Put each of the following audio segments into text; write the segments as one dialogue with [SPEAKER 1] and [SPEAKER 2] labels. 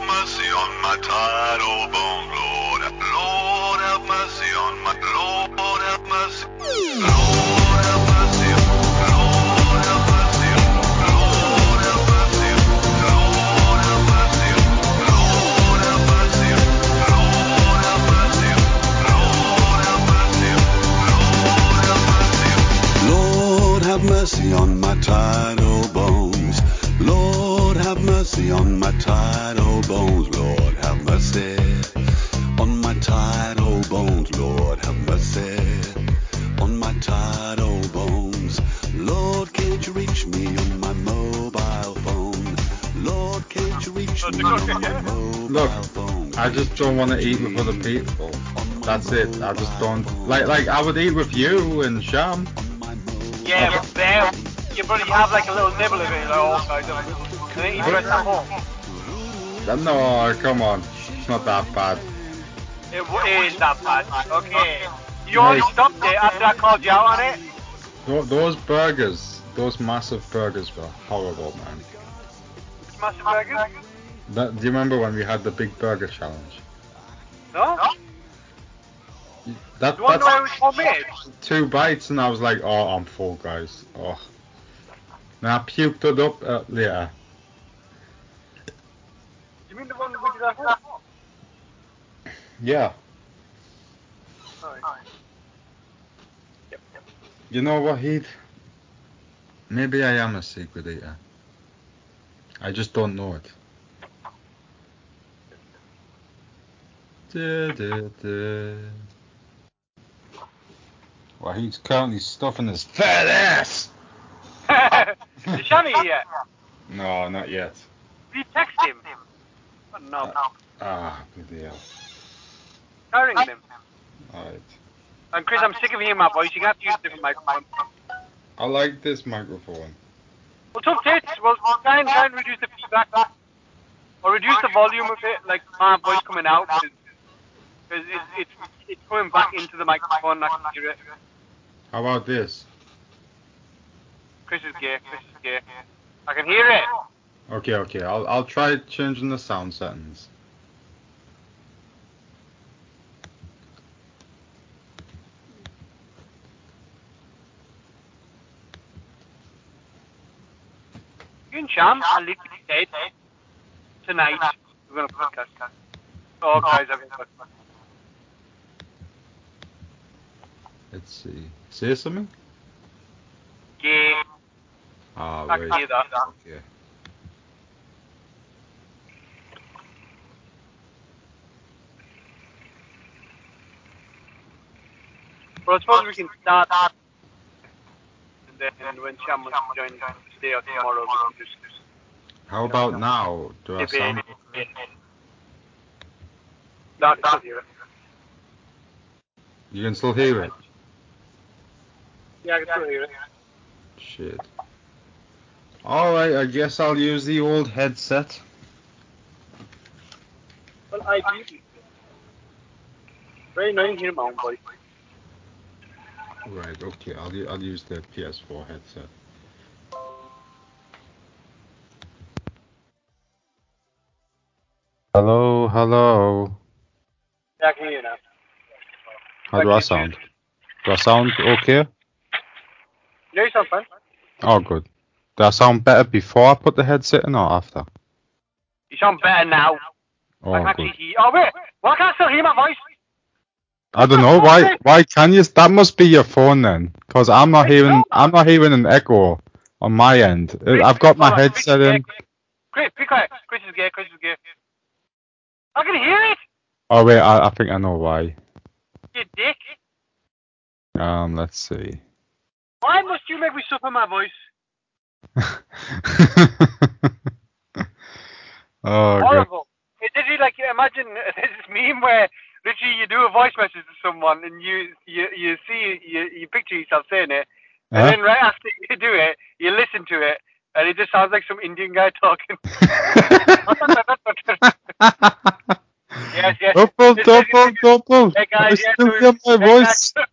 [SPEAKER 1] on my tired old bone, Lord. Lord have mercy on my Lord have mercy. Lord have mercy. Lord have mercy. Lord have mercy. Lord have mercy. Lord have mercy. Lord have mercy. Lord have mercy. Lord have mercy. Lord have mercy on my tired old bones. Lord have mercy on my tired old bones. Lord have mercy on my tired old bones. Lord have mercy on my tired old bones. Lord, can't you reach me on my mobile phone? Lord, can't you reach me on my mobile
[SPEAKER 2] Look,
[SPEAKER 1] phone?
[SPEAKER 2] I just don't want to eat with other people. That's it. I just don't like like I would eat with you and Sham.
[SPEAKER 3] Yeah, but there you probably have like a little nibble of it like, also, don't you? And then you dress that more.
[SPEAKER 2] No, come on, it's not that bad.
[SPEAKER 3] It w- is that bad. Okay. You only stopped it after I called you out on it.
[SPEAKER 2] Tho- Those burgers, those massive burgers were horrible, man.
[SPEAKER 3] Smash and burgers?
[SPEAKER 2] That, do you remember when we had the big burger challenge?
[SPEAKER 3] No?
[SPEAKER 2] That
[SPEAKER 3] The one where it
[SPEAKER 2] that's
[SPEAKER 3] was homemade?
[SPEAKER 2] two bites, and I was like, oh, I'm full, guys. Oh, and I puked it up uh, later.
[SPEAKER 3] You mean the one we did at home?
[SPEAKER 2] Yeah,
[SPEAKER 3] Sorry. Yep, yep.
[SPEAKER 2] you know what, Heath? Maybe I am a secret eater. I just don't know it. Da, da, da. Well, he's currently stuffing his fat ass.
[SPEAKER 3] Is Shani here?
[SPEAKER 2] No, not yet.
[SPEAKER 3] Did you text him? Oh, no.
[SPEAKER 2] Ah, bloody hell.
[SPEAKER 3] Can I ring him?
[SPEAKER 2] Alright.
[SPEAKER 3] And Chris, I'm sick of hearing my voice. You're going to have to use a different microphone.
[SPEAKER 2] I like this microphone.
[SPEAKER 3] Well, tough tits. Well, try and, try and reduce the feedback. Or reduce the volume of it, like my voice coming out. Because it's, it's, it's going back into the microphone and I can hear it.
[SPEAKER 2] How about this?
[SPEAKER 3] Chris is gay. Chris is gay. I can hear it.
[SPEAKER 2] Okay, okay. I'll I'll try changing the sound settings.
[SPEAKER 3] You and Sham are literally dead tonight. We're going to podcast. Oh, guys, I've got
[SPEAKER 2] Let's see. Say something?
[SPEAKER 3] gay.
[SPEAKER 2] Ah,
[SPEAKER 3] I
[SPEAKER 2] wait.
[SPEAKER 3] can hear that.
[SPEAKER 2] Okay.
[SPEAKER 3] Well, I suppose we can start. And then and when Sham wants to join today or tomorrow, we can just
[SPEAKER 2] How about now? Do I
[SPEAKER 3] debate
[SPEAKER 2] sound?
[SPEAKER 3] it. That, that's it.
[SPEAKER 2] You can still hear it.
[SPEAKER 3] Yeah, I can still hear it.
[SPEAKER 2] Shit. All right. I guess I'll use the old headset.
[SPEAKER 3] Well, I do. Very annoying hearing my own voice.
[SPEAKER 2] Right. Okay. I'll u- I'll use the PS4 headset. Hello, hello.
[SPEAKER 3] Yeah, I can hear you now.
[SPEAKER 2] How do I sound? Do I sound okay?
[SPEAKER 3] You know you sound fine?
[SPEAKER 2] Oh, good. Do I sound better before I put the headset in or after?
[SPEAKER 3] You sound better now. I
[SPEAKER 2] Oh,
[SPEAKER 3] can
[SPEAKER 2] good.
[SPEAKER 3] actually hear. Oh wait, why can't I still hear my voice?
[SPEAKER 2] I don't know why. Why can you? That must be your phone then, because I'm not hearing. I'm not hearing an echo on my end. Uh, I've got my
[SPEAKER 3] Chris is
[SPEAKER 2] headset
[SPEAKER 3] gay,
[SPEAKER 2] in.
[SPEAKER 3] Chris- Chris, be quiet. Chris is gay. Chris is gay. I can hear it.
[SPEAKER 2] Oh wait, I, I think I know why.
[SPEAKER 3] You dick.
[SPEAKER 2] Um, let's see.
[SPEAKER 3] Why must you make me suffer my voice?
[SPEAKER 2] oh god.
[SPEAKER 3] Horrible. It's literally like you imagine there's this meme where literally you do a voice message to someone and you you you see you, you picture yourself saying it And
[SPEAKER 2] Huh?
[SPEAKER 3] then right after you do it, you listen to it, and it just sounds like some Indian guy talking. yes, yes.
[SPEAKER 2] Double,
[SPEAKER 3] This is-
[SPEAKER 2] double, double.
[SPEAKER 3] Hey guys,
[SPEAKER 2] I
[SPEAKER 3] yes,
[SPEAKER 2] Oh, still
[SPEAKER 3] we-
[SPEAKER 2] hear my
[SPEAKER 3] hey,
[SPEAKER 2] voice.
[SPEAKER 3] guys.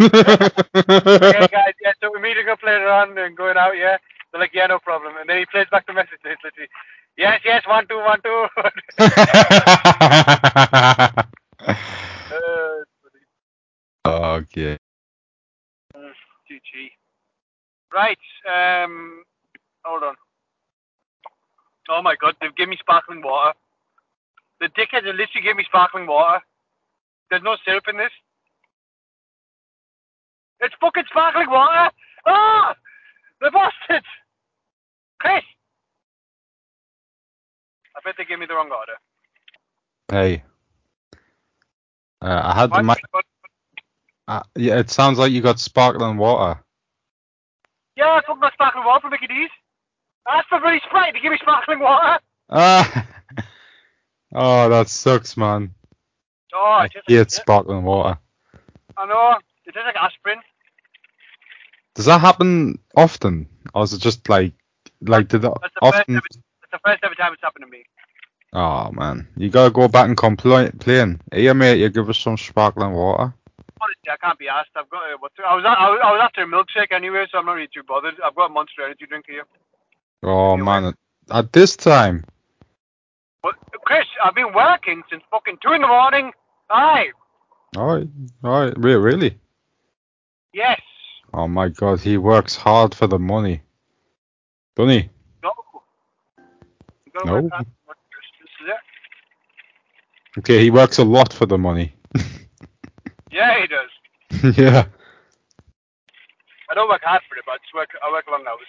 [SPEAKER 3] okay, guys, yeah, so we're meeting up later on and going out, yeah? They're like, yeah, no problem. And then he plays back the message, and it's literally, yes, yes, one, two, one, two. uh, Uh,
[SPEAKER 2] okay.
[SPEAKER 3] GG. Right, um, hold on. Oh my god, they've given me sparkling water. The dickheads have literally gave me sparkling water. There's no syrup in this. It's fucking sparkling water! Ah! The bastards! Chris! I bet they gave me the wrong order.
[SPEAKER 2] Hey. Uh, I had the mic. Uh, yeah, it sounds like you got sparkling water.
[SPEAKER 3] Yeah, I fucking got sparkling water from Mickey D's. I asked for bloody Sprite to give me sparkling water.
[SPEAKER 2] Ah. oh, that sucks, man.
[SPEAKER 3] Oh,
[SPEAKER 2] I
[SPEAKER 3] it tastes like
[SPEAKER 2] hate
[SPEAKER 3] shit.
[SPEAKER 2] sparkling water.
[SPEAKER 3] I know. It tastes like aspirin.
[SPEAKER 2] Does that happen often, or is it just like, like did it
[SPEAKER 3] That's the first
[SPEAKER 2] often?
[SPEAKER 3] ever, that's the first ever time it's happened to me.
[SPEAKER 2] Oh man, you gotta go back and complain. Here, mate, you give us some sparkling water.
[SPEAKER 3] Honestly, I can't be asked. I've got. Uh, what's, I was a- I was I was after a milkshake anyway, so I'm not really too bothered. I've got a Monster Energy drink here.
[SPEAKER 2] Oh
[SPEAKER 3] You
[SPEAKER 2] man, at this time,
[SPEAKER 3] But Chris, I've been working since fucking two in the morning. Aye.
[SPEAKER 2] all right, all right, re- really?
[SPEAKER 3] Yes.
[SPEAKER 2] Oh my God, he works hard for the money, doesn't he?
[SPEAKER 3] No. You gotta
[SPEAKER 2] No.
[SPEAKER 3] work hard. This is it.
[SPEAKER 2] Okay, he works a lot for the money.
[SPEAKER 3] Yeah, he does.
[SPEAKER 2] yeah.
[SPEAKER 3] I don't work hard for it, but I just work. I work long hours.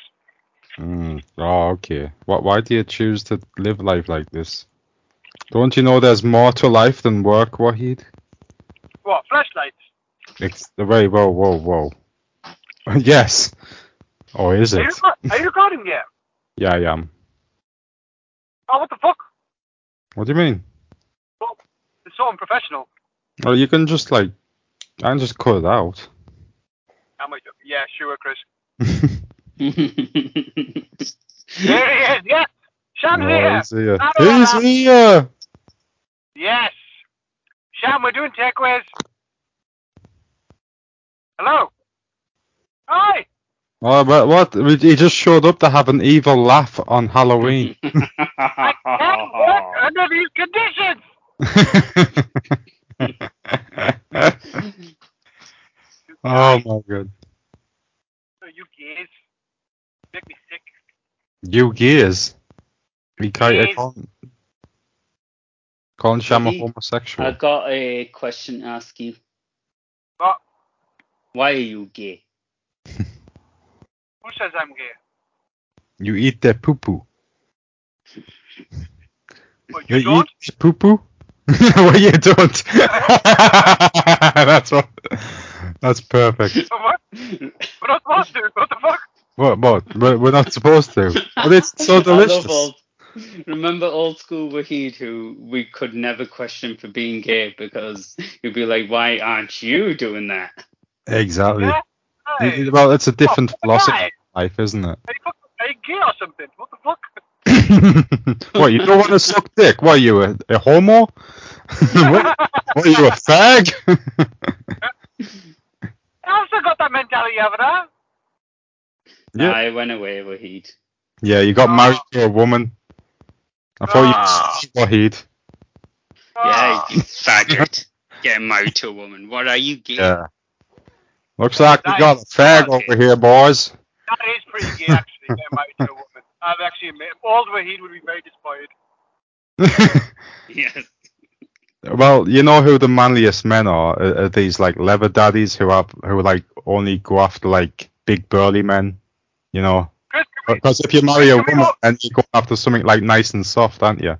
[SPEAKER 2] Mm. Oh, okay. What? Why do you choose to live life like this? Don't you know there's more to life than work, Wahid?
[SPEAKER 3] What? Flashlights?
[SPEAKER 2] It's the way. Whoa, whoa, whoa. yes. Or is
[SPEAKER 3] Are you,
[SPEAKER 2] it?
[SPEAKER 3] reco- are you recording yet?
[SPEAKER 2] Yeah, I am.
[SPEAKER 3] Oh, what the fuck?
[SPEAKER 2] What do you mean?
[SPEAKER 3] It's so unprofessional.
[SPEAKER 2] Well, you can just like, I can just cut it out.
[SPEAKER 3] How much? Yeah, sure, Chris.
[SPEAKER 4] yeah.
[SPEAKER 3] There he is. Yes. Sham's
[SPEAKER 2] Oh,
[SPEAKER 3] here.
[SPEAKER 2] he's here.
[SPEAKER 3] Not
[SPEAKER 2] He's
[SPEAKER 3] allowed.
[SPEAKER 2] here.
[SPEAKER 3] Yes. Sham, we're doing takeaways. Hello. Hi.
[SPEAKER 2] Oh, but what? He just showed up to have an evil laugh on Halloween.
[SPEAKER 3] I can't work under these conditions.
[SPEAKER 2] oh my god.
[SPEAKER 3] You gays. Make me sick.
[SPEAKER 2] You gears. We can't
[SPEAKER 3] Gears.
[SPEAKER 2] call, calling Sham a
[SPEAKER 4] Really?
[SPEAKER 2] homosexual.
[SPEAKER 3] Uh,
[SPEAKER 4] I got a question to ask you.
[SPEAKER 3] What?
[SPEAKER 4] Why are you gay?
[SPEAKER 3] Who says I'm gay?
[SPEAKER 2] You eat their poo poo.
[SPEAKER 3] Well, you don't?
[SPEAKER 2] eat poo poo? well, you don't. that's what. That's perfect.
[SPEAKER 3] So what? We're not supposed to. What the fuck?
[SPEAKER 2] What? What? We're we're not supposed to. But it's so
[SPEAKER 4] I love
[SPEAKER 2] delicious.
[SPEAKER 4] old- remember old school Wahid, who we could never question for being gay because he'd be like, "Why aren't you doing that?"
[SPEAKER 2] Exactly.
[SPEAKER 3] Yeah. Hey.
[SPEAKER 2] It- it- Well, it's a different
[SPEAKER 3] Oh,
[SPEAKER 2] philosophy
[SPEAKER 3] guy.
[SPEAKER 2] of life, isn't it?
[SPEAKER 3] Are you, fucking, are you gay or something? What the fuck?
[SPEAKER 2] what, you don't want to suck dick? What, you a, a homo? what, what, you a fag?
[SPEAKER 3] I've still got that mentality, haven't I?
[SPEAKER 2] Yeah.
[SPEAKER 4] I went away, Wahid.
[SPEAKER 2] yeah, you got married
[SPEAKER 3] Oh.
[SPEAKER 2] to a woman. I
[SPEAKER 3] Ah.
[SPEAKER 2] thought you Wahid.
[SPEAKER 4] Yeah, you faggot. Getting married to a woman. What are you gay?
[SPEAKER 2] Yeah. Looks like we got a
[SPEAKER 4] Nice.
[SPEAKER 2] fag
[SPEAKER 4] Okay.
[SPEAKER 2] over here, boys.
[SPEAKER 3] That is pretty gay, actually, getting married to a woman. I've actually admit, old Wahid would be very disappointed.
[SPEAKER 4] Yes.
[SPEAKER 2] well, you know who the manliest men are? Are, are these like leather daddies who have who like only go after like big burly men, you know?
[SPEAKER 3] Chris, can we,
[SPEAKER 2] Because if you marry a
[SPEAKER 3] Can we
[SPEAKER 2] woman,
[SPEAKER 3] all-
[SPEAKER 2] then you go after something like nice and soft, aren't you?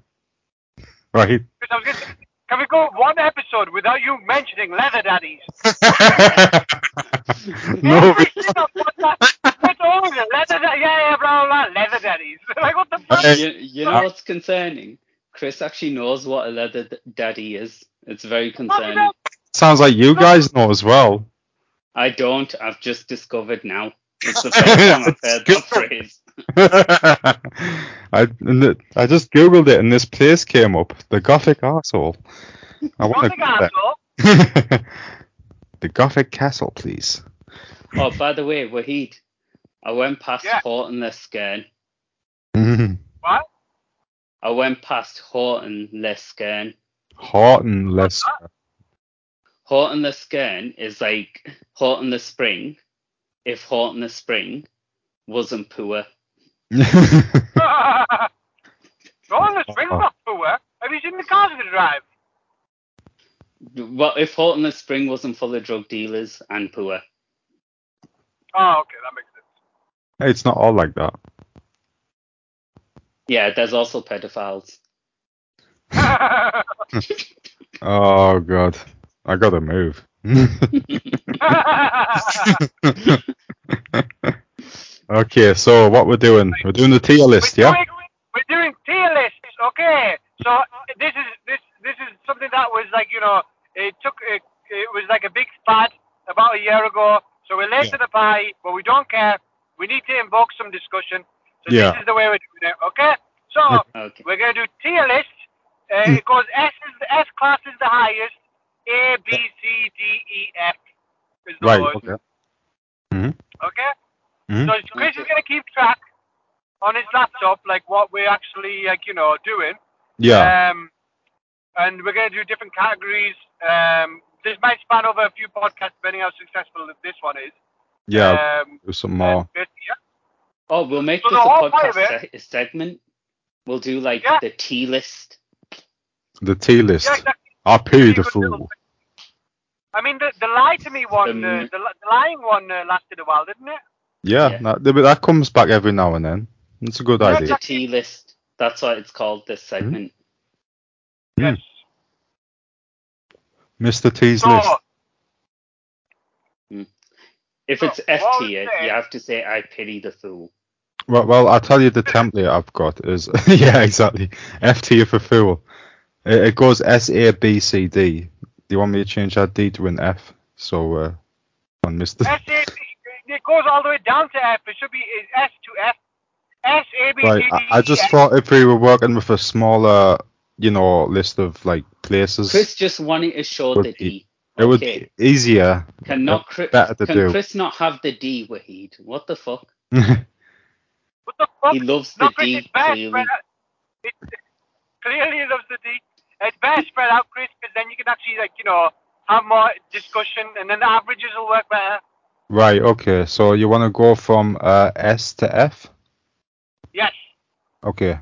[SPEAKER 2] Right?
[SPEAKER 3] Chris, I was gonna say, can we go one episode without you mentioning leather daddies?
[SPEAKER 2] no,
[SPEAKER 3] Every single podcast, it's always a leather daddy. Yeah, yeah, blah, blah, blah, leather daddies. like, what the fuck?
[SPEAKER 2] Hey.
[SPEAKER 4] You, you know what's concerning? Chris actually knows what a leather d- daddy is. It's very
[SPEAKER 3] Fucking
[SPEAKER 4] concerning.
[SPEAKER 3] hell.
[SPEAKER 2] sounds like you guys know as well.
[SPEAKER 4] I don't. I've just discovered now. It's the first time I've heard that phrase.
[SPEAKER 2] I and the- I just googled it and this place came up, the Gothic asshole. I
[SPEAKER 3] Don't
[SPEAKER 2] want
[SPEAKER 3] think I have
[SPEAKER 2] to.
[SPEAKER 3] so.
[SPEAKER 2] The Gothic Castle, please.
[SPEAKER 4] Oh, by the way, Wahid, I went past
[SPEAKER 3] Yeah.
[SPEAKER 4] Horton this scan.
[SPEAKER 3] What?
[SPEAKER 4] I went past Horton this scan.
[SPEAKER 2] Horton Leicester.
[SPEAKER 4] Horton the Skern is like Horton the Spring if Horton the Spring wasn't poor.
[SPEAKER 3] Rolling
[SPEAKER 2] Uh-huh.
[SPEAKER 3] the spring's not poor. Have you seen the cars they drive?
[SPEAKER 4] Well, if Horton the Spring wasn't full of drug dealers and poor.
[SPEAKER 3] Oh, okay, that makes sense.
[SPEAKER 2] it's not all like that.
[SPEAKER 4] Yeah, there's also pedophiles.
[SPEAKER 2] Oh god, I gotta move. okay, so what we're doing? We're doing the tier list,
[SPEAKER 3] we're
[SPEAKER 2] yeah?
[SPEAKER 3] Doing, we're doing tier lists, okay? So this is this this is something that was like you know it took it, it was like a big fad about a year ago. So we're late
[SPEAKER 2] Yeah.
[SPEAKER 3] to the party, but we don't care. We need to invoke some discussion. So
[SPEAKER 2] Yeah.
[SPEAKER 3] this is the way we're doing it, okay? So
[SPEAKER 4] Okay.
[SPEAKER 3] we're gonna do tier lists.
[SPEAKER 2] Mm.
[SPEAKER 3] Uh, it goes S is the S class is the highest. A B C D E F is the
[SPEAKER 2] Right.
[SPEAKER 3] lowest.
[SPEAKER 2] Okay.
[SPEAKER 3] Okay?
[SPEAKER 2] Mhm.
[SPEAKER 3] So Chris is going to keep track on his laptop, like what we're actually, like, you know, doing.
[SPEAKER 2] Yeah.
[SPEAKER 3] Um, and we're going to do different categories. Um, this might span over a few podcasts, depending how successful this one is.
[SPEAKER 2] Yeah.
[SPEAKER 3] Um,
[SPEAKER 2] Do some
[SPEAKER 3] and
[SPEAKER 2] more.
[SPEAKER 3] basically, yeah.
[SPEAKER 4] Oh, we'll make
[SPEAKER 3] So
[SPEAKER 4] this
[SPEAKER 3] the
[SPEAKER 4] a
[SPEAKER 3] whole point of
[SPEAKER 4] podcast se- segment. We'll do like
[SPEAKER 3] Yeah.
[SPEAKER 4] the T list.
[SPEAKER 2] The tier list.
[SPEAKER 3] Yeah, exactly.
[SPEAKER 2] I paid the
[SPEAKER 3] Pretty good
[SPEAKER 2] fool.
[SPEAKER 3] little thing. I mean, the, the lie to me one, uh,
[SPEAKER 4] Um,
[SPEAKER 3] the, li- the lying one uh, lasted a while, didn't it?
[SPEAKER 2] Yeah,
[SPEAKER 4] Yeah.
[SPEAKER 2] That, but that comes back every now and then. It's a good
[SPEAKER 3] Yeah,
[SPEAKER 2] idea.
[SPEAKER 4] The T list. That's what it's called, this segment.
[SPEAKER 2] Hmm.
[SPEAKER 3] Yes.
[SPEAKER 2] Mr. T's
[SPEAKER 3] So,
[SPEAKER 2] list.
[SPEAKER 4] If it's
[SPEAKER 3] So,
[SPEAKER 4] F
[SPEAKER 3] what I would
[SPEAKER 4] tier,
[SPEAKER 3] say-
[SPEAKER 4] you have to say, I pity the fool.
[SPEAKER 2] Well, well, I'll tell you the template I've got is yeah, exactly. F tier for fool. It, it goes S A B C D. Do you want me to change that D to an F? So uh, on Mr.
[SPEAKER 3] S A B. It goes all the way down to F. It should be uh, S to F. S A B C D.
[SPEAKER 2] Right. I, I
[SPEAKER 3] E,
[SPEAKER 2] just
[SPEAKER 3] F.
[SPEAKER 2] thought if we were working with a smaller, you know, list of like places,
[SPEAKER 4] Chris just wanted to show
[SPEAKER 2] Would
[SPEAKER 4] the
[SPEAKER 2] be-
[SPEAKER 4] D.
[SPEAKER 2] it would
[SPEAKER 4] okay.
[SPEAKER 2] be easier.
[SPEAKER 4] Can not Chris,
[SPEAKER 2] better to
[SPEAKER 4] can
[SPEAKER 2] do.
[SPEAKER 4] Chris not have the D, Wahid? What the fuck?
[SPEAKER 3] What the fuck?
[SPEAKER 4] He loves the
[SPEAKER 3] Not Chris, it's
[SPEAKER 4] D,
[SPEAKER 3] bad
[SPEAKER 4] clearly.
[SPEAKER 3] spread out. It, clearly he loves the D. It's bad spread out, Chris, because then you can actually, like, you know, have more discussion and then the averages will work better.
[SPEAKER 2] right. Okay. So you want to go from uh, S to F?
[SPEAKER 3] Yes.
[SPEAKER 2] Okay.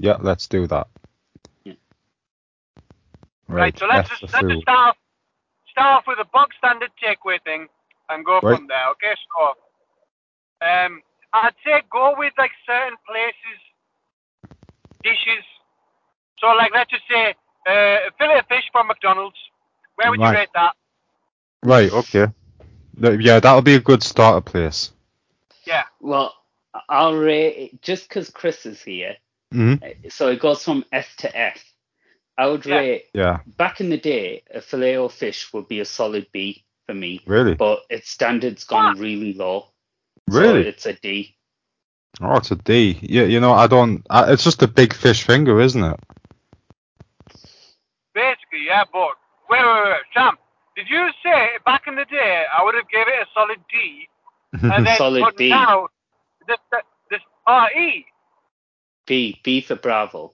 [SPEAKER 2] Yeah, let's do that.
[SPEAKER 4] Yeah.
[SPEAKER 3] Right, so let's
[SPEAKER 2] F
[SPEAKER 3] just
[SPEAKER 2] the
[SPEAKER 3] let's
[SPEAKER 2] fool.
[SPEAKER 3] just start off, start off with a bog standard takeaway thing and go
[SPEAKER 2] Right.
[SPEAKER 3] from there. Okay, so um, I'd say go with like certain places, dishes. So like let's just say uh, fillet of fish from McDonald's. Where would
[SPEAKER 2] Right.
[SPEAKER 3] you rate that?
[SPEAKER 2] Right, okay. Th- Yeah, that'll be a good starter place.
[SPEAKER 3] Yeah.
[SPEAKER 4] Well, I'll rate it just because Chris is here. Mm-hmm.
[SPEAKER 2] Mhm.
[SPEAKER 4] So it goes from F to F. I would
[SPEAKER 3] Yeah.
[SPEAKER 4] rate
[SPEAKER 2] Yeah,
[SPEAKER 4] back in the day, a filet o fish would be a solid B for me,
[SPEAKER 2] really,
[SPEAKER 4] but its standards gone really low. So
[SPEAKER 2] really.
[SPEAKER 4] it's a D.
[SPEAKER 2] Oh, it's a D. Yeah, you know, I don't. I, it's just a big fish finger, isn't it?
[SPEAKER 3] Basically, yeah, but wait, wait, wait, Sam, did you say back in the day I would have gave it a solid D, and then
[SPEAKER 4] Solid
[SPEAKER 3] but
[SPEAKER 4] B.
[SPEAKER 3] now this this R E.
[SPEAKER 4] B, B for Bravo.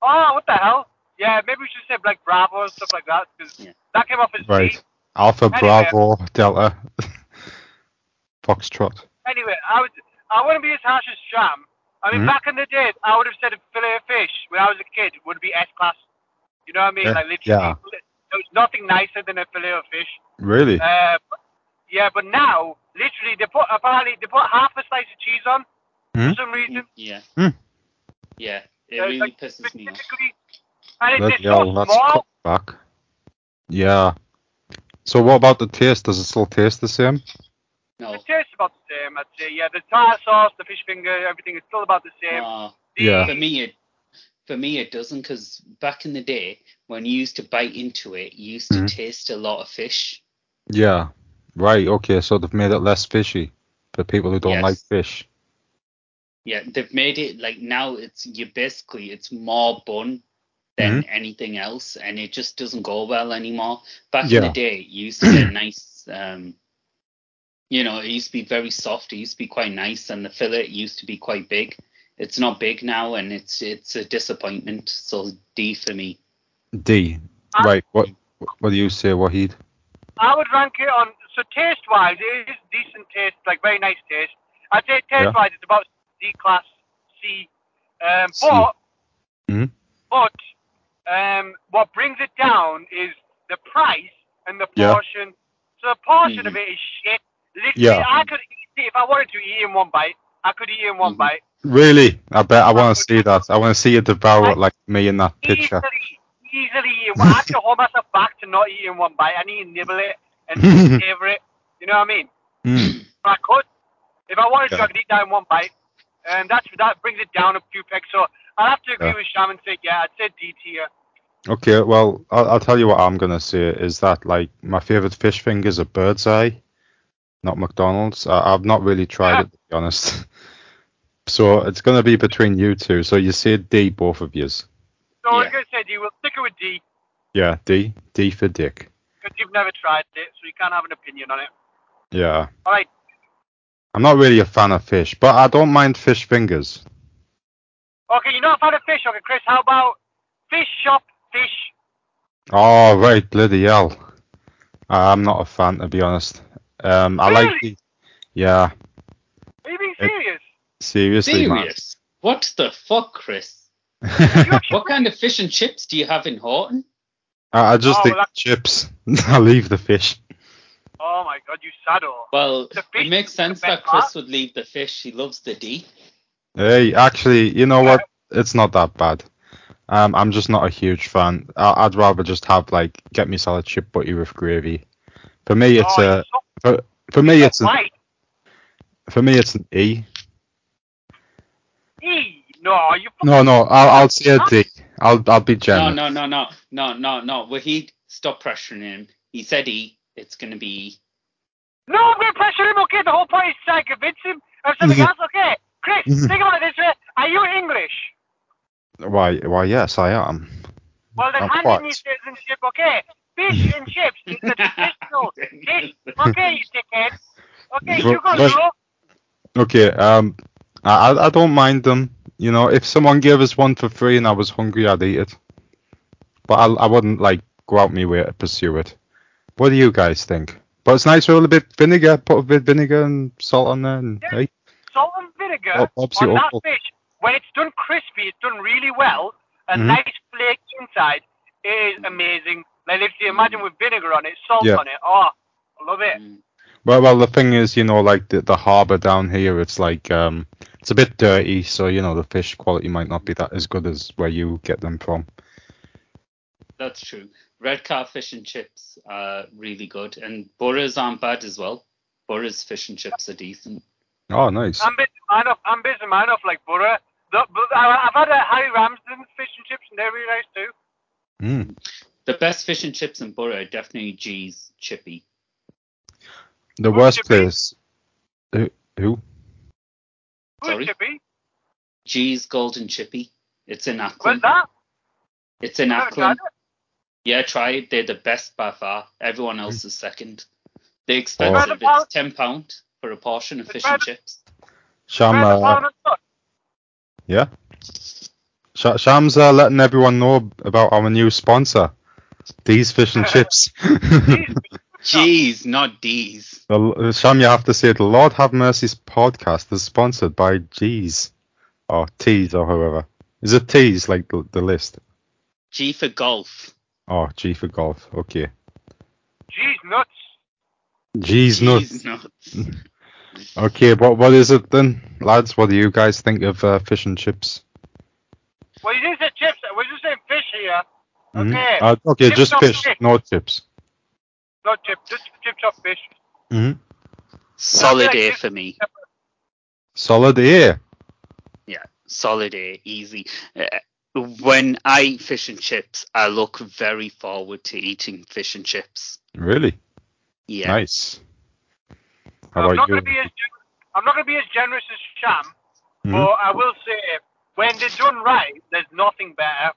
[SPEAKER 3] Oh, what the hell? Yeah, maybe we should say like Bravo and stuff like that because
[SPEAKER 4] Yeah.
[SPEAKER 3] that came off as D.
[SPEAKER 2] Right. Alpha,
[SPEAKER 3] Anyway.
[SPEAKER 2] Bravo, Delta, Foxtrot.
[SPEAKER 3] Anyway, I would I wouldn't be as harsh as Sham. I mean,
[SPEAKER 2] Mhm.
[SPEAKER 3] back in the day, I would have said a fillet of fish when I was a kid would be S class. You know what I mean?
[SPEAKER 2] Yeah,
[SPEAKER 3] Like literally,
[SPEAKER 2] yeah.
[SPEAKER 3] there was nothing nicer than a fillet of fish.
[SPEAKER 2] Really?
[SPEAKER 3] Uh, but- yeah, but now literally they put apparently they put half a slice of cheese on
[SPEAKER 2] Mhm.
[SPEAKER 3] for some reason.
[SPEAKER 4] Yeah.
[SPEAKER 2] Hmm.
[SPEAKER 4] Yeah. It
[SPEAKER 3] Uh,
[SPEAKER 4] really
[SPEAKER 3] like,
[SPEAKER 4] pisses me off.
[SPEAKER 3] specifically, and it's,
[SPEAKER 2] Bloody
[SPEAKER 3] it's so
[SPEAKER 2] hell, that's
[SPEAKER 3] small.
[SPEAKER 2] cut back. Yeah. So what about the taste? Does it still taste the same?
[SPEAKER 4] No.
[SPEAKER 3] It tastes about the same, I'd say. Yeah, the tire sauce, the fish finger, everything is still about the same.
[SPEAKER 4] no.
[SPEAKER 3] The-
[SPEAKER 2] Yeah.
[SPEAKER 4] Ah. For me, it for me it doesn't because back in the day when you used to bite into it, you used to
[SPEAKER 2] Mhm.
[SPEAKER 4] taste a lot of fish.
[SPEAKER 2] Yeah. Right. Okay. So they've made it less fishy for people who don't
[SPEAKER 4] Yes.
[SPEAKER 2] like fish.
[SPEAKER 4] Yeah, they've made it like now it's you basically it's more bun than anything else, and it just doesn't go well anymore. Back in the
[SPEAKER 2] Yeah.
[SPEAKER 4] day, it used to be a nice, um, you know, it used to be very soft. It used to be quite nice, and the fillet used to be quite big. It's not big now, and it's it's a disappointment. So D for me.
[SPEAKER 2] D.
[SPEAKER 3] Ah.
[SPEAKER 2] Right. What What do you say, Wahid?
[SPEAKER 3] I would rank it on so taste wise, it is decent taste, like very nice taste. I'd say taste wise, it's about D class C. Um,
[SPEAKER 2] C.
[SPEAKER 3] But
[SPEAKER 2] Mhm.
[SPEAKER 3] but um, what brings it down is the price and the
[SPEAKER 2] Yeah. Mm-hmm.
[SPEAKER 3] portion. So the portion of
[SPEAKER 4] Mhm.
[SPEAKER 3] it is shit. Literally,
[SPEAKER 2] Yeah.
[SPEAKER 3] I could eat it if I wanted to eat in one bite. I could eat in one
[SPEAKER 2] Mm-hmm.
[SPEAKER 4] Mhm.
[SPEAKER 3] bite.
[SPEAKER 2] Really? I bet I want to see that. I want to see you devour it like me in that picture.
[SPEAKER 3] Easily, easily eat one. I have to hold myself back to not eat in one bite. I need to nibble it and savor it. You know what I mean?
[SPEAKER 2] Mm.
[SPEAKER 3] I could. If I wanted to,
[SPEAKER 2] Yeah.
[SPEAKER 3] I could eat that in one bite. And that's that brings it down a few pegs. So I'll have to agree
[SPEAKER 2] Yeah.
[SPEAKER 3] with Sham and say, yeah, I'd say D tier.
[SPEAKER 2] Okay. Well, I'll, I'll tell you what I'm gonna say is that like my favorite fish fingers are Bird's Eye, not McDonald's. I, I've not really tried it to be honest. So it's gonna be between you two. So you say D, both of yous.
[SPEAKER 3] So I was
[SPEAKER 4] Yeah.
[SPEAKER 3] going to say D. We'll stick it with D
[SPEAKER 2] Yeah. D. D for Dick.
[SPEAKER 3] because you've never tried it, so you can't have an opinion on it.
[SPEAKER 2] Yeah.
[SPEAKER 3] All right.
[SPEAKER 2] I'm not really a fan of fish, but I don't mind fish fingers.
[SPEAKER 3] Okay, you're not a fan of fish. Okay, Chris, how about fish shop fish?
[SPEAKER 2] Oh right, bloody hell! I- I'm not a fan to be honest. Um, I like
[SPEAKER 3] Really?
[SPEAKER 2] the yeah.
[SPEAKER 3] Are you being
[SPEAKER 2] It-
[SPEAKER 3] serious?
[SPEAKER 2] Seriously, man.
[SPEAKER 4] Serious? What the fuck, Chris?
[SPEAKER 2] I,
[SPEAKER 4] What kind of fish and chips do you have in Horton?
[SPEAKER 2] I just
[SPEAKER 3] Oh,
[SPEAKER 2] eat
[SPEAKER 3] well, that-
[SPEAKER 2] chips. I leave the fish.
[SPEAKER 3] Oh my god, you saddle.
[SPEAKER 4] Well,
[SPEAKER 3] The fish
[SPEAKER 4] it makes
[SPEAKER 3] is
[SPEAKER 4] sense
[SPEAKER 3] the best
[SPEAKER 4] that Chris
[SPEAKER 3] part.
[SPEAKER 4] would leave the fish. He loves the D.
[SPEAKER 2] Hey, actually, you know what? It's not that bad. Um, I'm just not a huge fan. I, I'd rather just have like get me salad chip butty with gravy. For me, it's
[SPEAKER 3] oh,
[SPEAKER 2] a
[SPEAKER 3] so
[SPEAKER 2] for, for me it's an,
[SPEAKER 3] white.
[SPEAKER 2] for me it's an E.
[SPEAKER 3] E. No, you.
[SPEAKER 2] No, no, I'll, I'll say a D. I'll I'll be
[SPEAKER 4] No,
[SPEAKER 2] generous.
[SPEAKER 4] no, no, no, no, no, no. Wahid, stop pressuring him. He said E. It's going to be E.
[SPEAKER 3] No, I'm going to pressure him, okay? The whole point is to try and convince him of something
[SPEAKER 2] Mhm.
[SPEAKER 3] else, okay? Chris,
[SPEAKER 2] Mhm.
[SPEAKER 3] think about it this way. Are you English?
[SPEAKER 2] Why? Why? Yes, I am.
[SPEAKER 3] Well, then
[SPEAKER 2] I'm
[SPEAKER 3] hand
[SPEAKER 2] quite.
[SPEAKER 3] in your citizenship, okay? Fish and chips is the traditional dish, okay, you dickhead? Okay,
[SPEAKER 2] Well,
[SPEAKER 3] you go
[SPEAKER 2] well-
[SPEAKER 3] low.
[SPEAKER 2] Okay. Um, I I- I don't mind them. You know, if someone gave us one for free and I was hungry, I'd eat it. But I I wouldn't like go out my way to pursue it. What do you guys think? But it's nice with a little bit vinegar. Put a bit of vinegar and salt on there. And,
[SPEAKER 3] Yeah.
[SPEAKER 2] hey,
[SPEAKER 3] Salt and vinegar
[SPEAKER 2] Well, obviously
[SPEAKER 3] on that
[SPEAKER 2] awful.
[SPEAKER 3] fish, when it's done crispy, it's done really well, a
[SPEAKER 2] Mhm.
[SPEAKER 3] nice flake inside, it is amazing. Like, literally, imagine with vinegar on it, salt
[SPEAKER 2] Yeah.
[SPEAKER 3] on it. Oh, I love it.
[SPEAKER 4] Mm.
[SPEAKER 2] well, well, the thing is, you know, like the the harbour down here, it's like um, it's a bit dirty, so you know the fish quality might not be that as good as where you get them from.
[SPEAKER 4] That's true. Red car fish and chips are really good. And Boroughs aren't bad as well. Boroughs fish and chips are decent.
[SPEAKER 2] Oh, nice.
[SPEAKER 3] I'm busy man off. I'm busy man off like Borough. The, but I- I've had a Harry Ramsden fish and chips, and they're really nice too.
[SPEAKER 2] Mm.
[SPEAKER 4] The best fish and chips in Borough are definitely G's Chippy.
[SPEAKER 2] The
[SPEAKER 3] Who's
[SPEAKER 2] worst
[SPEAKER 3] your beef?
[SPEAKER 2] place. Who? who?
[SPEAKER 3] Who's
[SPEAKER 4] Sorry?
[SPEAKER 3] Chippy?
[SPEAKER 4] G's Golden Chippy. It's in Ackland.
[SPEAKER 3] Where's that?
[SPEAKER 4] It's in
[SPEAKER 3] I haven't tried
[SPEAKER 4] Ackland.
[SPEAKER 3] it.
[SPEAKER 4] Yeah, try it. They're the best by far. Everyone else is second. They're
[SPEAKER 2] Right
[SPEAKER 4] expensive.
[SPEAKER 3] about-
[SPEAKER 4] It's ten pound for a portion of fish
[SPEAKER 3] Right-
[SPEAKER 4] and chips.
[SPEAKER 2] Sham.
[SPEAKER 3] Where's the
[SPEAKER 2] Uh,
[SPEAKER 3] pound and stuff?
[SPEAKER 2] yeah. Sh- Sham's uh, letting everyone know about our new sponsor, these fish and chips.
[SPEAKER 3] Jeez,
[SPEAKER 4] Jeez, not D's.
[SPEAKER 2] the, Sham, you have to say the Lord Have Mercy's podcast is sponsored by G's or T's or whoever. Is it T's like the, the list?
[SPEAKER 4] G for golf.
[SPEAKER 2] Oh, G for golf. Okay.
[SPEAKER 3] jeez, nuts.
[SPEAKER 2] G's
[SPEAKER 4] Jeez,
[SPEAKER 2] nuts.
[SPEAKER 4] nuts.
[SPEAKER 2] Okay, but what is it then, lads? What do you guys think of uh, fish and chips?
[SPEAKER 3] Well, you didn't say chips. We're just saying fish here.
[SPEAKER 2] Mhm.
[SPEAKER 3] Okay.
[SPEAKER 2] Uh, okay,
[SPEAKER 3] Chips
[SPEAKER 2] just
[SPEAKER 3] or
[SPEAKER 2] fish,
[SPEAKER 3] chips?
[SPEAKER 2] no chips.
[SPEAKER 3] Not chips. Just chips off fish.
[SPEAKER 2] hmm
[SPEAKER 4] Solid A for me.
[SPEAKER 2] Solid A.
[SPEAKER 4] Yeah, solid A, easy. Uh, When I eat fish and chips, I look very forward to eating fish and chips.
[SPEAKER 2] Really?
[SPEAKER 4] Yeah.
[SPEAKER 2] Nice. How
[SPEAKER 3] I'm
[SPEAKER 2] about
[SPEAKER 3] not
[SPEAKER 2] you?
[SPEAKER 3] going to be as gen- I'm not going to be as generous as Sham,
[SPEAKER 2] Mhm.
[SPEAKER 3] but I will say when they're done right, there's nothing better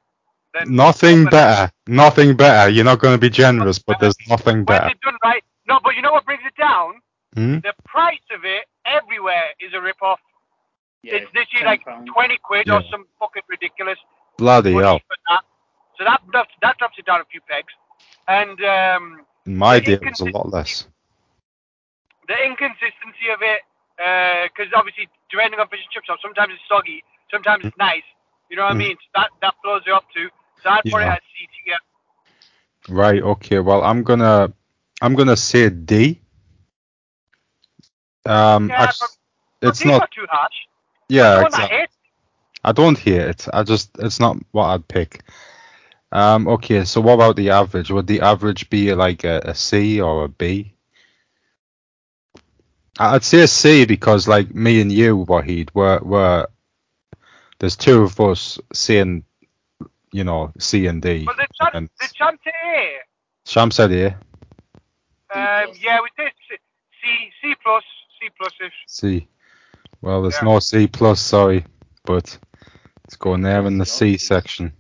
[SPEAKER 3] Then
[SPEAKER 2] Nothing
[SPEAKER 3] but
[SPEAKER 2] better. Nothing better. You're not going to be generous, but there's nothing
[SPEAKER 3] When
[SPEAKER 2] better.
[SPEAKER 3] they've done right, no, but you know what brings it down?
[SPEAKER 2] Hmm?
[SPEAKER 3] The price of it everywhere is a rip off.
[SPEAKER 4] Yeah,
[SPEAKER 3] it's literally
[SPEAKER 4] £10.
[SPEAKER 3] like twenty quid or
[SPEAKER 2] Yeah.
[SPEAKER 3] some fucking ridiculous
[SPEAKER 2] Bloody
[SPEAKER 3] money
[SPEAKER 2] hell.
[SPEAKER 3] for that. So that drops, that drops it down a few pegs. And um,
[SPEAKER 2] In my
[SPEAKER 3] the
[SPEAKER 2] day, it was a lot less.
[SPEAKER 3] the inconsistency of it, because obviously depending on fish and chips, sometimes it's soggy, sometimes it's nice. You know what
[SPEAKER 2] Mhm.
[SPEAKER 3] I mean? So that that blows it up too. So I'd put it
[SPEAKER 2] Yeah.
[SPEAKER 3] at C tier.
[SPEAKER 2] Right. Okay. Well, I'm gonna, I'm gonna say D. Um,
[SPEAKER 3] Yeah,
[SPEAKER 2] actu-
[SPEAKER 3] But
[SPEAKER 2] it's
[SPEAKER 3] these
[SPEAKER 2] not.
[SPEAKER 3] are too harsh.
[SPEAKER 2] Yeah.
[SPEAKER 3] Don't
[SPEAKER 2] exactly.
[SPEAKER 3] that hit.
[SPEAKER 2] I don't hear it. I just it's not what I'd pick. Um. Okay. So what about the average? Would the average be like a, a C or a B? I- I'd say a C because like me and you, Wahid, were were there's two of us saying, you know, C and D.
[SPEAKER 3] But the chance,
[SPEAKER 2] And
[SPEAKER 3] the chance here.
[SPEAKER 2] Sham said here
[SPEAKER 3] Um,
[SPEAKER 4] plus.
[SPEAKER 3] yeah, we did C C- C plus C plus ish.
[SPEAKER 2] C. Well, there's
[SPEAKER 3] Yeah.
[SPEAKER 2] no C plus, sorry, but it's going there in the
[SPEAKER 4] Yeah,
[SPEAKER 2] C
[SPEAKER 4] obviously.
[SPEAKER 2] section.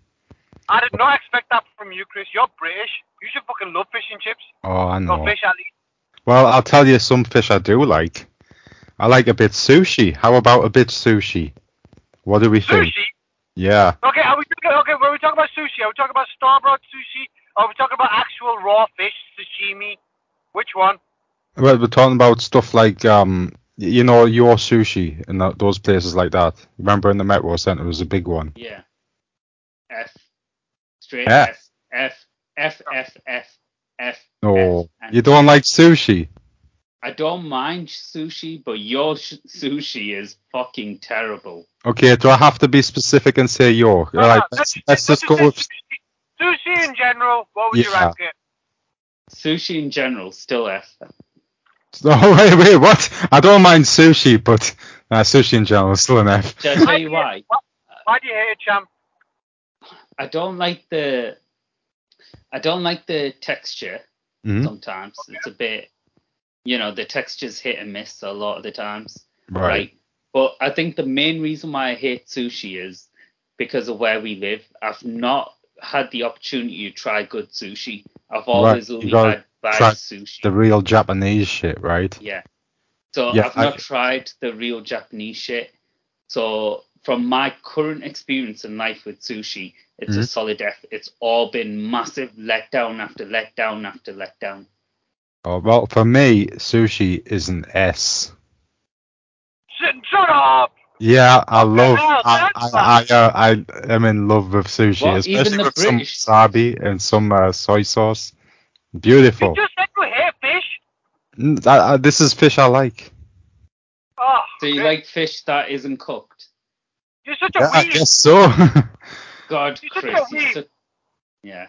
[SPEAKER 3] I did not expect that from you, Chris. You're British. You should fucking love fish and chips
[SPEAKER 2] Oh, I know.
[SPEAKER 3] or fish at least.
[SPEAKER 2] Well, I'll tell you some fish I do like. I like a bit sushi. How about a bit sushi? What do we think?
[SPEAKER 3] Sushi.
[SPEAKER 2] Yeah.
[SPEAKER 3] Okay, are we talking, okay, when we talk about sushi, are we talking about starboard sushi? Are we talking about actual raw fish, sashimi? Which one?
[SPEAKER 2] Well, we're talking about stuff like um, y- you know, your sushi and tho- those places like that. Remember in the Metro Centre was a big one.
[SPEAKER 4] Yeah. F. Straight
[SPEAKER 2] Yeah.
[SPEAKER 4] F. F. F. F. F. F.
[SPEAKER 2] No,
[SPEAKER 4] F.
[SPEAKER 2] you don't like sushi.
[SPEAKER 4] I don't mind sushi, but your sh- sushi is fucking terrible.
[SPEAKER 2] Okay, do I have to be specific and say your?
[SPEAKER 3] No, no,
[SPEAKER 2] Right, let's, let's just go
[SPEAKER 3] say
[SPEAKER 2] with
[SPEAKER 3] Ah, sushi. Sushi in general, what would you
[SPEAKER 2] Yeah.
[SPEAKER 3] rank it?
[SPEAKER 4] Sushi in general, still F.
[SPEAKER 2] No, wait, wait, what? I don't mind sushi, but uh, sushi in general is still an F.
[SPEAKER 4] Shall I tell you why?
[SPEAKER 3] Why do you hate it, champ?
[SPEAKER 4] I don't like the I don't like the texture
[SPEAKER 2] Mhm,
[SPEAKER 4] sometimes. It's a bit you know, the texture's hit and miss a lot of the times. Right.
[SPEAKER 2] Right.
[SPEAKER 4] But I think the main reason why I hate sushi is because of where we live. I've not had the opportunity to try good sushi. I've always
[SPEAKER 2] You
[SPEAKER 4] only
[SPEAKER 2] gotta
[SPEAKER 4] had bad
[SPEAKER 2] try
[SPEAKER 4] sushi.
[SPEAKER 2] The real Japanese shit, right?
[SPEAKER 4] Yeah. So
[SPEAKER 2] Yeah,
[SPEAKER 4] I've not
[SPEAKER 2] I-
[SPEAKER 4] tried the real Japanese shit. So from my current experience in life with sushi, it's a
[SPEAKER 2] Mhm.
[SPEAKER 4] solid F. It's all been massive letdown after letdown after letdown.
[SPEAKER 2] Oh, well, for me, sushi is an S.
[SPEAKER 3] Shut, shut up!
[SPEAKER 2] Yeah, I love.
[SPEAKER 3] hell,
[SPEAKER 2] I
[SPEAKER 3] that's
[SPEAKER 2] I, I, uh, I am in love with sushi,
[SPEAKER 4] What, even
[SPEAKER 2] especially
[SPEAKER 4] the
[SPEAKER 2] with some
[SPEAKER 4] British-
[SPEAKER 2] wasabi and some uh, soy sauce. Beautiful.
[SPEAKER 3] You just said you hate fish.
[SPEAKER 2] Mm, I, I, this is fish I like.
[SPEAKER 3] Oh,
[SPEAKER 4] So you
[SPEAKER 3] Chris,
[SPEAKER 4] like fish that isn't cooked?
[SPEAKER 3] you're such a
[SPEAKER 2] Yeah, I
[SPEAKER 3] weeb.
[SPEAKER 2] guess so.
[SPEAKER 4] God,
[SPEAKER 3] You're such
[SPEAKER 4] Chris,
[SPEAKER 3] a
[SPEAKER 4] you're
[SPEAKER 3] weeb.
[SPEAKER 4] such, yeah,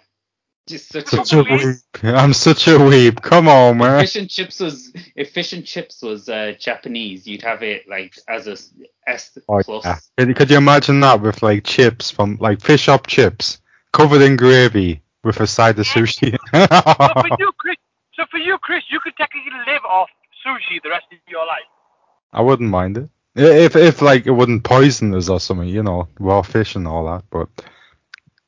[SPEAKER 4] just such
[SPEAKER 2] such
[SPEAKER 4] a
[SPEAKER 2] a
[SPEAKER 4] weeb.
[SPEAKER 2] weep. I'm such a weep. Come on, man.
[SPEAKER 4] Fish and chips was if fish and chips was uh, Japanese, you'd have it like as a s- S
[SPEAKER 2] Oh,
[SPEAKER 4] plus.
[SPEAKER 2] yeah. could, could you imagine that with like chips from like fish up chips covered in gravy with a side of sushi?
[SPEAKER 3] So for you, Chris, so for you, Chris, you could technically live off sushi the rest of your life.
[SPEAKER 2] I wouldn't mind it. I- If if like it wouldn't poison us or something, you know, raw fish and all that. But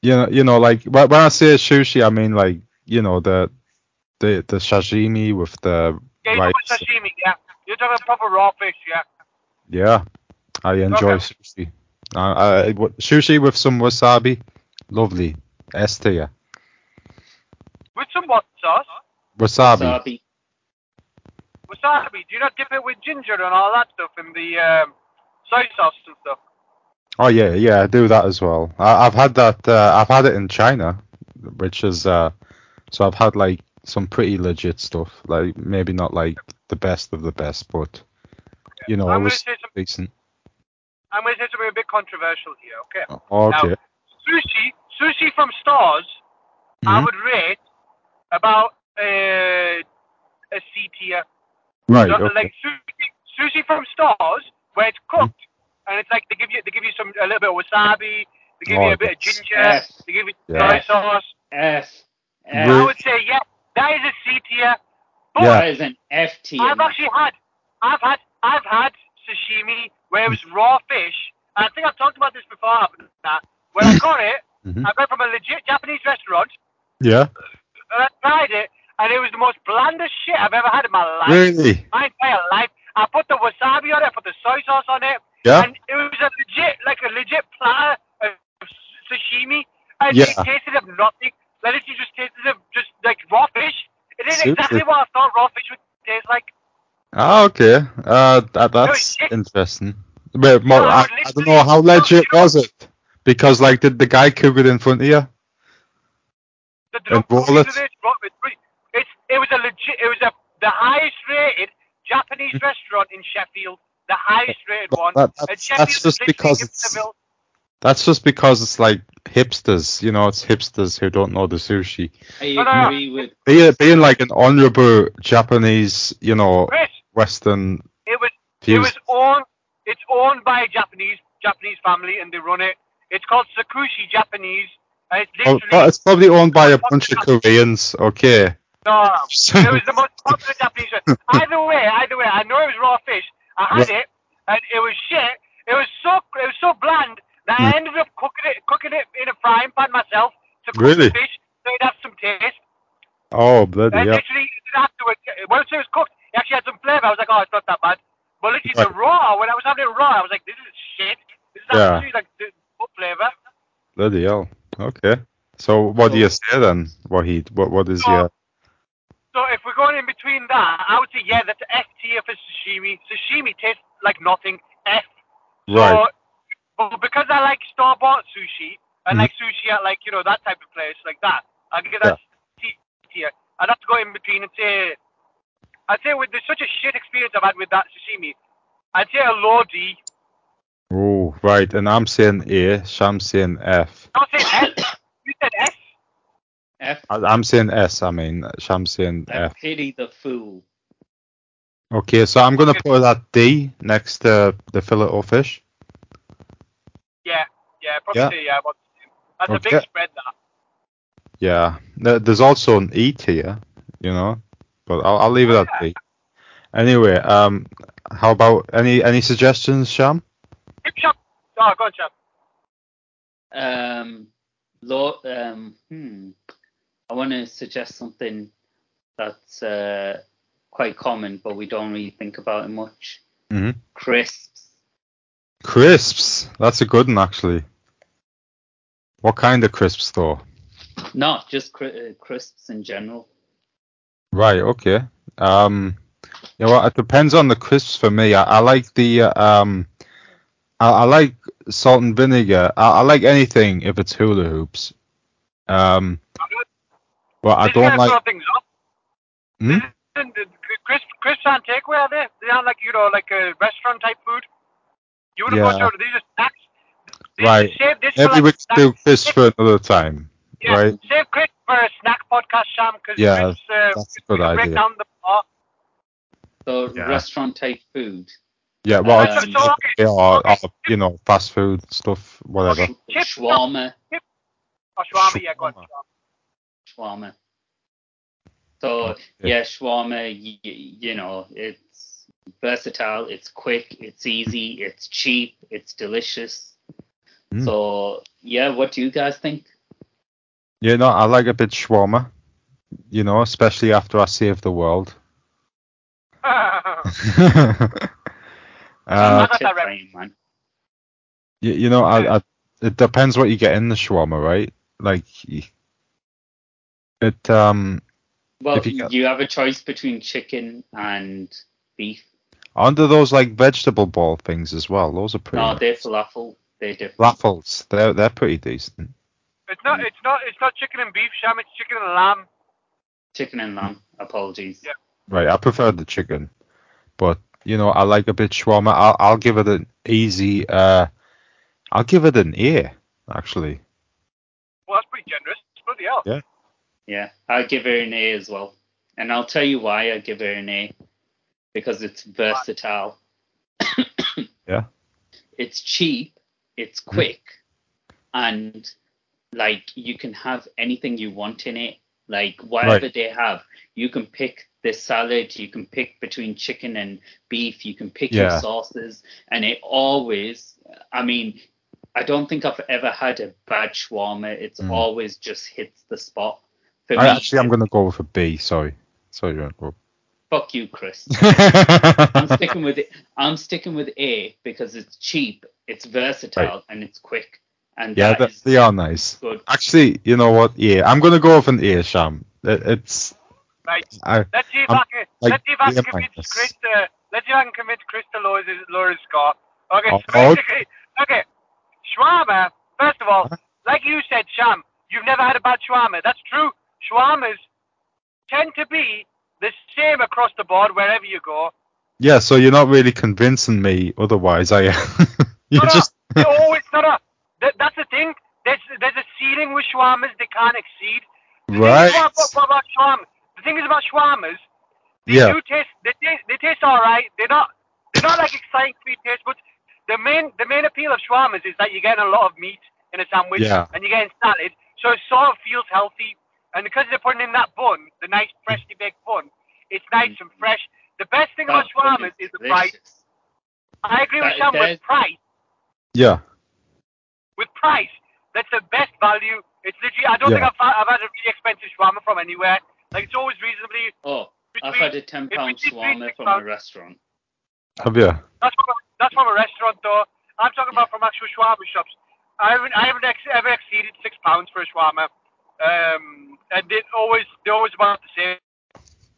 [SPEAKER 2] you know, you know, like when when I say sushi, I mean like you know the the the sashimi with the
[SPEAKER 3] Yeah, you're
[SPEAKER 2] rice.
[SPEAKER 3] talking about sashimi, yeah. You're talking proper raw fish, yeah.
[SPEAKER 2] Yeah, I enjoy
[SPEAKER 3] Okay.
[SPEAKER 2] sushi. I, I, it would- sushi with some wasabi, lovely. S tier.
[SPEAKER 3] With some what sauce?
[SPEAKER 2] Wasabi.
[SPEAKER 4] Wasabi.
[SPEAKER 3] wasabi. Do you not dip it with ginger and all that stuff and the um, soy sauce and stuff?
[SPEAKER 2] Oh yeah, yeah, I do that as well. I, I've had that. Uh, I've had it in China, which is uh, so I've had like some pretty legit stuff. Like maybe not like the best of the best, but you know, it
[SPEAKER 3] I'm going to
[SPEAKER 2] was
[SPEAKER 3] say some,
[SPEAKER 2] decent.
[SPEAKER 3] I'm going to say something a bit controversial here. Okay.
[SPEAKER 2] Oh, okay.
[SPEAKER 3] Now, sushi, sushi from stores, I
[SPEAKER 2] Mhm.
[SPEAKER 3] would rate about uh, a C tier.
[SPEAKER 2] Right.
[SPEAKER 3] So,
[SPEAKER 2] Okay.
[SPEAKER 3] Like sushi, sushi from stores where it's cooked and it's like they give you they give you some a little bit of wasabi, they give
[SPEAKER 2] Mm-hmm. Oh,
[SPEAKER 3] you a bit of
[SPEAKER 2] yes.
[SPEAKER 3] ginger,
[SPEAKER 4] F.
[SPEAKER 3] they give you
[SPEAKER 2] Yeah.
[SPEAKER 3] soy sauce.
[SPEAKER 4] F. F.
[SPEAKER 2] Really?
[SPEAKER 3] I would say yeah, that is a C tier. But
[SPEAKER 2] Yeah.
[SPEAKER 4] That is an F tier.
[SPEAKER 3] I've
[SPEAKER 4] man.
[SPEAKER 3] actually had, I've had, I've had sashimi where it was raw fish. I think I've talked about this before. haven't I? When I got it,
[SPEAKER 2] Mhm.
[SPEAKER 3] I went from a legit Japanese restaurant
[SPEAKER 2] Yeah.
[SPEAKER 3] and I tried it, and it was the most blandest shit I've ever had in my life.
[SPEAKER 2] Really?
[SPEAKER 3] My entire life. I put the wasabi on it, I put the soy sauce on it,
[SPEAKER 2] Yeah.
[SPEAKER 3] and it was a legit, like a legit platter of s- sashimi, and it
[SPEAKER 2] Yeah.
[SPEAKER 3] tasted of nothing. Like it just tasted of just like raw fish. It is exactly
[SPEAKER 2] Seriously?
[SPEAKER 3] what I thought raw fish would taste like.
[SPEAKER 2] Ah, okay. Uh, that, that's interesting. But more, I, I don't know how legit was it because like did the guy cook it in front of you?
[SPEAKER 3] The
[SPEAKER 2] And
[SPEAKER 3] drug
[SPEAKER 2] roll it.
[SPEAKER 3] users, drug- it's pretty- It's it was a legit. It was a the highest rated Japanese restaurant in Sheffield. The highest rated
[SPEAKER 2] But
[SPEAKER 3] one.
[SPEAKER 2] Mm. that-
[SPEAKER 3] And
[SPEAKER 2] that's-
[SPEAKER 3] Sheffield
[SPEAKER 2] that's
[SPEAKER 3] is
[SPEAKER 2] just
[SPEAKER 3] literally
[SPEAKER 2] because it's-
[SPEAKER 3] Gibsonville.
[SPEAKER 2] That's just because it's like hipsters, you know, it's hipsters who don't know the sushi.
[SPEAKER 4] I
[SPEAKER 3] No, no, no.
[SPEAKER 4] agree with
[SPEAKER 2] Being, being like an honorable Japanese, you know,
[SPEAKER 3] Chris,
[SPEAKER 2] Western
[SPEAKER 3] it was it
[SPEAKER 2] views.
[SPEAKER 3] was owned. It's owned by a Japanese Japanese family, and they run it. It's called Sakushi Japanese, and it's
[SPEAKER 2] Oh,
[SPEAKER 3] literally
[SPEAKER 2] well, it's probably owned by a bunch of Koreans, okay.
[SPEAKER 3] No, no. it was the most popular Japanese dish. Either way, either way, I know it was raw fish. I had it, and it was shit. It was so it was so bland that
[SPEAKER 2] Mm.
[SPEAKER 3] I ended up cooking it cooking it in a frying pan myself to cook
[SPEAKER 2] Really?
[SPEAKER 3] the fish so it'd have some taste.
[SPEAKER 2] Oh, bloody
[SPEAKER 3] And
[SPEAKER 2] yeah.
[SPEAKER 3] literally afterwards, once it was cooked, it actually had some flavour. I was like, oh, it's not that bad. But literally the raw, when I was having it raw, I was like, this is shit. This is
[SPEAKER 2] Yeah.
[SPEAKER 3] absolutely like the- no flavour.
[SPEAKER 2] Bloody hell. Okay. So what do you say then, Wahid? What what is your
[SPEAKER 3] So if we're going in between that, I would say yeah, that's F tier for sashimi. Sashimi tastes like nothing. F.
[SPEAKER 2] right?
[SPEAKER 3] So, but because I like store bought sushi, I
[SPEAKER 2] Mhm.
[SPEAKER 3] like sushi at like you know that type of place like that. I get that T tier. I'd have to go in between and say, I'd say with there's such a shit experience I've had with that sashimi. I'd say a low D.
[SPEAKER 2] Oh, right. And I'm saying A, Sham's saying F.
[SPEAKER 3] I'll say S. You said S.
[SPEAKER 4] F.
[SPEAKER 2] I, I'm saying S, I mean, Sham's saying
[SPEAKER 4] I
[SPEAKER 2] Uh, F.
[SPEAKER 4] pity the fool.
[SPEAKER 2] Okay, so I'm going to
[SPEAKER 3] Okay.
[SPEAKER 2] put that D next to the fillet or fish.
[SPEAKER 3] Yeah, yeah, probably
[SPEAKER 2] Yeah.
[SPEAKER 3] say yeah. About the same. That's a big
[SPEAKER 2] Okay.
[SPEAKER 3] spread. That.
[SPEAKER 2] Yeah. There- There's also an E tier, you know, but I'll, I'll leave it at D. Anyway, um, how about any any suggestions, Sham?
[SPEAKER 3] Chip shop. Oh, go on, chap.
[SPEAKER 4] Um, lo- um, hmm. I want to suggest something that's uh, quite common, but we don't really think about it much.
[SPEAKER 2] Mhm.
[SPEAKER 4] Crisps.
[SPEAKER 2] Crisps. That's a good one, actually. What kind of crisps, though?
[SPEAKER 4] Not just cri- uh, crisps in general.
[SPEAKER 2] Right. Okay. Um. Yeah. Well, it depends on the crisps for me. I, I like the uh, um. I, I like salt and vinegar. I, I like anything if it's hula hoops. Um. But
[SPEAKER 3] This
[SPEAKER 2] I
[SPEAKER 3] is gonna
[SPEAKER 2] don't
[SPEAKER 3] throw
[SPEAKER 2] like.
[SPEAKER 3] things up.
[SPEAKER 2] Hmm?
[SPEAKER 3] And the Chris, Chris on takeaway are they? They are like you know like a restaurant type food. You would have
[SPEAKER 2] Yeah.
[SPEAKER 3] go to these are snacks. These
[SPEAKER 2] Right.
[SPEAKER 3] Save this
[SPEAKER 2] Maybe
[SPEAKER 3] for
[SPEAKER 2] we
[SPEAKER 3] like
[SPEAKER 2] can do
[SPEAKER 3] snacks.
[SPEAKER 2] crisps for another time.
[SPEAKER 3] Yeah,
[SPEAKER 2] right.
[SPEAKER 3] Save Chris for a snack podcast, Sham, because
[SPEAKER 2] Yeah,
[SPEAKER 3] Chris, uh,
[SPEAKER 2] that's a
[SPEAKER 3] we
[SPEAKER 2] good
[SPEAKER 3] can break
[SPEAKER 2] idea.
[SPEAKER 3] down the bar.
[SPEAKER 4] So
[SPEAKER 2] Yeah.
[SPEAKER 4] restaurant type food.
[SPEAKER 2] Yeah. Well,
[SPEAKER 4] Um,
[SPEAKER 2] it's- it's- or, or you know, fast food stuff, whatever.
[SPEAKER 3] Okay.
[SPEAKER 4] Sh-
[SPEAKER 3] Chips, no.
[SPEAKER 4] shawarma.
[SPEAKER 3] Oh, shawarma, yeah, go on. shawarma.
[SPEAKER 2] Shawarma.
[SPEAKER 4] Shawarma. So yeah, shawarma. You, you know, it's versatile. It's quick. It's easy. It's cheap. It's delicious.
[SPEAKER 2] Mm.
[SPEAKER 4] So yeah, what do you guys think?
[SPEAKER 2] You know, I like a bit shawarma. You know, especially after I save the world.
[SPEAKER 4] I'm
[SPEAKER 2] uh,
[SPEAKER 4] not
[SPEAKER 3] That's
[SPEAKER 4] tip
[SPEAKER 3] a
[SPEAKER 4] buying, man.
[SPEAKER 2] You, you know, I, I, it depends what you get in the shawarma, right? Like, y- it um,
[SPEAKER 4] Well,
[SPEAKER 2] If you
[SPEAKER 4] you,
[SPEAKER 2] got-
[SPEAKER 4] have a choice between chicken and beef.
[SPEAKER 2] under those like vegetable ball things as well. Those are pretty.
[SPEAKER 4] No,
[SPEAKER 2] nice.
[SPEAKER 4] they're falafel. They're different.
[SPEAKER 2] Raffles, they're they're pretty decent.
[SPEAKER 3] it's not, it's not, it's not chicken and beef, Sham. It's chicken and lamb.
[SPEAKER 4] Chicken and lamb. Apologies.
[SPEAKER 3] Yeah.
[SPEAKER 2] Right, I prefer the chicken, but you know, I like a bit shawarma. I'll I'll give it an easy. Uh, I'll give it an A actually.
[SPEAKER 3] Well, that's pretty generous. Bloody hell.
[SPEAKER 2] Yeah.
[SPEAKER 4] Yeah, I give her an A as well, and I'll tell you why I give her an A, because it's versatile.
[SPEAKER 2] Yeah.
[SPEAKER 4] It's cheap, it's quick, and like you can have anything you want in it. Like whatever they have, you can pick the salad, you can pick between chicken and beef, you can pick your
[SPEAKER 2] Yeah.
[SPEAKER 4] sauces, and it always. I mean, I don't think I've ever had a bad shawarma. It's
[SPEAKER 2] Mm.
[SPEAKER 4] always just hits the spot. For
[SPEAKER 2] I
[SPEAKER 4] me,
[SPEAKER 2] actually, I'm going to go with a B. Sorry. Sorry, Rob.
[SPEAKER 4] fuck you, Chris. I'm sticking with it. I'm sticking with A because it's cheap, it's versatile, and it's quick. And
[SPEAKER 2] yeah,
[SPEAKER 4] that
[SPEAKER 2] th-
[SPEAKER 4] is
[SPEAKER 2] they are nice.
[SPEAKER 4] good.
[SPEAKER 2] Actually, you know what? Yeah, I'm going to go with an A, Sham. It, it's.
[SPEAKER 3] Right.
[SPEAKER 2] I,
[SPEAKER 3] Let's see if
[SPEAKER 2] I'm-
[SPEAKER 3] I can,
[SPEAKER 2] like,
[SPEAKER 3] let's see if I
[SPEAKER 2] yeah,
[SPEAKER 3] can convince
[SPEAKER 2] minus.
[SPEAKER 3] Chris to, let's see if I can convince Chris to lower his, lower his score. Okay,
[SPEAKER 2] Oh,
[SPEAKER 3] so basically, okay, shawarma, first of all, like you said, Sham, you've never had a bad shawarma. That's true. Shawarmas tend to be the same across the board wherever you go.
[SPEAKER 2] yeah, so you're not really convincing me otherwise, are you? you
[SPEAKER 3] No, no,
[SPEAKER 2] just.
[SPEAKER 3] they always, no, no. That, that's the thing. There's, there's a ceiling with shawarmas they can't exceed. The thing is
[SPEAKER 2] Right.
[SPEAKER 3] about- about- about shawarma- The thing is about shawarmas, They
[SPEAKER 2] Yeah.
[SPEAKER 3] do taste they taste they taste all right. They're not they're not like exciting sweet taste, but the main the main appeal of shawarmas is that you're getting a lot of meat in a sandwich
[SPEAKER 2] Yeah.
[SPEAKER 3] and you're getting salad, so it sort of feels healthy. And because they're putting in that bun, the nice freshly baked bun, it's nice and fresh. The best thing about
[SPEAKER 4] Mm. That bun
[SPEAKER 3] shawarmas is the price.
[SPEAKER 4] delicious.
[SPEAKER 3] I agree with Sam
[SPEAKER 4] That-
[SPEAKER 3] with
[SPEAKER 4] there's-
[SPEAKER 3] price.
[SPEAKER 2] Yeah.
[SPEAKER 3] With price, that's the best value. It's literally I don't
[SPEAKER 2] Yeah.
[SPEAKER 3] think I've, had- I've had a really expensive shawarma from anywhere. Like it's always reasonably
[SPEAKER 4] Oh, I've
[SPEAKER 3] between-
[SPEAKER 4] had a ten pound
[SPEAKER 3] between
[SPEAKER 4] shawarma
[SPEAKER 3] six
[SPEAKER 4] from a
[SPEAKER 3] pounds.
[SPEAKER 4] restaurant.
[SPEAKER 2] Have you?
[SPEAKER 3] That's from a, that's from a restaurant though. I'm talking about from actual shawarma shops. I haven't I haven't ex- ever exceeded six pounds for a shawarma, um, and it always they always about the same.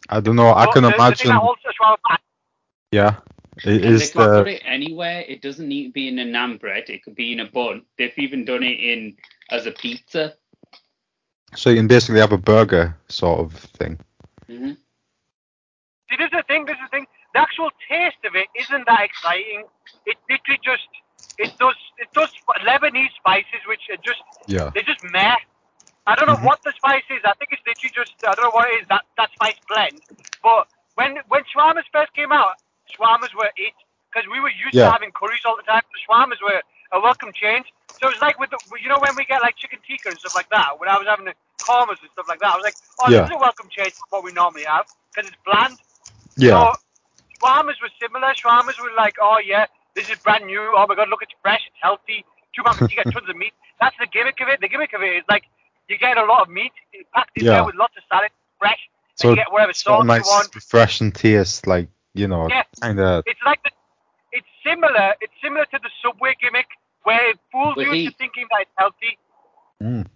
[SPEAKER 2] I don't know. I
[SPEAKER 3] But
[SPEAKER 2] can
[SPEAKER 3] the, The thing
[SPEAKER 2] imagine.
[SPEAKER 3] that holds a shawarma back,
[SPEAKER 2] yeah. It
[SPEAKER 4] And they
[SPEAKER 2] is
[SPEAKER 4] can put
[SPEAKER 2] the.
[SPEAKER 4] it anywhere. It doesn't need to be in a naan bread. It could be in a bun. They've even done it in as a pizza.
[SPEAKER 2] So you can basically have a burger sort of thing.
[SPEAKER 4] hmm
[SPEAKER 3] see, this is the thing. This is the thing. The actual taste of it isn't that exciting. It literally just it's those it's those Lebanese spices which are just
[SPEAKER 2] Yeah.
[SPEAKER 3] they just meh. I don't know
[SPEAKER 2] Mhm.
[SPEAKER 3] what the spice is. I think it's literally just I don't know what it is that that spice blend. But when when shawarmas first came out, shawarmas were it because we were used
[SPEAKER 2] Yeah.
[SPEAKER 3] to having curries all the time. The shawarmas were a welcome change. So it was like with the you know when we get like chicken tikka and stuff like that. When I was having the kormas and stuff like that, I was like, oh,
[SPEAKER 2] Yeah.
[SPEAKER 3] this is a welcome change from what we normally have because it's bland.
[SPEAKER 2] Yeah.
[SPEAKER 3] So, shawarmas were similar. Shawarmas were like, oh yeah, this is brand new. Oh my god, look, it's fresh, it's healthy. Two pounds, you get tons of meat. That's the gimmick of it. The gimmick of it is like you get a lot of meat it's packed in
[SPEAKER 2] Yeah.
[SPEAKER 3] there with lots of salad, fresh.
[SPEAKER 2] So
[SPEAKER 3] and you get whatever
[SPEAKER 2] it's got
[SPEAKER 3] sauce
[SPEAKER 2] a nice,
[SPEAKER 3] you want.
[SPEAKER 2] refreshing taste, like you know,
[SPEAKER 3] Yeah.
[SPEAKER 2] kind of.
[SPEAKER 3] It's like the, it's similar. It's similar to the Subway gimmick where it fools
[SPEAKER 4] With
[SPEAKER 3] you
[SPEAKER 4] heat.
[SPEAKER 3] into thinking that it's healthy.
[SPEAKER 2] mm.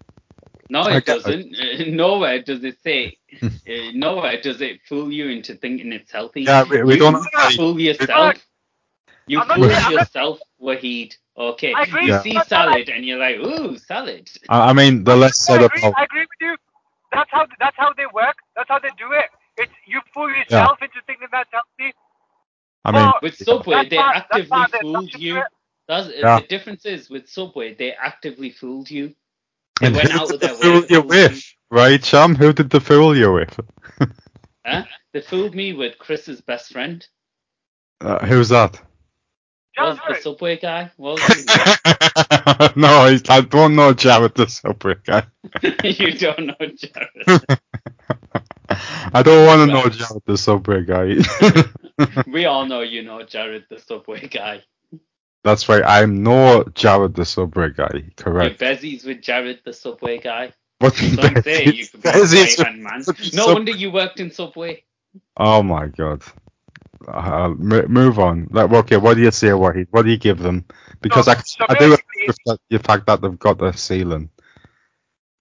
[SPEAKER 4] No,
[SPEAKER 2] I
[SPEAKER 4] it
[SPEAKER 2] get-
[SPEAKER 4] doesn't. nowhere does it say. uh, nowhere does it fool you into thinking it's healthy.
[SPEAKER 2] Yeah, we, we
[SPEAKER 4] you
[SPEAKER 2] don't.
[SPEAKER 3] Hey,
[SPEAKER 4] fool yourself. You
[SPEAKER 3] I'm not
[SPEAKER 4] fool
[SPEAKER 2] saying-
[SPEAKER 3] I'm not-
[SPEAKER 4] yourself, Wahid. Okay,
[SPEAKER 3] I agree.
[SPEAKER 2] Yeah.
[SPEAKER 4] you see salad and you're like, ooh, salad.
[SPEAKER 2] I, I mean, the less
[SPEAKER 3] I
[SPEAKER 2] said
[SPEAKER 3] agree,
[SPEAKER 2] about.
[SPEAKER 3] I agree with you. That's how that's how they work. That's how they do it. It's you fool yourself into thinking that's healthy.
[SPEAKER 2] I mean,
[SPEAKER 3] Well,
[SPEAKER 4] With Subway,
[SPEAKER 3] That's
[SPEAKER 4] they
[SPEAKER 3] part- that's
[SPEAKER 4] actively
[SPEAKER 3] part of the
[SPEAKER 4] fooled
[SPEAKER 3] assumption
[SPEAKER 4] you.
[SPEAKER 3] there.
[SPEAKER 4] That's,
[SPEAKER 2] Yeah.
[SPEAKER 4] The difference is with Subway, they actively fooled you. They
[SPEAKER 2] and
[SPEAKER 4] went
[SPEAKER 2] who
[SPEAKER 4] out
[SPEAKER 2] did
[SPEAKER 4] of
[SPEAKER 2] they
[SPEAKER 4] their way
[SPEAKER 2] fool
[SPEAKER 4] to
[SPEAKER 2] you
[SPEAKER 4] fool you.
[SPEAKER 2] with? Right, Sham? Who did they fool you with?
[SPEAKER 4] Huh? They fooled me with Chris's best friend.
[SPEAKER 2] Uh, who's that?
[SPEAKER 4] Was
[SPEAKER 3] Just
[SPEAKER 4] the
[SPEAKER 3] do it.
[SPEAKER 4] Subway guy? Was he?
[SPEAKER 2] no, I, I don't know Jared the Subway guy.
[SPEAKER 4] you don't know, Jared.
[SPEAKER 2] I don't want to know Jared the Subway guy.
[SPEAKER 4] We all know you know Jared, the Subway guy.
[SPEAKER 2] That's right. I'm no Jared the Subway guy.
[SPEAKER 4] You're
[SPEAKER 2] Correct.
[SPEAKER 4] Bezzy's with Jared, the Subway guy.
[SPEAKER 2] But
[SPEAKER 4] Some say you could be
[SPEAKER 2] Bez
[SPEAKER 4] a
[SPEAKER 2] is-
[SPEAKER 4] right hand man. No
[SPEAKER 2] Sub-
[SPEAKER 4] wonder you worked in Subway.
[SPEAKER 2] Oh my god. Uh, m- move on. Like, okay, what do you say, Wahid? What do you give them? Because
[SPEAKER 4] Oh,
[SPEAKER 3] So-
[SPEAKER 2] I,
[SPEAKER 3] so
[SPEAKER 2] I do
[SPEAKER 3] basically-
[SPEAKER 2] agree with the fact that they've got the ceiling.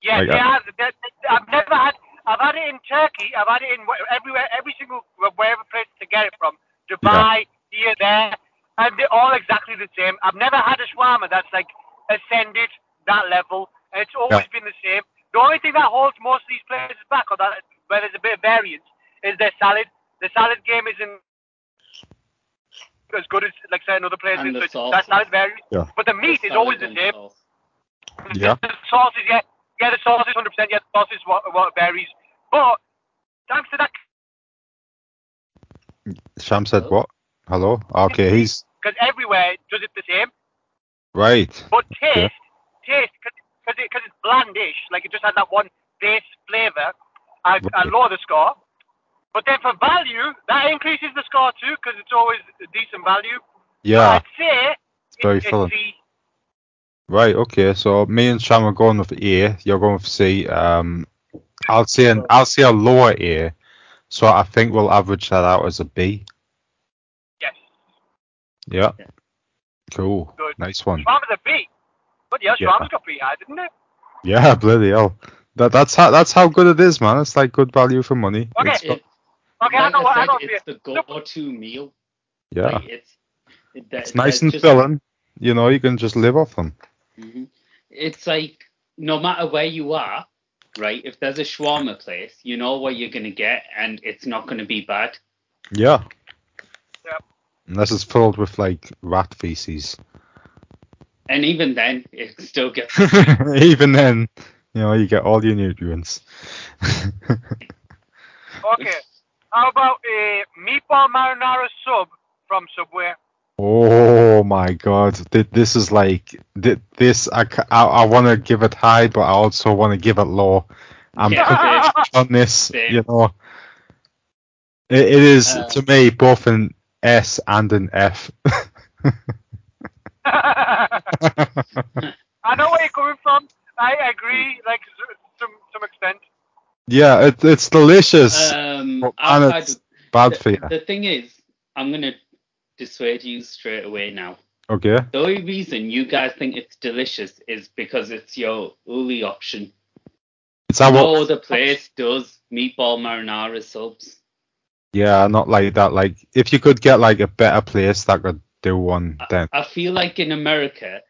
[SPEAKER 3] Yeah,
[SPEAKER 2] Like
[SPEAKER 3] they
[SPEAKER 2] that.
[SPEAKER 3] are. They, they, I've never had. I've had it in Turkey. I've had it in wh- everywhere, every single wherever place to get it from. Dubai, here, there, and they're all exactly the same. I've never had a shawarma that's like ascended that level. And it's always been the same. The only thing that holds most of these places back, or that where there's a bit of variance, is their salad. The salad game isn't as good as like certain other places.
[SPEAKER 4] And the
[SPEAKER 3] so
[SPEAKER 4] sauce.
[SPEAKER 3] that salad varies.
[SPEAKER 2] Yeah.
[SPEAKER 3] But the meat is
[SPEAKER 4] The
[SPEAKER 3] always the
[SPEAKER 4] salad
[SPEAKER 3] same.
[SPEAKER 4] and sauce.
[SPEAKER 2] Yeah.
[SPEAKER 3] The sauce is, yeah, yeah, the sauce is 100%, yeah, the sauce is what, what varies. But thanks to that,
[SPEAKER 2] Sham said
[SPEAKER 4] Hello?
[SPEAKER 2] what? Hello? Okay, he's
[SPEAKER 3] because everywhere it does it the same.
[SPEAKER 2] right.
[SPEAKER 3] But taste, taste, because it, 'cause it's blandish, like it just has that one base flavour, I, I
[SPEAKER 2] Right.
[SPEAKER 3] lower the score. But then for value, that increases the score too, because it's always a decent value.
[SPEAKER 2] Yeah,
[SPEAKER 3] I'd say
[SPEAKER 2] very
[SPEAKER 3] it's,
[SPEAKER 2] filling.
[SPEAKER 3] it's C.
[SPEAKER 2] Right, okay. So me and Sham are going with A. You're going with C. Um, I'll say an, I'll say a lower A. So I think we'll average that out as a B.
[SPEAKER 3] Yes.
[SPEAKER 2] Yeah.
[SPEAKER 4] Yeah.
[SPEAKER 2] Cool.
[SPEAKER 3] Good.
[SPEAKER 2] Nice one.
[SPEAKER 3] Shram with a B. But yeah,
[SPEAKER 2] Yeah.
[SPEAKER 3] Shram's got pretty high, didn't it?
[SPEAKER 2] Yeah, bloody hell. That that's how that's how good it is, man. It's like good value for money.
[SPEAKER 3] Okay.
[SPEAKER 2] It's-
[SPEAKER 4] It-
[SPEAKER 3] Okay, I
[SPEAKER 4] like
[SPEAKER 3] know,
[SPEAKER 4] I
[SPEAKER 3] what- I
[SPEAKER 4] said,
[SPEAKER 3] know. what
[SPEAKER 4] it's
[SPEAKER 3] beer-
[SPEAKER 4] the go-to meal.
[SPEAKER 2] yeah,
[SPEAKER 4] Like, it's it- that-
[SPEAKER 2] it's nice
[SPEAKER 4] that's
[SPEAKER 2] and
[SPEAKER 4] just-
[SPEAKER 2] filling. You know, you can just live off them.
[SPEAKER 4] Mhm. It's like no matter where you are, right? If there's a shawarma place, you know what you're gonna get, and it's not gonna be bad.
[SPEAKER 2] Yeah.
[SPEAKER 3] Yep.
[SPEAKER 2] Unless it's filled with like rat feces.
[SPEAKER 4] And even then, it still gets.
[SPEAKER 2] Even then, you know, you get all your nutrients.
[SPEAKER 3] Okay. How about a meatball marinara sub from Subway?
[SPEAKER 2] Oh my god, Th- this is like th- this. I, ca- I, want to give it high, but I also want to give it low. I'm
[SPEAKER 4] Yeah,
[SPEAKER 3] okay.
[SPEAKER 2] privileged on this,
[SPEAKER 4] Same.
[SPEAKER 2] you know. It, it is
[SPEAKER 4] Uh,
[SPEAKER 2] to me both an S and an F.
[SPEAKER 3] I know where you're coming from. I agree, like to some some extent.
[SPEAKER 2] yeah, it, it's delicious.
[SPEAKER 4] um,
[SPEAKER 2] Well,
[SPEAKER 4] I've
[SPEAKER 2] and
[SPEAKER 4] had-
[SPEAKER 2] it's Bad for you.
[SPEAKER 4] the, the thing is, I'm gonna dissuade you straight away now.
[SPEAKER 2] Okay.
[SPEAKER 4] The only reason you guys think it's delicious is because it's your only option.
[SPEAKER 2] It's our
[SPEAKER 4] no other place does meatball marinara subs.
[SPEAKER 2] yeah, not like that. Like if you could get like a better place that could do one,
[SPEAKER 4] I,
[SPEAKER 2] then
[SPEAKER 4] I feel like in America,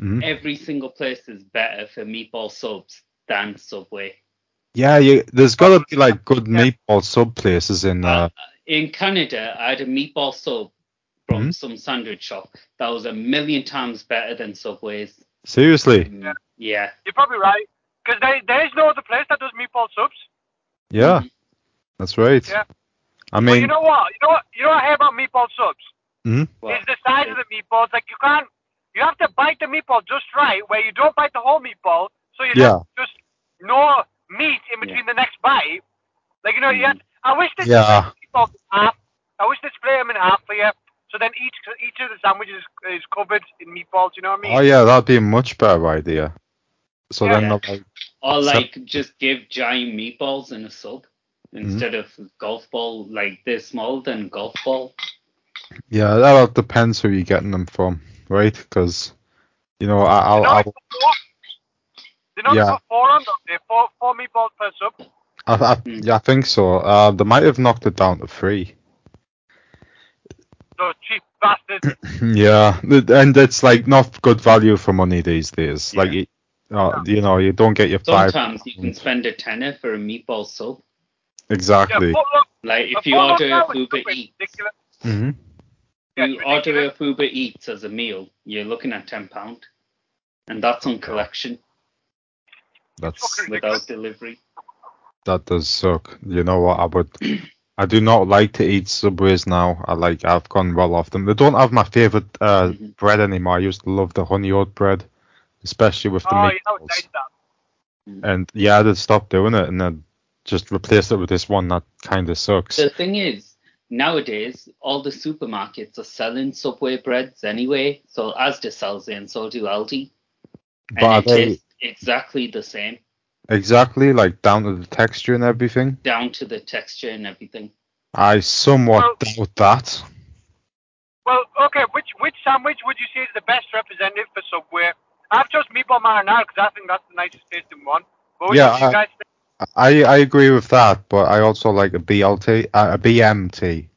[SPEAKER 2] Mhm.
[SPEAKER 4] every single place is better for meatball subs than Subway.
[SPEAKER 2] yeah, you, there's got to be like good
[SPEAKER 3] Yeah.
[SPEAKER 2] meatball sub places in. Uh,
[SPEAKER 4] In Canada, I had a meatball sub from some sandwich shop that was a million times better than Subway's.
[SPEAKER 2] seriously.
[SPEAKER 4] Mm, Yeah.
[SPEAKER 3] You're probably right. Because there, there is no other place that does meatball subs.
[SPEAKER 2] Yeah,
[SPEAKER 4] Mhm.
[SPEAKER 2] that's right.
[SPEAKER 3] Yeah.
[SPEAKER 2] I
[SPEAKER 3] But
[SPEAKER 2] mean,
[SPEAKER 3] you know what? You know what? You know what I hear about meatball subs?
[SPEAKER 4] Well,
[SPEAKER 3] It's the size of the meatballs. Like you can't. You have to bite the meatball just right, where you don't bite the whole meatball, so you
[SPEAKER 2] Yeah.
[SPEAKER 3] don't just no meat in between the next bite. Like you know, you have, I wish they
[SPEAKER 2] Hmm. Yeah.
[SPEAKER 3] split the meatballs in half. I wish they split them in half for you. So then each each of the sandwiches is, is covered in meatballs. You know what I mean?
[SPEAKER 2] oh yeah, that'd be a much better idea. So
[SPEAKER 4] Yeah.
[SPEAKER 2] then, they're like,
[SPEAKER 4] or
[SPEAKER 2] so-
[SPEAKER 4] like just give giant meatballs in a sub instead of golf ball. Like they're smaller than golf ball.
[SPEAKER 2] yeah, that all depends who you're getting them from, right? Because you know, I, I'll,
[SPEAKER 3] No,
[SPEAKER 2] I'll,
[SPEAKER 3] it's not four. They're not
[SPEAKER 2] Yeah.
[SPEAKER 3] put four on them. They're four, four meatballs per sub.
[SPEAKER 2] I, I,
[SPEAKER 4] Mm.
[SPEAKER 2] yeah, I think so. Uh, they might have knocked it down to three.
[SPEAKER 3] Those cheap bastards.
[SPEAKER 2] yeah, th- and it's like not good value for money these days. Like,
[SPEAKER 4] Yeah.
[SPEAKER 2] you, uh, you know, you don't get your five
[SPEAKER 4] Sometimes you can spend a tenner for a meatball sub.
[SPEAKER 3] Yeah,
[SPEAKER 2] exactly.
[SPEAKER 3] four, look,
[SPEAKER 4] Like
[SPEAKER 3] a
[SPEAKER 4] if you
[SPEAKER 3] four
[SPEAKER 4] order
[SPEAKER 3] look now is
[SPEAKER 4] Uber
[SPEAKER 3] fucking
[SPEAKER 4] Eats,
[SPEAKER 3] ridiculous.
[SPEAKER 2] hmm
[SPEAKER 3] Yeah,
[SPEAKER 4] you
[SPEAKER 3] it's
[SPEAKER 4] order
[SPEAKER 3] ridiculous.
[SPEAKER 4] a Uber Eats as a meal, you're looking at ten pound, and that's on collection
[SPEAKER 2] That's
[SPEAKER 3] Fucking
[SPEAKER 4] without delivery.
[SPEAKER 2] That does suck. You know what? I would. I do not like to eat Subways now. I like. I've gone well off them. They don't have my favorite uh,
[SPEAKER 4] Mhm.
[SPEAKER 2] bread anymore. I used to love the honey oat bread, especially with the
[SPEAKER 3] Oh,
[SPEAKER 2] meatballs.
[SPEAKER 3] you know, it's nice that.
[SPEAKER 2] And yeah, they stopped doing it and then just replaced it with this one that kind of sucks.
[SPEAKER 4] The thing is, nowadays all the supermarkets are selling Subway breads anyway. So Asda sells it, and so do Aldi,
[SPEAKER 2] But are
[SPEAKER 4] and it
[SPEAKER 2] they-
[SPEAKER 4] tastes exactly the same
[SPEAKER 2] Exactly, like down to the texture and everything.
[SPEAKER 4] down to the texture and everything.
[SPEAKER 2] I somewhat doubt that.
[SPEAKER 3] Well, okay, which which sandwich would you say is the best representative for Subway? I've chose meatball marinara because I think that's the nicest tasting one. But which
[SPEAKER 2] Yeah,
[SPEAKER 3] one do you
[SPEAKER 2] I-
[SPEAKER 3] guys think?
[SPEAKER 2] I I agree with that, but I also like a BLT, uh, a BMT.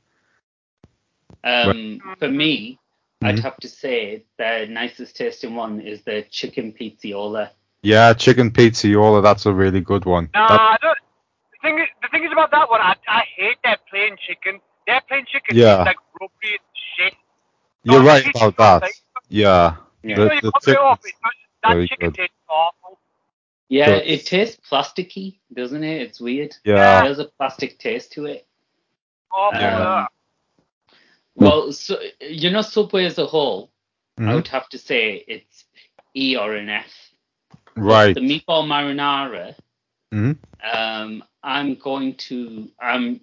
[SPEAKER 4] Um, for me, I'd
[SPEAKER 2] Mhm.
[SPEAKER 4] have to say the nicest tasting one is the chicken pizziola.
[SPEAKER 2] Yeah, chicken pizzaiola. That's a really good one.
[SPEAKER 3] Nah,
[SPEAKER 2] That-
[SPEAKER 3] I don't. The thing is, the thing is about that one, I, I hate their plain chicken. Their plain chicken
[SPEAKER 2] Yeah.
[SPEAKER 3] tastes like rubbery and shit.
[SPEAKER 2] You're
[SPEAKER 3] Not
[SPEAKER 2] right
[SPEAKER 3] chicken,
[SPEAKER 2] about that.
[SPEAKER 3] like-
[SPEAKER 2] yeah.
[SPEAKER 4] Yeah.
[SPEAKER 3] You know,
[SPEAKER 2] The-
[SPEAKER 3] you
[SPEAKER 2] the
[SPEAKER 3] pop
[SPEAKER 2] chick-
[SPEAKER 3] it off, it's just,
[SPEAKER 2] very
[SPEAKER 3] that chicken
[SPEAKER 2] good.
[SPEAKER 3] tastes awful.
[SPEAKER 4] Yeah,
[SPEAKER 2] But-
[SPEAKER 4] it tastes plasticky, doesn't it? It's weird.
[SPEAKER 2] yeah.
[SPEAKER 4] There's a plastic taste to it.
[SPEAKER 3] Awful.
[SPEAKER 2] Yeah.
[SPEAKER 3] uh,
[SPEAKER 4] Well, so, you know, Subway as a whole, I
[SPEAKER 2] Mhm.
[SPEAKER 4] would have to say it's E or an F.
[SPEAKER 2] Right.
[SPEAKER 4] The meatball marinara,
[SPEAKER 2] Mhm.
[SPEAKER 4] um, I'm going to, I'm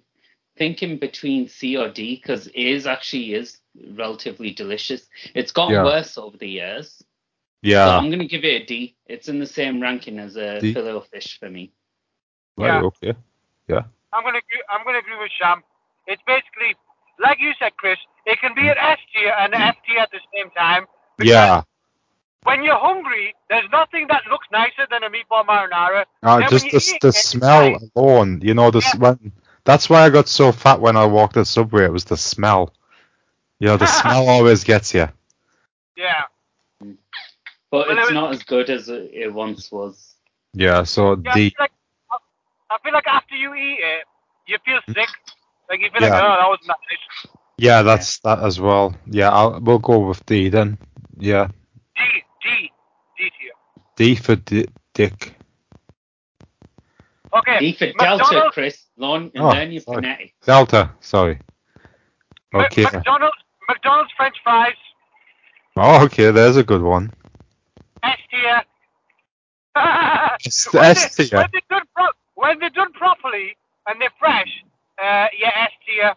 [SPEAKER 4] thinking between C or D because it is actually is relatively delicious. It's gotten
[SPEAKER 2] Yeah.
[SPEAKER 4] worse over the years. So
[SPEAKER 2] Yeah.
[SPEAKER 4] I'm going to give it a D. It's in the same ranking as a
[SPEAKER 2] D.
[SPEAKER 4] fillet of fish for me.
[SPEAKER 2] Right,
[SPEAKER 3] Yeah.
[SPEAKER 2] okay.
[SPEAKER 3] I'm gonna agree, I'm gonna agree with Sham. It's basically like you said, Chris. It can be an S tier and an F tier at the same time.
[SPEAKER 2] Mm. Yeah.
[SPEAKER 3] When you're hungry, there's nothing that looks nicer than a meatball marinara.
[SPEAKER 2] Uh,
[SPEAKER 3] Then
[SPEAKER 2] just
[SPEAKER 3] when
[SPEAKER 2] the,
[SPEAKER 3] you
[SPEAKER 2] s-
[SPEAKER 3] eat
[SPEAKER 2] the
[SPEAKER 3] it, it's
[SPEAKER 2] smell
[SPEAKER 3] nice.
[SPEAKER 2] alone, you know, this
[SPEAKER 3] Yeah.
[SPEAKER 2] when, that's why I got so fat when I walked the subway. It was the smell. You know, the smell always gets you.
[SPEAKER 3] Yeah.
[SPEAKER 4] But
[SPEAKER 3] Well, it
[SPEAKER 4] it's
[SPEAKER 3] was-
[SPEAKER 4] not as good as it it once was.
[SPEAKER 2] Yeah, so
[SPEAKER 3] Yeah, I feel
[SPEAKER 2] D.
[SPEAKER 3] like I feel like after you eat it, you feel sick. Like you feel like,
[SPEAKER 2] Mm. Yeah.
[SPEAKER 3] oh, that was not nice.
[SPEAKER 2] Yeah, that's that as well. Yeah, I'll, we'll go with D then. Yeah,
[SPEAKER 3] D D D tier.
[SPEAKER 2] D for di- Dick.
[SPEAKER 3] Okay.
[SPEAKER 4] D for Delta,
[SPEAKER 3] McDonald's,
[SPEAKER 4] Chris. Learn, and
[SPEAKER 2] Oh,
[SPEAKER 4] learn your
[SPEAKER 2] sorry.
[SPEAKER 4] phonetics.
[SPEAKER 2] Delta, sorry.
[SPEAKER 3] M-
[SPEAKER 2] Okay.
[SPEAKER 3] McDonald's McDonald's French fries
[SPEAKER 2] Oh, okay, there's a good one.
[SPEAKER 3] S tier.
[SPEAKER 2] It's
[SPEAKER 3] When
[SPEAKER 2] S
[SPEAKER 3] they-
[SPEAKER 2] tier.
[SPEAKER 3] When they're done, pro- when they're done properly and they're fresh, uh, yeah, S tier.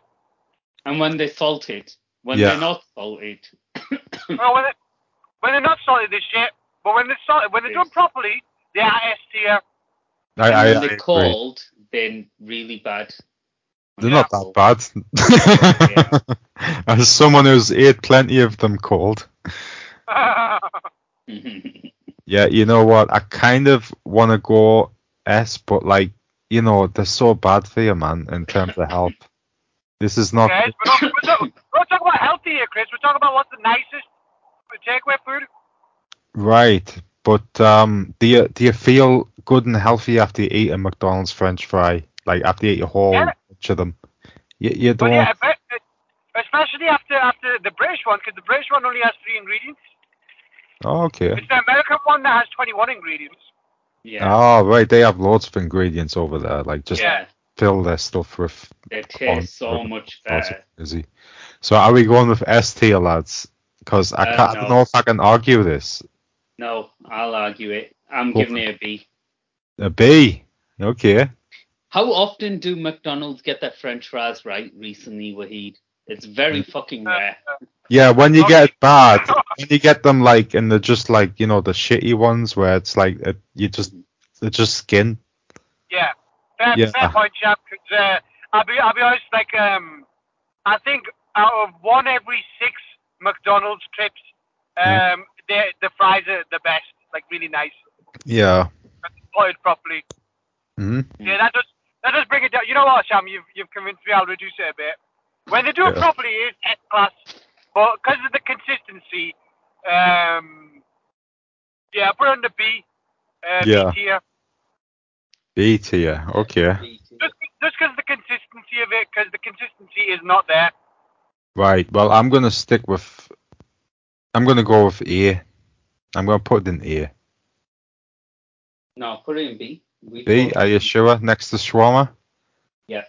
[SPEAKER 4] And when they're salted, when
[SPEAKER 2] Yeah.
[SPEAKER 4] they're not salted,
[SPEAKER 3] Well, when, they, when they're not solid, they're shit. But when they're solid, when they're done properly, they are S tier.
[SPEAKER 2] I,
[SPEAKER 4] and
[SPEAKER 2] I,
[SPEAKER 4] when
[SPEAKER 2] I
[SPEAKER 4] they're
[SPEAKER 2] agree.
[SPEAKER 4] cold, they're really bad.
[SPEAKER 2] They're not that bad. As someone who's ate plenty of them cold,
[SPEAKER 3] uh,
[SPEAKER 4] bad.
[SPEAKER 2] yeah, you know what? I kind of want to go S, but like, you know, they're so bad for you, man, in terms of help. This is not.
[SPEAKER 3] Yes, we're not, we're, not, we're not talking about healthy here, Chris. We're talking about what's the nicest takeaway food.
[SPEAKER 2] Right, but um, do you do you feel good and healthy after you eat a McDonald's French fry? Like after you eat a whole
[SPEAKER 3] Yeah.
[SPEAKER 2] bunch of them, you, you
[SPEAKER 3] Well,
[SPEAKER 2] don't.
[SPEAKER 3] yeah, but, uh, especially after after the British one, because the British one only has three ingredients.
[SPEAKER 2] Oh, okay.
[SPEAKER 3] It's the American one that has 21 ingredients.
[SPEAKER 4] yeah.
[SPEAKER 2] Oh, right. They have loads of ingredients over there. Like just
[SPEAKER 4] yeah.
[SPEAKER 2] fill their stuff with
[SPEAKER 4] They taste so much
[SPEAKER 2] lots of
[SPEAKER 4] better.
[SPEAKER 2] crazy. So are we going with S tier, lads? Because I,
[SPEAKER 4] Uh,
[SPEAKER 2] can't I don't
[SPEAKER 4] no.
[SPEAKER 2] know if I can argue this.
[SPEAKER 4] No, I'll argue it. I'm
[SPEAKER 2] Cool.
[SPEAKER 4] giving it a B.
[SPEAKER 2] A B. Okay.
[SPEAKER 4] How often do McDonald's get their French fries right recently, Wahid? It's very
[SPEAKER 2] Mm.
[SPEAKER 4] fucking rare.
[SPEAKER 2] Yeah, when you
[SPEAKER 3] Okay.
[SPEAKER 2] get bad, when you get them like, and they're just like, you know, the shitty ones where it's like, it, you just, they're just skin.
[SPEAKER 3] Yeah, fair,
[SPEAKER 2] Yeah.
[SPEAKER 3] fair point, Jab. Cause, uh, I'll be I'll be honest. Like um, I think out of one every six McDonald's trips,
[SPEAKER 2] Mm-hmm.
[SPEAKER 3] um, the the fries are the best. Like really nice,
[SPEAKER 2] Yeah.
[SPEAKER 3] employed properly.
[SPEAKER 2] hmm
[SPEAKER 3] Yeah, that does that does bring it down. You know what, Sham? You've you've convinced me. I'll reduce it a bit. When they do it
[SPEAKER 2] Yeah.
[SPEAKER 3] properly, it's S class. But because of the consistency, um, yeah, put it under B. Uh,
[SPEAKER 2] Yeah.
[SPEAKER 3] B tier.
[SPEAKER 2] B tier. Okay.
[SPEAKER 3] Just just because the consistency of it, because the consistency is not there.
[SPEAKER 2] Right. Well, I'm gonna stick with. I'm gonna go with A. I'm gonna put it in A.
[SPEAKER 4] No, put it in B. We
[SPEAKER 2] B.
[SPEAKER 4] both-
[SPEAKER 2] Are you sure? Next to shawarma.
[SPEAKER 4] Yeah.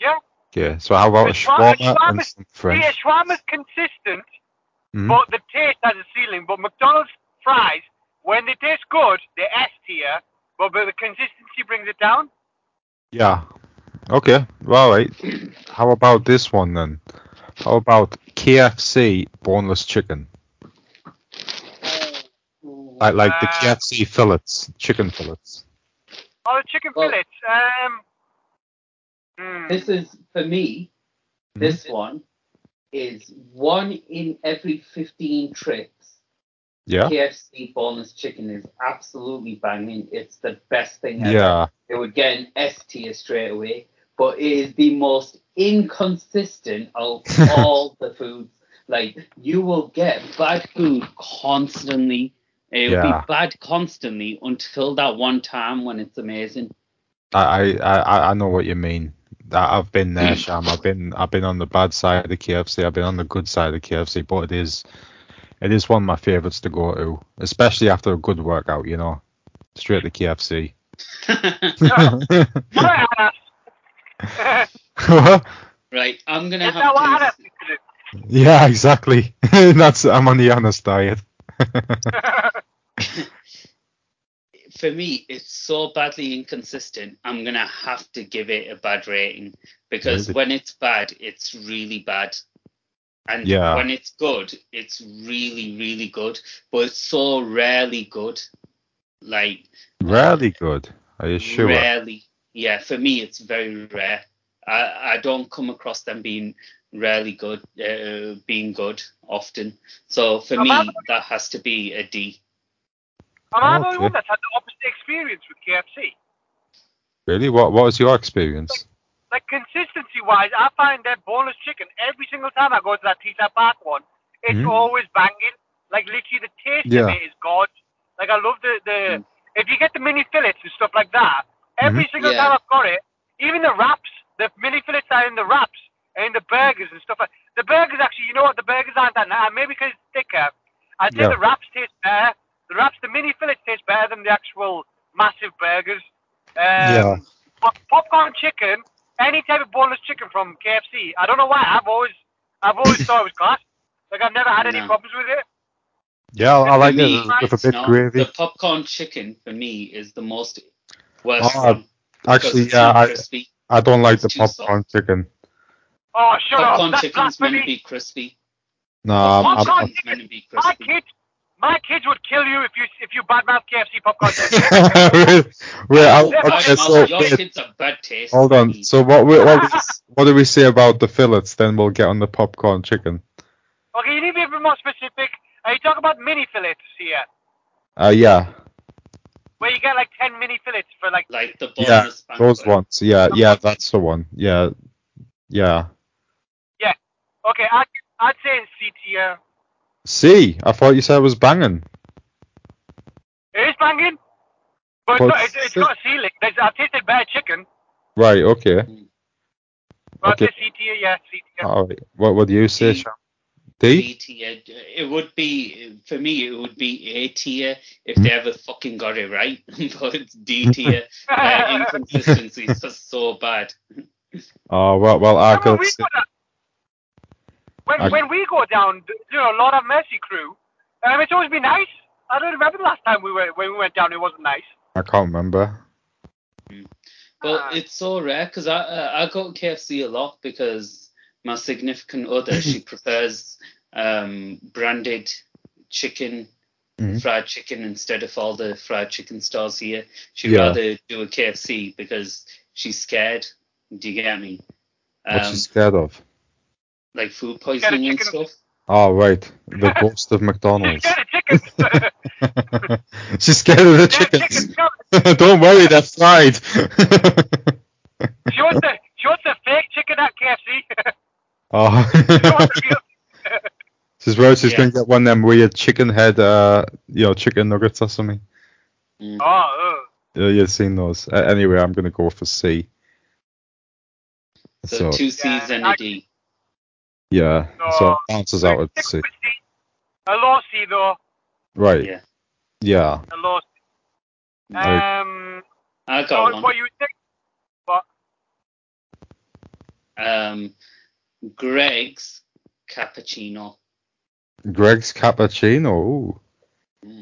[SPEAKER 3] Yeah.
[SPEAKER 2] Okay. So how about a
[SPEAKER 3] But shawarma-
[SPEAKER 2] shawarma and
[SPEAKER 3] shawarma's-
[SPEAKER 2] some French?
[SPEAKER 3] Yeah, shawarma's consistent,
[SPEAKER 2] Mhm.
[SPEAKER 3] but the taste has a ceiling. But McDonald's fries, when they taste good, they're S tier, but, but the consistency brings it down.
[SPEAKER 2] Yeah. Okay. Well, all right. How about this one then? How about KFC boneless chicken? Like like the
[SPEAKER 3] Uh,
[SPEAKER 2] KFC fillets, chicken fillets.
[SPEAKER 3] Or Oh, the chicken
[SPEAKER 4] Well-
[SPEAKER 3] fillets. Um, hmm.
[SPEAKER 4] This is, for me,
[SPEAKER 2] Mm-hmm.
[SPEAKER 4] this one is one in every 15 trips.
[SPEAKER 2] Yeah.
[SPEAKER 4] KFC boneless chicken is absolutely banging. It's the best thing ever.
[SPEAKER 2] Yeah.
[SPEAKER 4] It would get an S tier straight away, but it is the most inconsistent of all the foods. Like you will get bad food constantly. It will
[SPEAKER 2] Yeah.
[SPEAKER 4] be bad constantly until that one time when it's amazing.
[SPEAKER 2] I I I, I know what you mean. I- I've been there, Sham. I've been I've been on the bad side of the KFC. I've been on the good side of KFC, but it is it is one of my favorites to go to, especially after a good workout. You know, straight to KFC.
[SPEAKER 3] What I had asked.
[SPEAKER 4] right, I'm gonna
[SPEAKER 3] That's how I had
[SPEAKER 4] have
[SPEAKER 3] asked
[SPEAKER 4] to.
[SPEAKER 3] you to do.
[SPEAKER 2] Yeah, exactly. That's I'm on the honest diet.
[SPEAKER 4] For me, it's so badly inconsistent. I'm gonna have to give it a bad rating because
[SPEAKER 2] Really?
[SPEAKER 4] when it's bad, it's really bad. And
[SPEAKER 2] Yeah.
[SPEAKER 4] when it's good, it's really, really good. But it's so rarely good. Like
[SPEAKER 2] Rarely good. Are you sure?
[SPEAKER 4] rarely. Yeah, for me, it's very rare. I, I don't come across them being rarely good, uh, being good often. So for me, that has to be a D.
[SPEAKER 3] Am I the only
[SPEAKER 2] Okay.
[SPEAKER 3] one that's had the opposite experience with KFC?
[SPEAKER 2] Really? What What was your experience?
[SPEAKER 3] Like consistency wise, I find that boneless chicken every single time I go to that Peter Park one, it's
[SPEAKER 2] Mm.
[SPEAKER 3] always banging. Like literally, the taste of
[SPEAKER 2] Yeah. Mm-hmm.
[SPEAKER 3] it is god. Like I love the the if you get the mini fillets and stuff like that. Every single
[SPEAKER 4] Yeah.
[SPEAKER 3] time I've got it, even the wraps, the mini fillets are in the wraps and in the burgers and stuff. like The burgers actually, you know what? The burgers aren't that nice. Maybe because it's thicker. I think
[SPEAKER 2] Yeah.
[SPEAKER 3] the wraps taste better. The wraps, the mini fillets taste better than the actual massive burgers. Um,
[SPEAKER 2] Yeah.
[SPEAKER 3] Pop- popcorn chicken, any type of boneless chicken from KFC. I don't know why. I've always, I've always thought it was class. Like I've never had any
[SPEAKER 4] No.
[SPEAKER 3] problems with it.
[SPEAKER 2] Yeah, I I
[SPEAKER 4] For
[SPEAKER 2] like
[SPEAKER 4] me,
[SPEAKER 2] it with a
[SPEAKER 4] it's
[SPEAKER 2] bit
[SPEAKER 4] not-
[SPEAKER 2] gravy.
[SPEAKER 4] The popcorn chicken for me is the most worst.
[SPEAKER 2] Oh,
[SPEAKER 4] one, 'cause
[SPEAKER 2] Actually,
[SPEAKER 4] it's
[SPEAKER 2] yeah,
[SPEAKER 4] not
[SPEAKER 2] I,
[SPEAKER 4] crispy.
[SPEAKER 2] I don't like the
[SPEAKER 4] It's too soft.
[SPEAKER 2] popcorn chicken.
[SPEAKER 3] Oh, shut
[SPEAKER 4] Popcorn
[SPEAKER 3] up! That's
[SPEAKER 4] chicken's meant to
[SPEAKER 3] blasphemy.
[SPEAKER 4] be crispy.
[SPEAKER 2] No, Um, I'm, I'm,
[SPEAKER 3] Popcorn
[SPEAKER 2] I'm,
[SPEAKER 4] Popcorn chicken's meant to be
[SPEAKER 3] My
[SPEAKER 4] crispy.
[SPEAKER 3] kids, my kids would kill you if you if you badmouth KFC popcorn chicken.
[SPEAKER 2] Wait, wait, I-
[SPEAKER 4] Your
[SPEAKER 3] I'll-
[SPEAKER 2] okay,
[SPEAKER 4] bad
[SPEAKER 3] I'll-
[SPEAKER 2] so
[SPEAKER 4] mouth- your
[SPEAKER 2] wait,
[SPEAKER 4] kids are bad taste.
[SPEAKER 2] hold on.
[SPEAKER 4] Pete.
[SPEAKER 2] So what we what, we, what do we say about the fillets? Then we'll get on the popcorn chicken.
[SPEAKER 3] okay, you need to be a bit more specific. Are you talking about mini fillets here,
[SPEAKER 2] Uh, yeah,
[SPEAKER 3] where you get like ten mini fillets for like?
[SPEAKER 4] like the
[SPEAKER 2] Yeah,
[SPEAKER 4] boneless
[SPEAKER 2] those
[SPEAKER 4] banquet.
[SPEAKER 2] ones. Yeah, yeah, that's the one. Yeah, yeah.
[SPEAKER 3] Okay, I'd, I'd say in C tier.
[SPEAKER 2] See, I thought you said it was banging.
[SPEAKER 3] It is banging, but,
[SPEAKER 2] But
[SPEAKER 3] it's got- it's, it's
[SPEAKER 2] si-
[SPEAKER 3] got a ceiling. There's, I've tasted bad chicken,
[SPEAKER 2] Right. Okay.
[SPEAKER 3] but
[SPEAKER 2] Okay. Oh.
[SPEAKER 3] okay. C tier, yeah, C tier.
[SPEAKER 2] All right. What would you say,
[SPEAKER 4] D.
[SPEAKER 2] Sean? D?
[SPEAKER 4] B tier. It would be for me. It would be A tier if they ever fucking got it right. but it's D tier. uh, inconsistencies are so bad.
[SPEAKER 2] Oh well, well I
[SPEAKER 3] Remember,
[SPEAKER 2] could.
[SPEAKER 3] we
[SPEAKER 2] say-
[SPEAKER 3] go down- when,
[SPEAKER 2] I-
[SPEAKER 3] when we go down, you know, Lord have mercy crew, um, it's always been nice. I don't remember the last time we were when we went down. It wasn't nice.
[SPEAKER 2] I can't remember.
[SPEAKER 4] Well,
[SPEAKER 3] Ah.
[SPEAKER 4] it's so rare because I uh, I go to KFC a lot because my significant other she prefers um, branded chicken,
[SPEAKER 2] Mhm.
[SPEAKER 4] fried chicken instead of all the fried chicken stores here. She'd
[SPEAKER 2] Yeah.
[SPEAKER 4] rather do a KFC because she's scared. Do you get me?
[SPEAKER 2] What's
[SPEAKER 4] Um,
[SPEAKER 2] she scared of?
[SPEAKER 4] like food
[SPEAKER 3] of
[SPEAKER 4] poisoning and
[SPEAKER 3] chicken.
[SPEAKER 4] stuff.
[SPEAKER 2] Oh right, the ghost of
[SPEAKER 3] She's
[SPEAKER 2] McDonald's.
[SPEAKER 3] scared of chickens.
[SPEAKER 2] She's scared of the
[SPEAKER 3] Scared of
[SPEAKER 2] chickens.
[SPEAKER 3] chickens. No,
[SPEAKER 2] Don't worry, they're fried.
[SPEAKER 3] She wants the she wants the fake chicken at KFC. she
[SPEAKER 2] oh.
[SPEAKER 3] wants the real.
[SPEAKER 2] She's worried she's
[SPEAKER 4] Yeah.
[SPEAKER 2] gonna get one of them weird chicken head, uh, you know, chicken nuggets or something.
[SPEAKER 4] Mm.
[SPEAKER 3] Oh, ugh.
[SPEAKER 2] Uh, you've seen those. Uh, anyway, I'm gonna go for C.
[SPEAKER 4] So,
[SPEAKER 2] So,
[SPEAKER 4] two C's
[SPEAKER 3] Yeah,
[SPEAKER 4] and a D.
[SPEAKER 2] yeah, so
[SPEAKER 3] So-
[SPEAKER 2] it bounces out at
[SPEAKER 3] Stick
[SPEAKER 2] C.
[SPEAKER 3] with C. A low C though.
[SPEAKER 2] Right.
[SPEAKER 4] Yeah.
[SPEAKER 2] Yeah.
[SPEAKER 3] A low C.
[SPEAKER 2] Right.
[SPEAKER 3] Um,
[SPEAKER 4] I
[SPEAKER 3] so
[SPEAKER 4] got one.
[SPEAKER 3] what you think?
[SPEAKER 4] Um, Greg's cappuccino.
[SPEAKER 2] Greg's cappuccino. Ooh.
[SPEAKER 3] Yeah.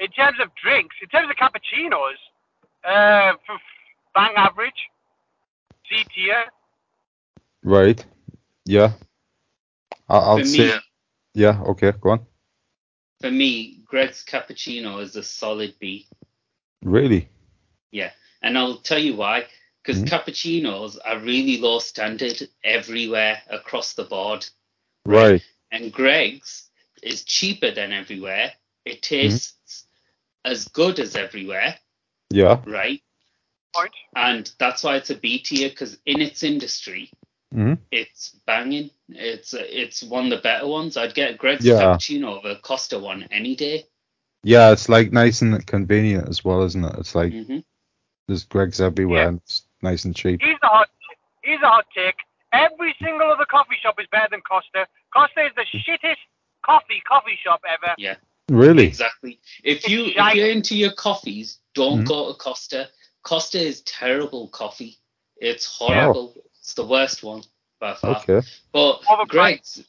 [SPEAKER 3] In terms of drinks, in terms of cappuccinos, uh, f- f- bang average, C tier.
[SPEAKER 2] Right. Yeah. I- I'll
[SPEAKER 4] For
[SPEAKER 2] say.
[SPEAKER 4] me,
[SPEAKER 2] Yeah. Okay. Go on.
[SPEAKER 4] for me, Greg's cappuccino is a solid B.
[SPEAKER 2] Really.
[SPEAKER 4] And I'll tell you why. Because
[SPEAKER 2] Mhm.
[SPEAKER 4] cappuccinos are really low standard everywhere across the board.
[SPEAKER 2] Right.
[SPEAKER 4] And Greg's is cheaper than everywhere. It
[SPEAKER 2] Mm-hmm.
[SPEAKER 4] tastes as good as everywhere,
[SPEAKER 2] Yeah.
[SPEAKER 4] right?
[SPEAKER 3] Point.
[SPEAKER 4] And that's why it's a B tier, because in its industry,
[SPEAKER 2] hmm
[SPEAKER 4] it's banging. It's it's one of the better ones. I'd get Greg's
[SPEAKER 2] Yeah.
[SPEAKER 4] cappuccino over a Costa one any day.
[SPEAKER 2] Yeah. It's like nice and convenient as well, isn't it? It's like
[SPEAKER 4] hmm
[SPEAKER 2] there's Greg's everywhere.
[SPEAKER 3] Yeah.
[SPEAKER 2] And it's nice and cheap.
[SPEAKER 3] Here's a hot. Here's a hot take. Every single other coffee shop is better than Costa. Costa is the shittest coffee coffee shop ever.
[SPEAKER 2] Really.
[SPEAKER 4] Exactly. If
[SPEAKER 3] It's
[SPEAKER 4] you if
[SPEAKER 3] giant.
[SPEAKER 4] you're into your coffees, don't
[SPEAKER 2] Mhm.
[SPEAKER 4] go to Costa. Costa is terrible coffee. It's horrible. It's the worst one by far.
[SPEAKER 2] Okay.
[SPEAKER 4] But
[SPEAKER 3] Overpriced.
[SPEAKER 4] Greg's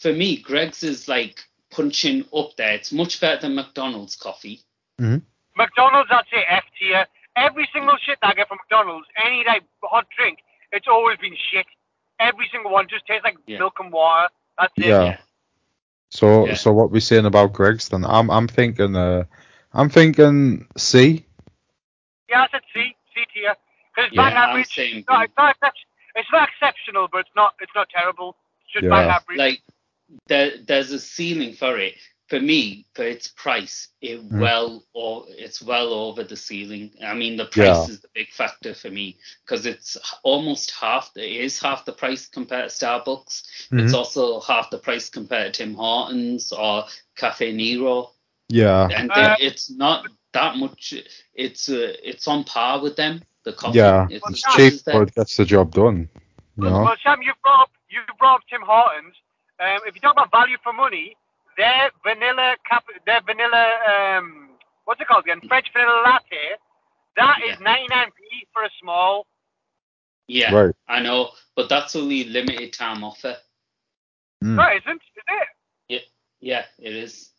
[SPEAKER 4] for me, Greg's is like punching up there. It's much better than McDonald's coffee.
[SPEAKER 3] McDonald's, I'd say F tier. Every single shit that I get from McDonald's, any like hot drink, it's always been shit. every single one just tastes like
[SPEAKER 4] Yeah.
[SPEAKER 3] milk and water. That's it.
[SPEAKER 2] Yeah. So
[SPEAKER 4] Yeah.
[SPEAKER 2] so what we saying about Greg's then? I'm I'm thinking uh I'm thinking C.
[SPEAKER 3] Yeah, I said C, C tier. Because it's
[SPEAKER 2] Yeah,
[SPEAKER 3] bang
[SPEAKER 4] I'm
[SPEAKER 3] average.
[SPEAKER 4] saying
[SPEAKER 3] No,
[SPEAKER 4] B.
[SPEAKER 3] it's, not excep- it's not exceptional, but it's not it's not terrible. It's just bang
[SPEAKER 2] Yeah.
[SPEAKER 3] average.
[SPEAKER 4] Like there, there's a ceiling for it. For me, for its price, it
[SPEAKER 2] Mm.
[SPEAKER 4] well or it's well over the ceiling. I mean, the price
[SPEAKER 2] Yeah.
[SPEAKER 4] is the big factor for me because it's h- almost half. It is half the price compared to Starbucks.
[SPEAKER 2] Mhm.
[SPEAKER 4] It's also half the price compared to Tim Hortons or Cafe Nero,
[SPEAKER 2] Yeah.
[SPEAKER 4] and
[SPEAKER 3] Uh,
[SPEAKER 4] they- it's not that much. It's uh, it's on par with them. The coffee.
[SPEAKER 2] Yeah.
[SPEAKER 4] it's,
[SPEAKER 2] It's
[SPEAKER 3] Well,
[SPEAKER 2] cheap
[SPEAKER 4] it's
[SPEAKER 2] but it gets the job done. You
[SPEAKER 3] Well,
[SPEAKER 2] know?
[SPEAKER 3] well, Sam, you brought up you brought up Tim Hortons. Um, if you talk about value for money, their vanilla cap, their vanilla um, what's it called again? French vanilla latte. That is 99p for a small.
[SPEAKER 4] Yeah,
[SPEAKER 2] Right.
[SPEAKER 4] I know, but that's only limited time offer.
[SPEAKER 2] Mm.
[SPEAKER 3] No, it isn't, is it?
[SPEAKER 4] Yeah, it is.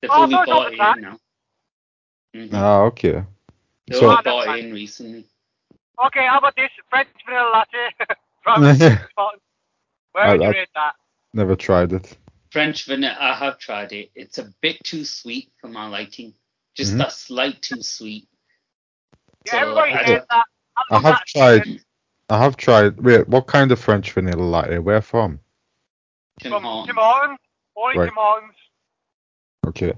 [SPEAKER 4] They've
[SPEAKER 3] Oh,
[SPEAKER 4] only
[SPEAKER 3] no, it's
[SPEAKER 4] bought
[SPEAKER 3] not
[SPEAKER 4] it
[SPEAKER 3] that.
[SPEAKER 4] in now. Mhm.
[SPEAKER 2] Ah, okay.
[SPEAKER 4] They
[SPEAKER 2] So-
[SPEAKER 4] only
[SPEAKER 3] Oh, that's
[SPEAKER 4] bought it
[SPEAKER 3] fine.
[SPEAKER 4] in recently.
[SPEAKER 3] Okay, how about this French vanilla latte from
[SPEAKER 2] Never
[SPEAKER 3] Hortons? Where would
[SPEAKER 2] I-
[SPEAKER 3] you
[SPEAKER 2] I-
[SPEAKER 3] rate that?
[SPEAKER 2] tried it.
[SPEAKER 4] French vanilla, I have tried it. It's a bit too sweet for my liking. Just
[SPEAKER 2] Mhm.
[SPEAKER 4] that slight too sweet.
[SPEAKER 3] Yeah,
[SPEAKER 4] So,
[SPEAKER 3] everybody
[SPEAKER 4] I
[SPEAKER 3] hates that.
[SPEAKER 2] I
[SPEAKER 3] love
[SPEAKER 2] have
[SPEAKER 3] that
[SPEAKER 2] tried
[SPEAKER 3] shit
[SPEAKER 2] I have tried wait, what kind of French vanilla latte? Where from?
[SPEAKER 4] Tim
[SPEAKER 3] From
[SPEAKER 4] Hortons.
[SPEAKER 3] Tim Hortons, only
[SPEAKER 2] Right.
[SPEAKER 3] Tim Hortons.
[SPEAKER 2] Okay.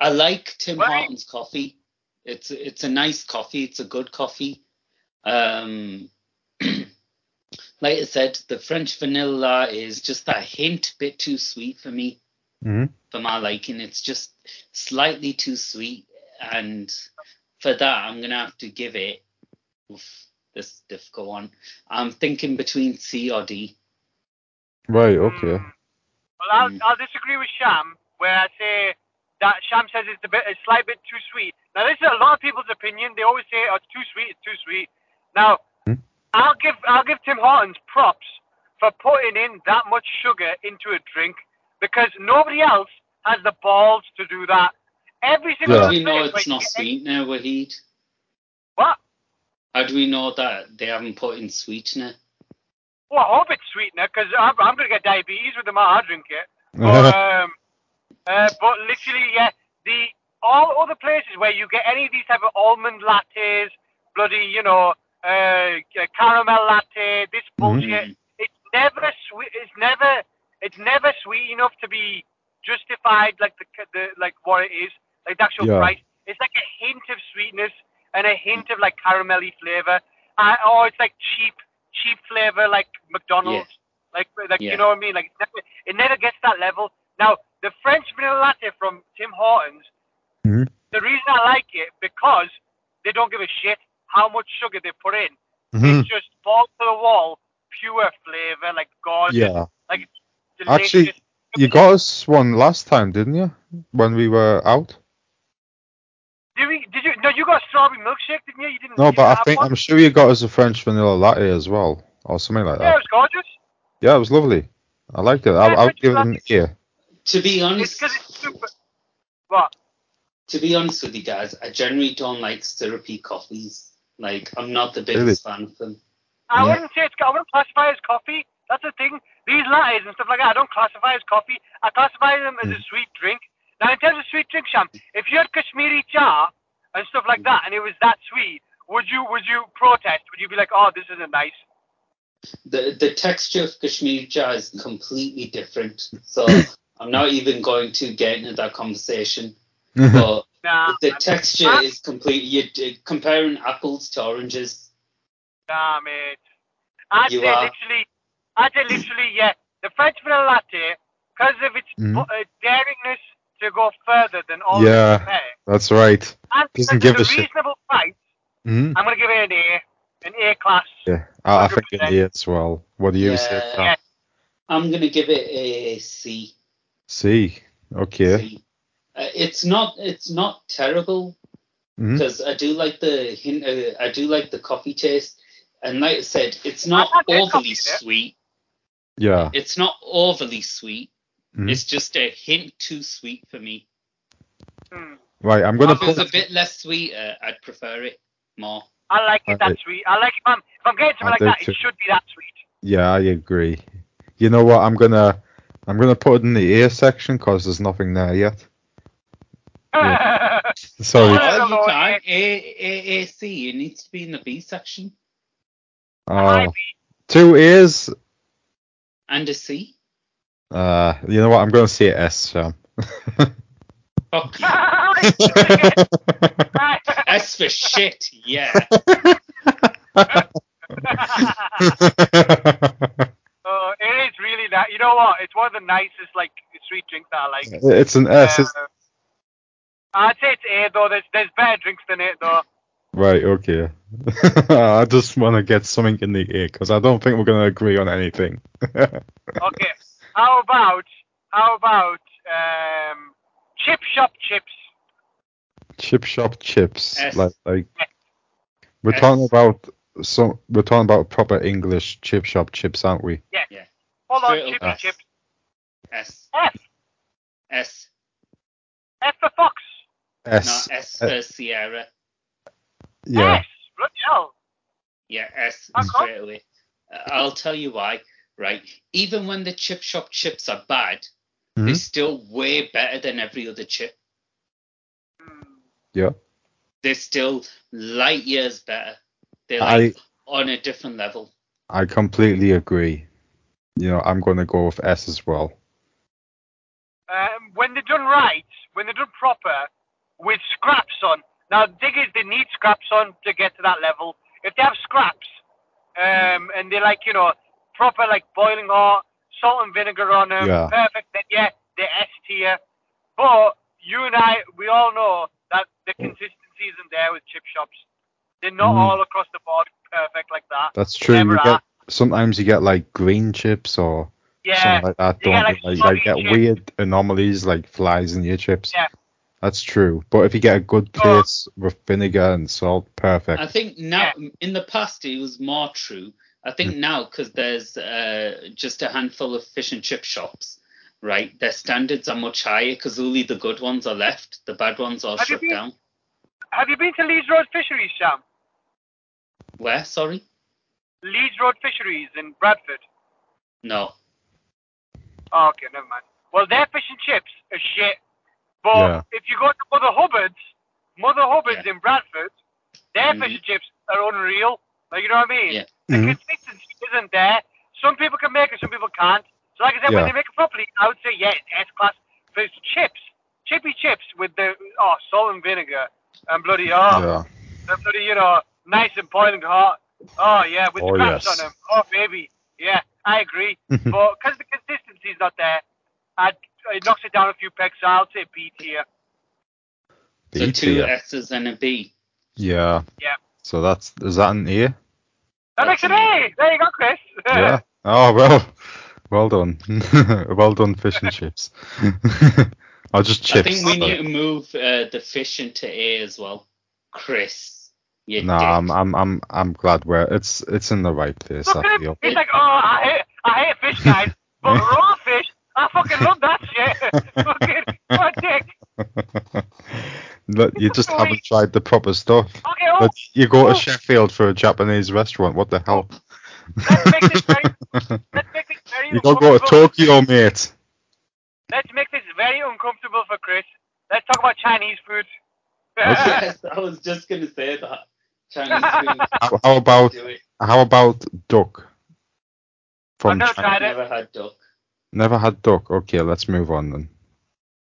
[SPEAKER 4] I like Tim
[SPEAKER 3] Right.
[SPEAKER 4] Hortons coffee. It's it's a nice coffee. It's a good coffee. Um, like I said, the French vanilla is just that hint bit too sweet for me.
[SPEAKER 2] hmm
[SPEAKER 4] for my liking. It's just slightly too sweet, and for that, I'm gonna have to give it. Oof, this is a difficult one. I'm thinking between C or D.
[SPEAKER 2] Right, okay.
[SPEAKER 3] Mm. Well, I'll,
[SPEAKER 4] Mm.
[SPEAKER 3] I'll disagree with Sham, where I say that Sham says it's a bit, a slight bit too sweet. Now, this is a lot of people's opinion. They always say, "Oh, it's too sweet, it's too sweet." Now,
[SPEAKER 2] Hmm.
[SPEAKER 3] I'll give I'll give Tim Hortons props for putting in that much sugar into a drink because nobody else has the balls to do that. Every single
[SPEAKER 2] Yeah.
[SPEAKER 4] How
[SPEAKER 3] other
[SPEAKER 4] do we know
[SPEAKER 3] place where
[SPEAKER 4] it's
[SPEAKER 3] you
[SPEAKER 4] not
[SPEAKER 3] get-
[SPEAKER 4] sweetener, Wahid?
[SPEAKER 3] What?
[SPEAKER 4] How do we know that they haven't put in sweetener?
[SPEAKER 3] Well, Oh, I hope it's sweetener because I'm, I'm gonna get diabetes with the amount I drink it. But, um, uh, but literally, yeah, the all other places where you get any of these type of almond lattes, bloody, you know, uh, caramel latte, this bullshit,
[SPEAKER 4] Mm.
[SPEAKER 3] it's never sweet. It's never, it's never sweet enough to be justified like the, the like what it is, like the actual
[SPEAKER 2] Yeah.
[SPEAKER 3] price. It's like a hint of sweetness and a hint of like caramelly flavor, uh, or it's like cheap, cheap flavor like McDonald's. Like, like
[SPEAKER 4] Yeah.
[SPEAKER 3] you know what I mean? Like, it's never, it never gets that level. Now, the French vanilla latte from Tim Hortons,
[SPEAKER 2] Mhm.
[SPEAKER 3] the reason I like it because they don't give a shit how much sugar they put in.
[SPEAKER 2] Mhm.
[SPEAKER 3] It's just balls to the wall, pure flavor, like gorgeous,
[SPEAKER 2] Yeah.
[SPEAKER 3] delicious.
[SPEAKER 2] Actually, You got us one last time, didn't you? When we were out?
[SPEAKER 3] did, we, did you? No, you got a strawberry milkshake, didn't you? You didn't.
[SPEAKER 2] No,
[SPEAKER 3] you didn't
[SPEAKER 2] but I
[SPEAKER 3] have
[SPEAKER 2] think
[SPEAKER 3] one?
[SPEAKER 2] I'm sure you got us a French vanilla latte as well, or something like
[SPEAKER 3] Yeah, it
[SPEAKER 2] that.
[SPEAKER 3] was gorgeous.
[SPEAKER 2] Yeah, it was lovely. I liked it. I,
[SPEAKER 3] Yeah,
[SPEAKER 2] I would
[SPEAKER 3] French
[SPEAKER 2] give it an
[SPEAKER 3] latte.
[SPEAKER 2] ear.
[SPEAKER 4] To be
[SPEAKER 3] It's
[SPEAKER 4] honest,
[SPEAKER 3] because it's super. What?
[SPEAKER 4] to be honest with you guys, I generally don't like syrupy coffees. Like I'm not the
[SPEAKER 2] Really?
[SPEAKER 4] biggest fan of them.
[SPEAKER 3] I
[SPEAKER 2] Yeah.
[SPEAKER 3] wouldn't say it's. I wouldn't classify it as coffee. That's the thing. These lattes and stuff like that, I don't classify as coffee. I classify them as
[SPEAKER 2] Mm.
[SPEAKER 3] a sweet drink. Now, in terms of sweet drink, Sham, if you had Kashmiri cha and stuff
[SPEAKER 2] Mm.
[SPEAKER 3] like that, and it was that sweet, would you would you protest? Would you be like, oh, this isn't nice?
[SPEAKER 4] the the texture of Kashmiri jar is completely different. So I'm not even going to get into that conversation. But
[SPEAKER 3] Nah,
[SPEAKER 4] the texture is completely you're d- comparing apples to oranges.
[SPEAKER 3] nah, mate. I'd
[SPEAKER 4] You
[SPEAKER 3] say
[SPEAKER 4] are-
[SPEAKER 3] literally, I'd say literally, yeah. The French vanilla latte, because of its
[SPEAKER 2] Mhm.
[SPEAKER 3] bu- uh, daringness to go further than all
[SPEAKER 2] Yeah.
[SPEAKER 3] of the pair,
[SPEAKER 2] That's right.
[SPEAKER 3] and because
[SPEAKER 2] Doesn't
[SPEAKER 3] of
[SPEAKER 2] give
[SPEAKER 3] the
[SPEAKER 2] a shit.
[SPEAKER 3] reasonable price,
[SPEAKER 2] Mhm.
[SPEAKER 3] I'm gonna give it an A, an A class.
[SPEAKER 2] Yeah, I, I think an ear as well. What do you say?
[SPEAKER 4] Yeah.
[SPEAKER 2] Sam?
[SPEAKER 4] I'm gonna give it a C.
[SPEAKER 2] See, okay.
[SPEAKER 4] C. Uh, it's not it's not terrible
[SPEAKER 2] Mhm.
[SPEAKER 4] because I do like the hint. Uh, I do like the coffee taste. And like I said, it's not
[SPEAKER 3] had their coffee
[SPEAKER 4] overly
[SPEAKER 3] there.
[SPEAKER 4] sweet.
[SPEAKER 2] Yeah.
[SPEAKER 4] It's not overly sweet.
[SPEAKER 2] Mhm.
[SPEAKER 4] It's just a hint too sweet for me.
[SPEAKER 3] Hmm.
[SPEAKER 2] Right, I'm gonna
[SPEAKER 4] If it's
[SPEAKER 2] put.
[SPEAKER 4] a bit less sweeter, I'd prefer it more.
[SPEAKER 3] I like it
[SPEAKER 2] I-
[SPEAKER 3] that sweet. I like it. If I'm, if I'm getting
[SPEAKER 2] I
[SPEAKER 3] something like
[SPEAKER 2] do
[SPEAKER 3] that,
[SPEAKER 2] too.
[SPEAKER 3] it should be that sweet.
[SPEAKER 2] Yeah, I agree. You know what? I'm gonna I'm gonna put it in the ear section because there's nothing there yet. Sorry.
[SPEAKER 3] Yeah.
[SPEAKER 4] Oh, you
[SPEAKER 3] Lord,
[SPEAKER 4] can't. A, A, A, C. It needs to be in the B section
[SPEAKER 2] Oh, two ears.
[SPEAKER 4] and a C.
[SPEAKER 2] Uh, you know what? I'm gonna say S, Sam.
[SPEAKER 4] Fuck you.
[SPEAKER 3] Might
[SPEAKER 4] S for shit. Yeah.
[SPEAKER 3] be. Uh, it is really that. You know what? It's one of the nicest like sweet drinks that I like.
[SPEAKER 2] it's an S.
[SPEAKER 3] Uh,
[SPEAKER 2] It's,
[SPEAKER 3] I'd say it's A though. There's there's better drinks than it though.
[SPEAKER 2] right. Okay. I just want to get something in the ear because I don't think we're gonna agree on anything.
[SPEAKER 3] Okay. How about how about um chip shop chips?
[SPEAKER 2] Chip shop chips.
[SPEAKER 4] S.
[SPEAKER 2] Like like we're
[SPEAKER 4] S.
[SPEAKER 2] talking about some. We're talking about proper English chip shop chips, aren't we?
[SPEAKER 3] Hold on,
[SPEAKER 4] Straight
[SPEAKER 3] chippy
[SPEAKER 2] up.
[SPEAKER 3] chips.
[SPEAKER 4] S.
[SPEAKER 3] F
[SPEAKER 4] S.
[SPEAKER 3] F for fox.
[SPEAKER 2] S.
[SPEAKER 4] No, S for Sierra.
[SPEAKER 2] yeah.
[SPEAKER 3] S. Bloody hell.
[SPEAKER 4] Yeah, S
[SPEAKER 3] How come?
[SPEAKER 4] straight away. Uh, I'll tell you why. Right. Even when the chip shop chips are bad,
[SPEAKER 2] Mhm.
[SPEAKER 4] they're still way better than every other chip.
[SPEAKER 2] Yeah.
[SPEAKER 4] They're still light years better. They're
[SPEAKER 2] I-
[SPEAKER 4] like on a different level.
[SPEAKER 2] I completely agree. You know, I'm going to go with S as well.
[SPEAKER 3] Um, when they're done right, when they're done proper, with scraps on. Now, the thing is, they need scraps on to get to that level. If they have scraps, um, and they're like, you know, proper, like boiling hot, salt and vinegar on them,
[SPEAKER 2] Yeah.
[SPEAKER 3] perfect, then yeah, they're S tier. But you and I, we all know that the consistency isn't there with chip shops. They're not
[SPEAKER 2] Mm.
[SPEAKER 3] all across the board perfect like that.
[SPEAKER 2] That's true.
[SPEAKER 3] Never
[SPEAKER 2] You
[SPEAKER 3] are.
[SPEAKER 2] get sometimes you get like green chips or
[SPEAKER 3] Yeah.
[SPEAKER 2] something like that.
[SPEAKER 3] You
[SPEAKER 2] Don't
[SPEAKER 3] get,
[SPEAKER 2] you?
[SPEAKER 3] like,
[SPEAKER 2] like, like,
[SPEAKER 3] fluffy
[SPEAKER 2] get
[SPEAKER 3] chips.
[SPEAKER 2] weird anomalies like flies in your chips.
[SPEAKER 3] Yeah.
[SPEAKER 2] That's true. But if you get a good
[SPEAKER 3] Oh.
[SPEAKER 2] place with vinegar and salt,
[SPEAKER 4] I
[SPEAKER 2] perfect.
[SPEAKER 4] think now, in the past, it was more true. I
[SPEAKER 2] Mm.
[SPEAKER 4] think now, because there's uh, just a handful of fish and chip shops, right? Their standards are much higher because only the good ones are left. The bad ones are
[SPEAKER 3] Have you
[SPEAKER 4] shut
[SPEAKER 3] been-
[SPEAKER 4] down.
[SPEAKER 3] Have you been to Leeds Road Fisheries, Sam?
[SPEAKER 4] Where? Sorry?
[SPEAKER 3] Leeds Road Fisheries in Bradford.
[SPEAKER 4] No.
[SPEAKER 3] Oh, okay, never mind. Well, their fish and chips are shit. But
[SPEAKER 2] Yeah.
[SPEAKER 3] if you go to Mother Hubbard's, Mother Hubbard's
[SPEAKER 4] Yeah.
[SPEAKER 3] in Bradford, their
[SPEAKER 2] Mm-hmm.
[SPEAKER 3] fish
[SPEAKER 4] Mhm.
[SPEAKER 3] and chips are unreal. Like, you know what I mean?
[SPEAKER 4] Yeah.
[SPEAKER 3] The
[SPEAKER 2] Mhm.
[SPEAKER 3] consistency isn't there. Some people can make it, some people can't. So, like I said, when they
[SPEAKER 2] Yeah.
[SPEAKER 3] make it properly, I would say, yeah, it's S class. But it's chips, chippy chips with the oh, salt and vinegar and bloody oh,
[SPEAKER 2] Yeah.
[SPEAKER 3] the bloody, you know, nice and boiling hot. Oh, yeah, with
[SPEAKER 2] Oh,
[SPEAKER 3] the scraps
[SPEAKER 2] yes.
[SPEAKER 3] on them. Oh, baby. Yeah, I agree. but because the consistency's not there, I'd, it knocks it down a few pegs, so I'll say B tier.
[SPEAKER 4] so
[SPEAKER 2] B
[SPEAKER 4] two
[SPEAKER 2] tier.
[SPEAKER 4] S's and a B.
[SPEAKER 2] Yeah.
[SPEAKER 3] Yeah.
[SPEAKER 2] So that's is that an ear?
[SPEAKER 3] That makes
[SPEAKER 4] That's
[SPEAKER 3] it
[SPEAKER 4] amazing.
[SPEAKER 3] A. There you go, Chris.
[SPEAKER 2] Yeah. Oh well. Well done. well done, fish and chips. Or just chips.
[SPEAKER 4] I think
[SPEAKER 2] sorry.
[SPEAKER 4] we need to move uh, the fish into A as well. Chris. You
[SPEAKER 2] No,
[SPEAKER 4] dick.
[SPEAKER 2] I'm I'm I'm I'm glad where it's it's in the right place.
[SPEAKER 3] Look
[SPEAKER 2] I
[SPEAKER 3] at him.
[SPEAKER 2] feel.
[SPEAKER 3] He's like, oh, I hate, I hate fish, guys. but raw fish, I fucking love that shit. fucking, what a dick.
[SPEAKER 2] Look, you just
[SPEAKER 3] Sorry.
[SPEAKER 2] haven't tried the proper stuff.
[SPEAKER 3] Okay, oh,
[SPEAKER 2] But you go
[SPEAKER 3] oh.
[SPEAKER 2] to Sheffield for a Japanese restaurant. What the hell?
[SPEAKER 3] let's make this very, let's make this very
[SPEAKER 2] You gotta go to
[SPEAKER 3] uncomfortable.
[SPEAKER 2] Tokyo, mate.
[SPEAKER 3] Let's make this very uncomfortable for Chris. Let's talk about Chinese food.
[SPEAKER 4] yes, I was just going to say that. Chinese food.
[SPEAKER 2] How, how about
[SPEAKER 4] do it.
[SPEAKER 2] how about duck?
[SPEAKER 3] I've
[SPEAKER 2] From
[SPEAKER 3] never
[SPEAKER 2] China.
[SPEAKER 3] tried it.
[SPEAKER 4] Never had duck.
[SPEAKER 2] Never had duck. Okay, let's move on then.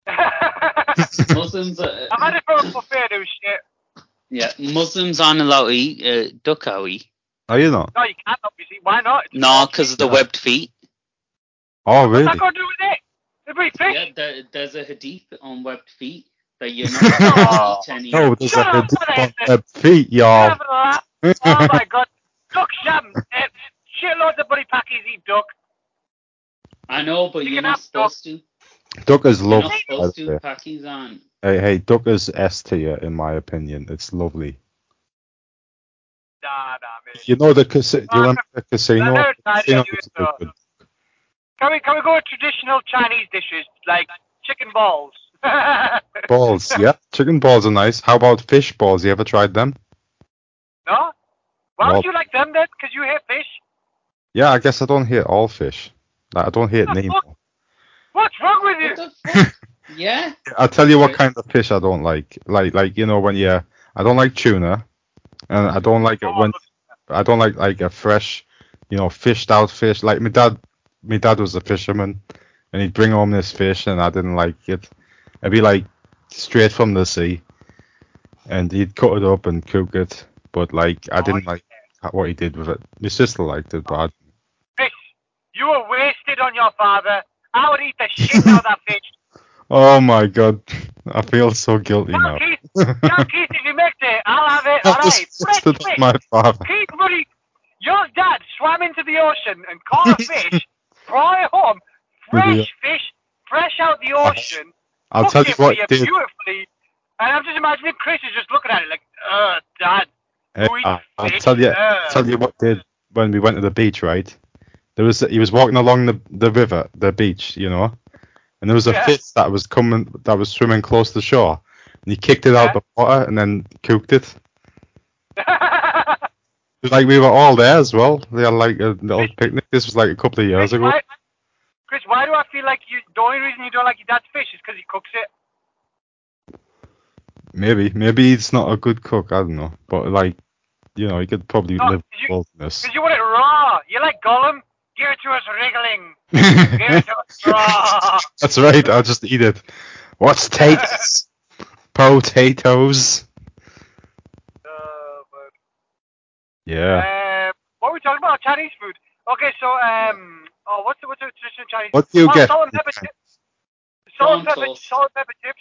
[SPEAKER 3] I've
[SPEAKER 4] Muslims are,
[SPEAKER 3] had it from a buffet, it was shit.
[SPEAKER 4] yeah, Muslims aren't allowed to eat uh, duck, are we?
[SPEAKER 2] Are you not?
[SPEAKER 3] No, you can't, obviously. Why not? It's
[SPEAKER 4] No, because of the
[SPEAKER 2] Yeah.
[SPEAKER 4] webbed feet.
[SPEAKER 2] Oh
[SPEAKER 3] What's that
[SPEAKER 2] really?
[SPEAKER 3] got to do with it? They're pretty fish.
[SPEAKER 4] Yeah, there, there's a hadith on webbed feet that you're not allowed to eat any.
[SPEAKER 2] No, there's
[SPEAKER 3] Shut
[SPEAKER 2] like a
[SPEAKER 3] up,
[SPEAKER 2] duck on
[SPEAKER 3] Vanessa.
[SPEAKER 2] their feet, y'all.
[SPEAKER 3] Have a laugh. Oh my god. Duck sham. Eh, Shitloads of buddy packies eat duck.
[SPEAKER 4] I know, but
[SPEAKER 3] You
[SPEAKER 4] you're
[SPEAKER 3] can
[SPEAKER 4] not
[SPEAKER 3] have duck.
[SPEAKER 4] supposed to. You're
[SPEAKER 2] duck is
[SPEAKER 4] not
[SPEAKER 2] lovely. by
[SPEAKER 4] supposed
[SPEAKER 2] the way.
[SPEAKER 4] to. Pakis aren't.
[SPEAKER 2] Hey, hey, duck is S tier in my opinion. It's lovely.
[SPEAKER 3] Nah, nah, man.
[SPEAKER 2] You know the casino. Do you remember the casino?
[SPEAKER 3] Another side
[SPEAKER 2] Casino
[SPEAKER 3] of you
[SPEAKER 2] was
[SPEAKER 3] is, uh,
[SPEAKER 2] a good one.
[SPEAKER 3] Can we, can we go with traditional Chinese dishes like chicken balls? no?
[SPEAKER 2] Balls, yeah. Chicken balls are nice. How about fish balls? You ever tried them?
[SPEAKER 3] Why
[SPEAKER 2] Well-
[SPEAKER 3] would you like them then? Because you hate fish?
[SPEAKER 2] Yeah, I guess I don't hate all fish. Like, I don't hate Nemo.
[SPEAKER 3] What's wrong with you?
[SPEAKER 4] What the fuck? yeah.
[SPEAKER 2] I'll tell you what
[SPEAKER 4] Right.
[SPEAKER 2] kind of fish I don't like. Like, like you know, when you, I don't like tuna, and I don't like it when
[SPEAKER 3] Oh,
[SPEAKER 2] I don't like like a fresh, you know, fished out fish. Like my dad, my dad was a fisherman, and he'd bring home this fish, and I didn't like it. It'd be like straight from the sea, and he'd cut it up and cook it. But like, I didn't like what he did with it. My sister liked it, but I,
[SPEAKER 3] Fish. You were wasted on your father. I would eat the shit out of that fish.
[SPEAKER 2] oh my god, I feel so guilty
[SPEAKER 3] Now,
[SPEAKER 2] now.
[SPEAKER 3] Keith, now, Keith, if you make it, I'll have it. All
[SPEAKER 2] I
[SPEAKER 3] right.
[SPEAKER 2] just
[SPEAKER 3] Fresh
[SPEAKER 2] roasted
[SPEAKER 3] fish.
[SPEAKER 2] my father.
[SPEAKER 3] Keith, buddy, your dad swam into the ocean and caught a fish, brought it home, fresh fish, fresh out the ocean.
[SPEAKER 2] Uh-huh. I'll
[SPEAKER 3] cooked
[SPEAKER 2] tell you
[SPEAKER 3] it for
[SPEAKER 2] what,
[SPEAKER 3] you
[SPEAKER 2] dude.
[SPEAKER 3] beautifully. And I'm just imagining Chris is just looking at it like, uh, dad.
[SPEAKER 2] Uh,
[SPEAKER 3] Sweet
[SPEAKER 2] I- I'll
[SPEAKER 3] fish,
[SPEAKER 2] tell you,
[SPEAKER 3] yeah.
[SPEAKER 2] tell you what did when we went to the beach, right? There was he was walking along the, the river, the beach, you know, and there was a
[SPEAKER 3] Yeah.
[SPEAKER 2] fish that was coming, that was swimming close to shore, and he kicked it out
[SPEAKER 3] Yeah.
[SPEAKER 2] the water and then cooked it. Like we were all there as well. They had like a little picnic. This was like a couple of years
[SPEAKER 3] Chris,
[SPEAKER 2] ago.
[SPEAKER 3] why, Chris, why do I feel like you? The only reason you don't like your dad's fish is because he cooks it.
[SPEAKER 2] Maybe, maybe he's not a good cook. I don't know, but like, you know, he could probably
[SPEAKER 3] Oh,
[SPEAKER 2] live
[SPEAKER 3] did
[SPEAKER 2] in
[SPEAKER 3] you-
[SPEAKER 2] the wilderness.
[SPEAKER 3] Because you want it raw. You like Gollum. Give it to us wriggling. Give it to us raw.
[SPEAKER 2] That's right. I'll just eat it. What's takes? Potatoes.
[SPEAKER 3] Uh, but-
[SPEAKER 2] Yeah.
[SPEAKER 3] Um, what are we talking about? Chinese food. Okay, so um, oh, what's the, what's the traditional Chinese?
[SPEAKER 2] What do you
[SPEAKER 3] oh,
[SPEAKER 2] get?
[SPEAKER 3] Salt and pepper chips. Salt and
[SPEAKER 4] Prawn
[SPEAKER 3] pepper,
[SPEAKER 4] sauce.
[SPEAKER 3] salt and pepper chips.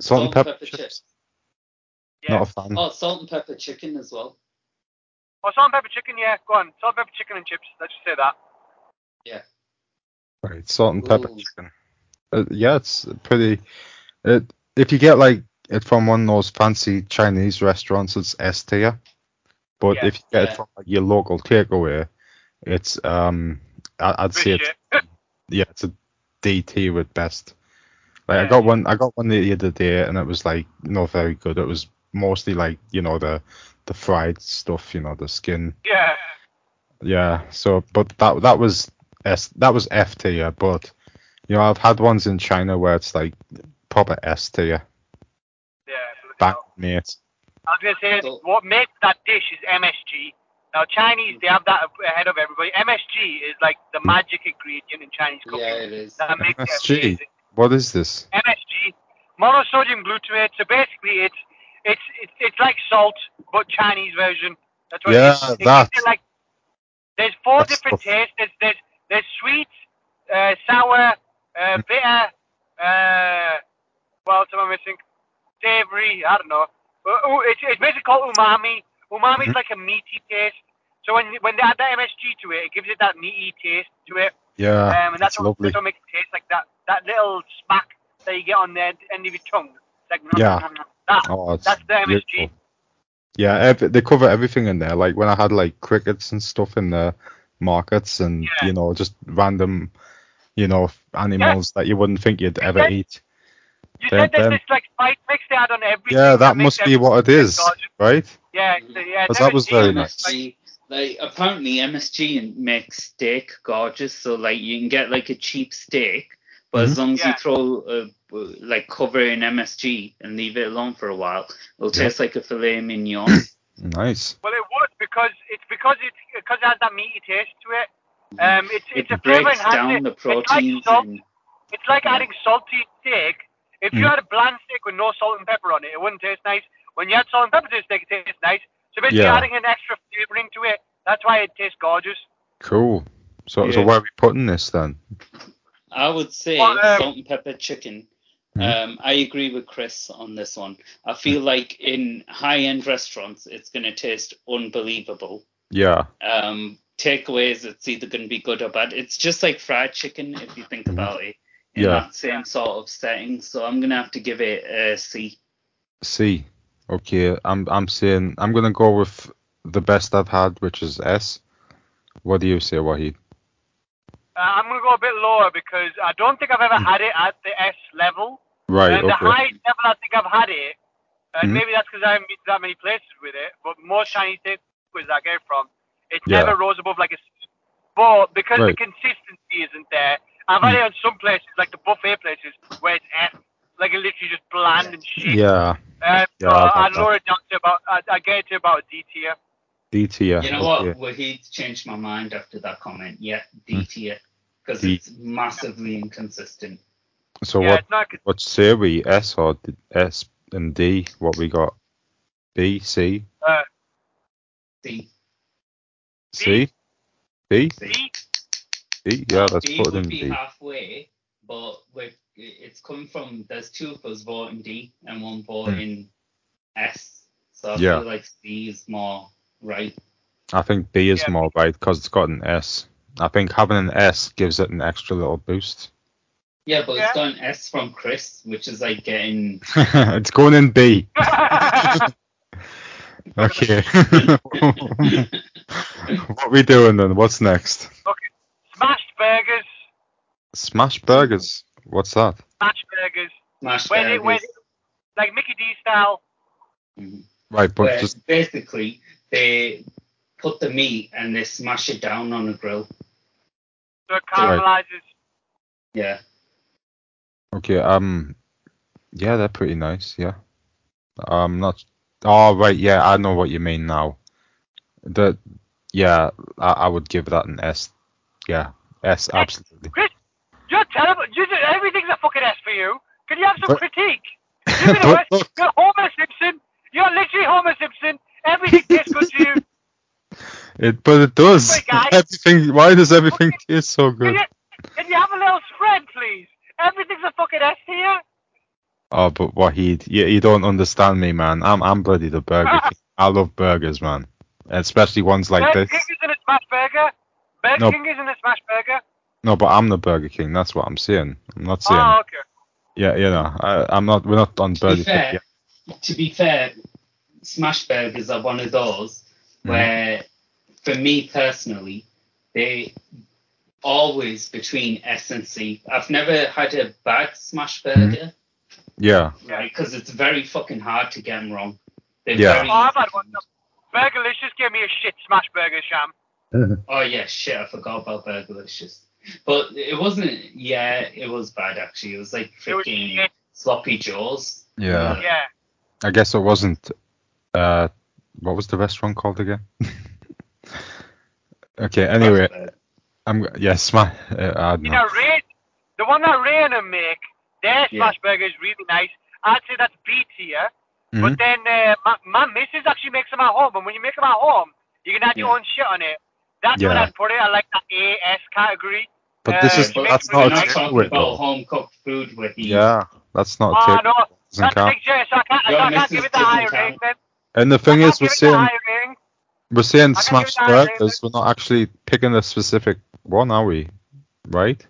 [SPEAKER 2] Salt and pepper, chips.
[SPEAKER 3] Yeah.
[SPEAKER 2] Not a fan.
[SPEAKER 4] Oh, salt and pepper chicken as well.
[SPEAKER 3] Or Oh, salt and pepper chicken. Yeah, go on. Salt and pepper chicken and chips. Let's just say that.
[SPEAKER 2] Right, salt and pepper
[SPEAKER 4] Ooh.
[SPEAKER 2] chicken. Uh, yeah, it's pretty. It, if you get like it from one of those fancy Chinese restaurants, it's S tier. But
[SPEAKER 3] Yeah.
[SPEAKER 2] if you get
[SPEAKER 4] Yeah.
[SPEAKER 2] it from like, your local takeaway, it's um, I, I'd
[SPEAKER 3] Fish
[SPEAKER 2] say it's,
[SPEAKER 3] shit.
[SPEAKER 2] yeah, it's a D tier at best. Like I
[SPEAKER 3] Yeah.
[SPEAKER 2] got one, I got one the other day, and it was like not very good. It was mostly like you know the the fried stuff, you know the skin.
[SPEAKER 3] Yeah.
[SPEAKER 2] Yeah. So, but that that was S that was F tier, but you know I've had ones in China where it's like proper S tier.
[SPEAKER 3] Yeah. bloody
[SPEAKER 2] Bang,
[SPEAKER 3] hell.
[SPEAKER 2] mate.
[SPEAKER 3] I was gonna say
[SPEAKER 4] So-
[SPEAKER 3] what makes that dish is MSG. Now Chinese, they have that ahead of everybody. MSG is like the magic ingredient in Chinese cooking.
[SPEAKER 4] Yeah, it is.
[SPEAKER 3] That makes it
[SPEAKER 2] MSG.
[SPEAKER 3] amazing.
[SPEAKER 2] What is this?
[SPEAKER 3] MSG, monosodium glutamate. So basically, it's it's it's, it's like salt, but Chinese version. That's what
[SPEAKER 2] Yeah,
[SPEAKER 3] it is. It
[SPEAKER 2] that.
[SPEAKER 3] gives it like there's four
[SPEAKER 2] That's
[SPEAKER 3] different
[SPEAKER 2] tough.
[SPEAKER 3] tastes. There's there's, there's sweet, uh, sour,
[SPEAKER 2] Hmm.
[SPEAKER 3] uh, bitter. Uh, what else am I missing? Savory. I don't know. But, oh, it's, it's basically called umami. Umami is
[SPEAKER 2] Mhm.
[SPEAKER 3] like a meaty taste. So when when they add that MSG to it, it gives it that meaty taste to it.
[SPEAKER 2] Yeah,
[SPEAKER 3] Um, and
[SPEAKER 2] Ah, that's
[SPEAKER 3] that's, what,
[SPEAKER 2] lovely.
[SPEAKER 3] that's what makes it taste like that. That little smack that you get on the end end of your tongue. It's Like,
[SPEAKER 2] Yeah.
[SPEAKER 3] That,
[SPEAKER 2] Oh, it's
[SPEAKER 3] that's the MSG.
[SPEAKER 2] beautiful. Yeah, ev- they cover everything in there. Like when I had like crickets and stuff in the markets, and
[SPEAKER 3] Yeah.
[SPEAKER 2] you know just random, you know animals that you wouldn't think you'd ever
[SPEAKER 3] Yeah.
[SPEAKER 2] eat.
[SPEAKER 3] You
[SPEAKER 2] Then-
[SPEAKER 3] said there's
[SPEAKER 2] then-
[SPEAKER 3] this like spice mix they add on everything.
[SPEAKER 2] Yeah, that
[SPEAKER 3] makes
[SPEAKER 2] must be
[SPEAKER 3] everything
[SPEAKER 2] what it is,
[SPEAKER 3] gorgeous.
[SPEAKER 2] right?
[SPEAKER 3] Yeah, it's, yeah.
[SPEAKER 2] Because that was
[SPEAKER 3] MSG.
[SPEAKER 2] very nice.
[SPEAKER 4] MSG, like apparently MSG and makes steak gorgeous. So like you can get like a cheap steak, but
[SPEAKER 2] Mm-hmm.
[SPEAKER 4] as long as
[SPEAKER 3] Yeah.
[SPEAKER 4] you throw uh, w- like cover in MSG and leave it alone for a while, it'll
[SPEAKER 2] Yeah.
[SPEAKER 4] taste like a filet mignon.
[SPEAKER 2] Nice.
[SPEAKER 3] Well, it would because it's because it's because it has that meaty taste to it. Um, it's
[SPEAKER 4] Mm-hmm. it
[SPEAKER 3] it's a flavor
[SPEAKER 4] breaks down
[SPEAKER 3] enhancer.
[SPEAKER 4] the
[SPEAKER 3] It's like
[SPEAKER 4] proteins
[SPEAKER 3] salt.
[SPEAKER 4] and
[SPEAKER 3] It's like
[SPEAKER 4] Yeah.
[SPEAKER 3] adding salty steak. If you
[SPEAKER 2] Mhm.
[SPEAKER 3] had a bland steak with no salt and pepper on it, it wouldn't taste nice. When you add salt and pepper to the steak, it tastes nice. So basically,
[SPEAKER 2] Yeah.
[SPEAKER 3] adding an extra flavoring to it. That's why it tastes gorgeous.
[SPEAKER 2] Cool. So, so
[SPEAKER 4] Yeah.
[SPEAKER 2] where are we putting this then?
[SPEAKER 4] I would say
[SPEAKER 3] Well, um,
[SPEAKER 4] salt and pepper chicken.
[SPEAKER 2] Mhm.
[SPEAKER 4] Um, I agree with Chris on this one. I feel like in high end restaurants, it's going to taste unbelievable.
[SPEAKER 2] Yeah.
[SPEAKER 4] Um, takeaways, it's either going to be good or bad. It's just like fried chicken, if you think
[SPEAKER 2] Mhm.
[SPEAKER 4] about it, in
[SPEAKER 2] Yeah.
[SPEAKER 4] that same
[SPEAKER 3] Yeah.
[SPEAKER 4] sort of setting. So I'm going to have to give it a C.
[SPEAKER 2] C. Okay. I'm I'm saying I'm gonna go with the best I've had, which is S. What do you say, Wahid?
[SPEAKER 3] Uh, I'm gonna go a bit lower because I don't think I've ever had it at the S level.
[SPEAKER 2] Right.
[SPEAKER 3] and the
[SPEAKER 2] Okay.
[SPEAKER 3] highest level I think I've had it, and
[SPEAKER 2] Mhm.
[SPEAKER 3] maybe that's because I haven't been to that many places with it, but most Chinese takeaways I get from, it's
[SPEAKER 2] Yeah.
[SPEAKER 3] never rose above like a C. But because
[SPEAKER 2] Right.
[SPEAKER 3] the
[SPEAKER 2] Mm.
[SPEAKER 3] consistency isn't there, I've had it on some places, like the buffet places, where it's F, like it literally just bland and shit.
[SPEAKER 2] Yeah.
[SPEAKER 3] Um,
[SPEAKER 2] Yeah,
[SPEAKER 3] so
[SPEAKER 2] I like
[SPEAKER 3] I'd
[SPEAKER 2] that.
[SPEAKER 3] lower it down to about, I'd, I'd get it to about a D tier.
[SPEAKER 2] D tier.
[SPEAKER 4] you know what?
[SPEAKER 2] okay. Hmm.
[SPEAKER 4] Wahid changed my mind after that comment. Yeah, D tier. Because
[SPEAKER 2] D.
[SPEAKER 4] it's massively inconsistent.
[SPEAKER 2] So
[SPEAKER 3] yeah,
[SPEAKER 2] what?
[SPEAKER 3] it's not, con-
[SPEAKER 2] What say we? S or d- S and D? What we got? B, C,
[SPEAKER 3] uh,
[SPEAKER 4] D.
[SPEAKER 2] C, B,
[SPEAKER 4] C.
[SPEAKER 3] B,
[SPEAKER 2] D. Yeah, let's
[SPEAKER 4] D
[SPEAKER 2] put it in
[SPEAKER 4] would be
[SPEAKER 2] D.
[SPEAKER 4] halfway, but with it's come from there's two of us voting D and one voting S. So I
[SPEAKER 2] Hmm. Yeah.
[SPEAKER 4] feel like D is more right.
[SPEAKER 2] I think B is
[SPEAKER 3] Yeah.
[SPEAKER 2] more right because it's got an S. I think having an S gives it an extra little boost.
[SPEAKER 4] Yeah, but
[SPEAKER 3] Yeah.
[SPEAKER 4] it's got an S from Chris, which is like getting
[SPEAKER 2] it's going in B. Okay. what we doing then? What's next?
[SPEAKER 3] smashed burgers,
[SPEAKER 2] Smash burgers. What's that?
[SPEAKER 3] smashed burgers,
[SPEAKER 4] smash
[SPEAKER 3] when it, when
[SPEAKER 4] burgers.
[SPEAKER 3] it, like Mickey D style.
[SPEAKER 4] Mhm.
[SPEAKER 2] Right, but
[SPEAKER 4] Where
[SPEAKER 2] just
[SPEAKER 4] basically they put the meat and they smash it down on a grill.
[SPEAKER 3] So it caramelizes.
[SPEAKER 4] Yeah.
[SPEAKER 2] okay. Um, yeah, they're pretty nice. Yeah. I'm not. Oh right, yeah, I know what you mean now. The yeah, I, I would give that an S. Yeah, S absolutely.
[SPEAKER 3] You're terrible. You, do- everything's a fucking S for you. Can you have some
[SPEAKER 2] But-
[SPEAKER 3] critique? You're, the
[SPEAKER 2] but
[SPEAKER 3] worst.
[SPEAKER 2] look,
[SPEAKER 3] You're Homer Simpson. You're literally Homer Simpson. Everything tastes good to you.
[SPEAKER 2] it but it does.
[SPEAKER 3] Wait, guys.
[SPEAKER 2] Everything. Why does everything taste so
[SPEAKER 3] Can
[SPEAKER 2] good?
[SPEAKER 3] you, can you have a little spread, please? Everything's a fucking S here.
[SPEAKER 2] Oh, but Wahid, you, you don't understand me, man. I'm I'm bloody the burger. King. I love burgers, man. Especially ones like
[SPEAKER 3] Burger
[SPEAKER 2] this.
[SPEAKER 3] King isn't a smash burger. Burger
[SPEAKER 2] No.
[SPEAKER 3] King isn't a smash burger.
[SPEAKER 2] No, but I'm the Burger King. That's what I'm saying. I'm not saying.
[SPEAKER 3] Oh, okay.
[SPEAKER 2] yeah, you know, I, I'm not. We're not on
[SPEAKER 4] To
[SPEAKER 2] Burger King.
[SPEAKER 4] be fair,
[SPEAKER 2] yet.
[SPEAKER 4] to be fair, smash burgers are one of those
[SPEAKER 2] Mm-hmm.
[SPEAKER 4] where, for me personally, they always between S and C. I've never had a bad smash
[SPEAKER 2] Mm-hmm.
[SPEAKER 4] burger
[SPEAKER 2] Yeah,
[SPEAKER 4] because it's very fucking hard to get them wrong. They're
[SPEAKER 2] Yeah.
[SPEAKER 4] very-
[SPEAKER 3] Oh, I've had one. Burgerlicious gave me a shit smash burger, Sham.
[SPEAKER 4] Oh yeah, shit, I forgot about Burgerlicious. But it wasn't. Yeah, it was bad actually. It was like
[SPEAKER 3] It was
[SPEAKER 4] freaking
[SPEAKER 3] shit.
[SPEAKER 4] sloppy jaws.
[SPEAKER 2] yeah.
[SPEAKER 3] Yeah.
[SPEAKER 2] I guess it wasn't. Uh, what was the restaurant called again? okay. Anyway,
[SPEAKER 4] Uh,
[SPEAKER 2] I'm yes, my uh, I don't
[SPEAKER 3] You
[SPEAKER 2] know.
[SPEAKER 3] know, Ray, the one that Ray and them make, their
[SPEAKER 4] Yeah.
[SPEAKER 3] smash burger is really nice. I'd say that's B tier.
[SPEAKER 2] Mm-hmm.
[SPEAKER 3] But then uh, my, my missus actually makes them at home, and when you make them at home, you can add your
[SPEAKER 4] Yeah.
[SPEAKER 3] own shit on it. That's when
[SPEAKER 2] Yeah.
[SPEAKER 3] I'd put it. I like that A S category.
[SPEAKER 2] But this
[SPEAKER 3] uh,
[SPEAKER 2] is
[SPEAKER 3] you make
[SPEAKER 2] that's
[SPEAKER 3] them really
[SPEAKER 4] We're
[SPEAKER 2] not
[SPEAKER 4] not
[SPEAKER 2] a
[SPEAKER 3] nice.
[SPEAKER 4] talking
[SPEAKER 2] takeaway
[SPEAKER 4] about
[SPEAKER 2] though.
[SPEAKER 4] home cooked food with these.
[SPEAKER 2] Yeah, that's not
[SPEAKER 3] Oh,
[SPEAKER 2] a
[SPEAKER 3] no.
[SPEAKER 2] takeaway. Doesn't
[SPEAKER 3] That's the
[SPEAKER 2] count.
[SPEAKER 3] big yeah, so I can't, so
[SPEAKER 4] Your
[SPEAKER 3] I can't
[SPEAKER 4] missus
[SPEAKER 3] give it that
[SPEAKER 4] doesn't
[SPEAKER 3] high
[SPEAKER 4] count.
[SPEAKER 3] rating then.
[SPEAKER 2] And the thing
[SPEAKER 3] I can't
[SPEAKER 2] is, we're
[SPEAKER 3] give it that
[SPEAKER 2] saying
[SPEAKER 3] high rating.
[SPEAKER 2] we're saying
[SPEAKER 3] I can't give it
[SPEAKER 2] smash
[SPEAKER 3] that high rating.
[SPEAKER 2] burgers. We're not actually picking a specific one, are we? Right?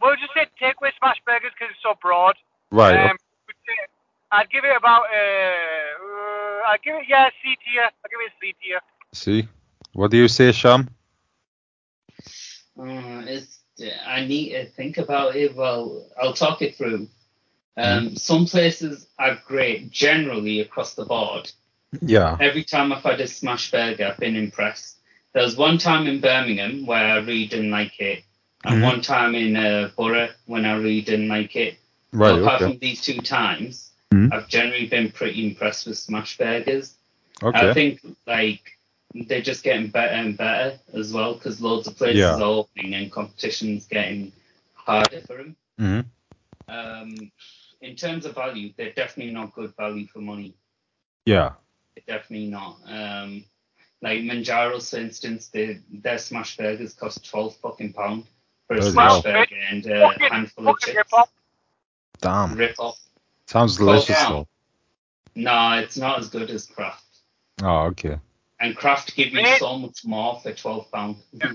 [SPEAKER 3] We'll just say takeaway smash burgers because it's so broad.
[SPEAKER 2] Right.
[SPEAKER 3] Um, we'd say- I'd give it about, uh, uh, I'd give it, yeah, C tier. I'd give it a C tier.
[SPEAKER 2] See, what do you say, Sham?
[SPEAKER 4] Uh, it's, I need to think about it. Well, I'll talk it through.
[SPEAKER 2] Mm-hmm.
[SPEAKER 4] Um, Some places are great generally across the board.
[SPEAKER 2] Yeah.
[SPEAKER 4] Every time I've had a smash burger, I've been impressed. There was one time in Birmingham where I really didn't like it, and
[SPEAKER 2] Mhm.
[SPEAKER 4] one time in uh, Borough when I really didn't like it.
[SPEAKER 2] Right.
[SPEAKER 4] Apart
[SPEAKER 2] Okay.
[SPEAKER 4] from these two times,
[SPEAKER 2] Mhm.
[SPEAKER 4] I've generally been pretty impressed with smash burgers. I
[SPEAKER 2] Okay.
[SPEAKER 4] think like they're just getting better and better as well because loads of places
[SPEAKER 2] Yeah.
[SPEAKER 4] are opening and competition's getting harder for them.
[SPEAKER 2] hmm
[SPEAKER 4] Um, in terms of value, they're definitely not good value for money.
[SPEAKER 2] Yeah.
[SPEAKER 4] They're definitely not. Um, like Manjaro's, for instance, they, their smash burgers cost twelve fucking pound for a
[SPEAKER 2] Bloody
[SPEAKER 4] smash
[SPEAKER 3] hell.
[SPEAKER 4] burger and a
[SPEAKER 3] Fucking-
[SPEAKER 4] handful of
[SPEAKER 3] Fucking
[SPEAKER 4] chips.
[SPEAKER 3] rip off.
[SPEAKER 2] Damn.
[SPEAKER 4] Rip off.
[SPEAKER 2] Sounds
[SPEAKER 4] Slow
[SPEAKER 2] delicious
[SPEAKER 4] down.
[SPEAKER 2] though.
[SPEAKER 4] No, it's not as good as Kraft.
[SPEAKER 2] Oh, okay.
[SPEAKER 4] And Kraft give you
[SPEAKER 3] Mate.
[SPEAKER 4] so much more for twelve pound.
[SPEAKER 3] Yeah,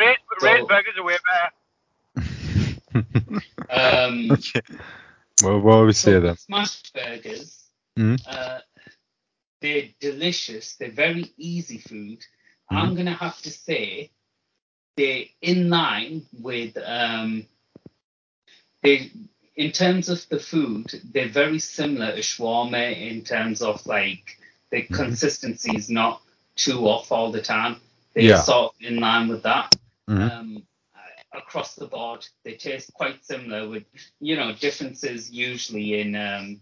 [SPEAKER 3] Red,
[SPEAKER 4] So-
[SPEAKER 3] Red Burger's are way better.
[SPEAKER 4] um,
[SPEAKER 2] Okay. Well, what do we say
[SPEAKER 4] So
[SPEAKER 2] then?
[SPEAKER 4] Smash burgers.
[SPEAKER 2] Mhm.
[SPEAKER 4] Uh, they're delicious. They're very easy food. I'm gonna have to say they're in line with um. They in terms of the food, they're very similar to shawarma in terms of like the consistency is not too off all the time. They're
[SPEAKER 2] Yeah.
[SPEAKER 4] sort of in line with that.
[SPEAKER 2] Mhm.
[SPEAKER 4] Um, uh, across the board, they taste quite similar with, you know, differences usually in um,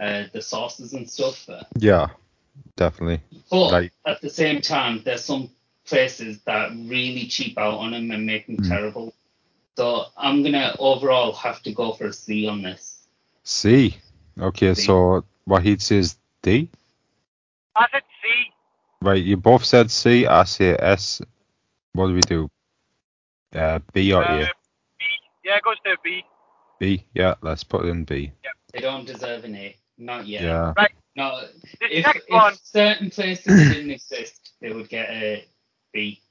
[SPEAKER 4] uh, the sauces and stuff. uh,
[SPEAKER 2] Yeah, definitely.
[SPEAKER 4] But
[SPEAKER 2] Like-
[SPEAKER 4] at the same time, there's some places that really cheap out on them and make them
[SPEAKER 2] Mm.
[SPEAKER 4] terrible. So I'm gonna overall have to go for a C on this.
[SPEAKER 2] C. Okay,
[SPEAKER 4] C.
[SPEAKER 2] so Wahid says D.
[SPEAKER 3] I said C.
[SPEAKER 2] Right, you both said C. I say S. What do we do? Uh, B or
[SPEAKER 3] uh,
[SPEAKER 2] A?
[SPEAKER 3] B. Yeah, it goes to B.
[SPEAKER 2] B. Yeah, let's put it in B.
[SPEAKER 4] They don't deserve an A, not yet.
[SPEAKER 2] Yeah.
[SPEAKER 4] No,
[SPEAKER 3] This
[SPEAKER 4] if,
[SPEAKER 3] next one.
[SPEAKER 4] if certain places didn't exist, they would get a B,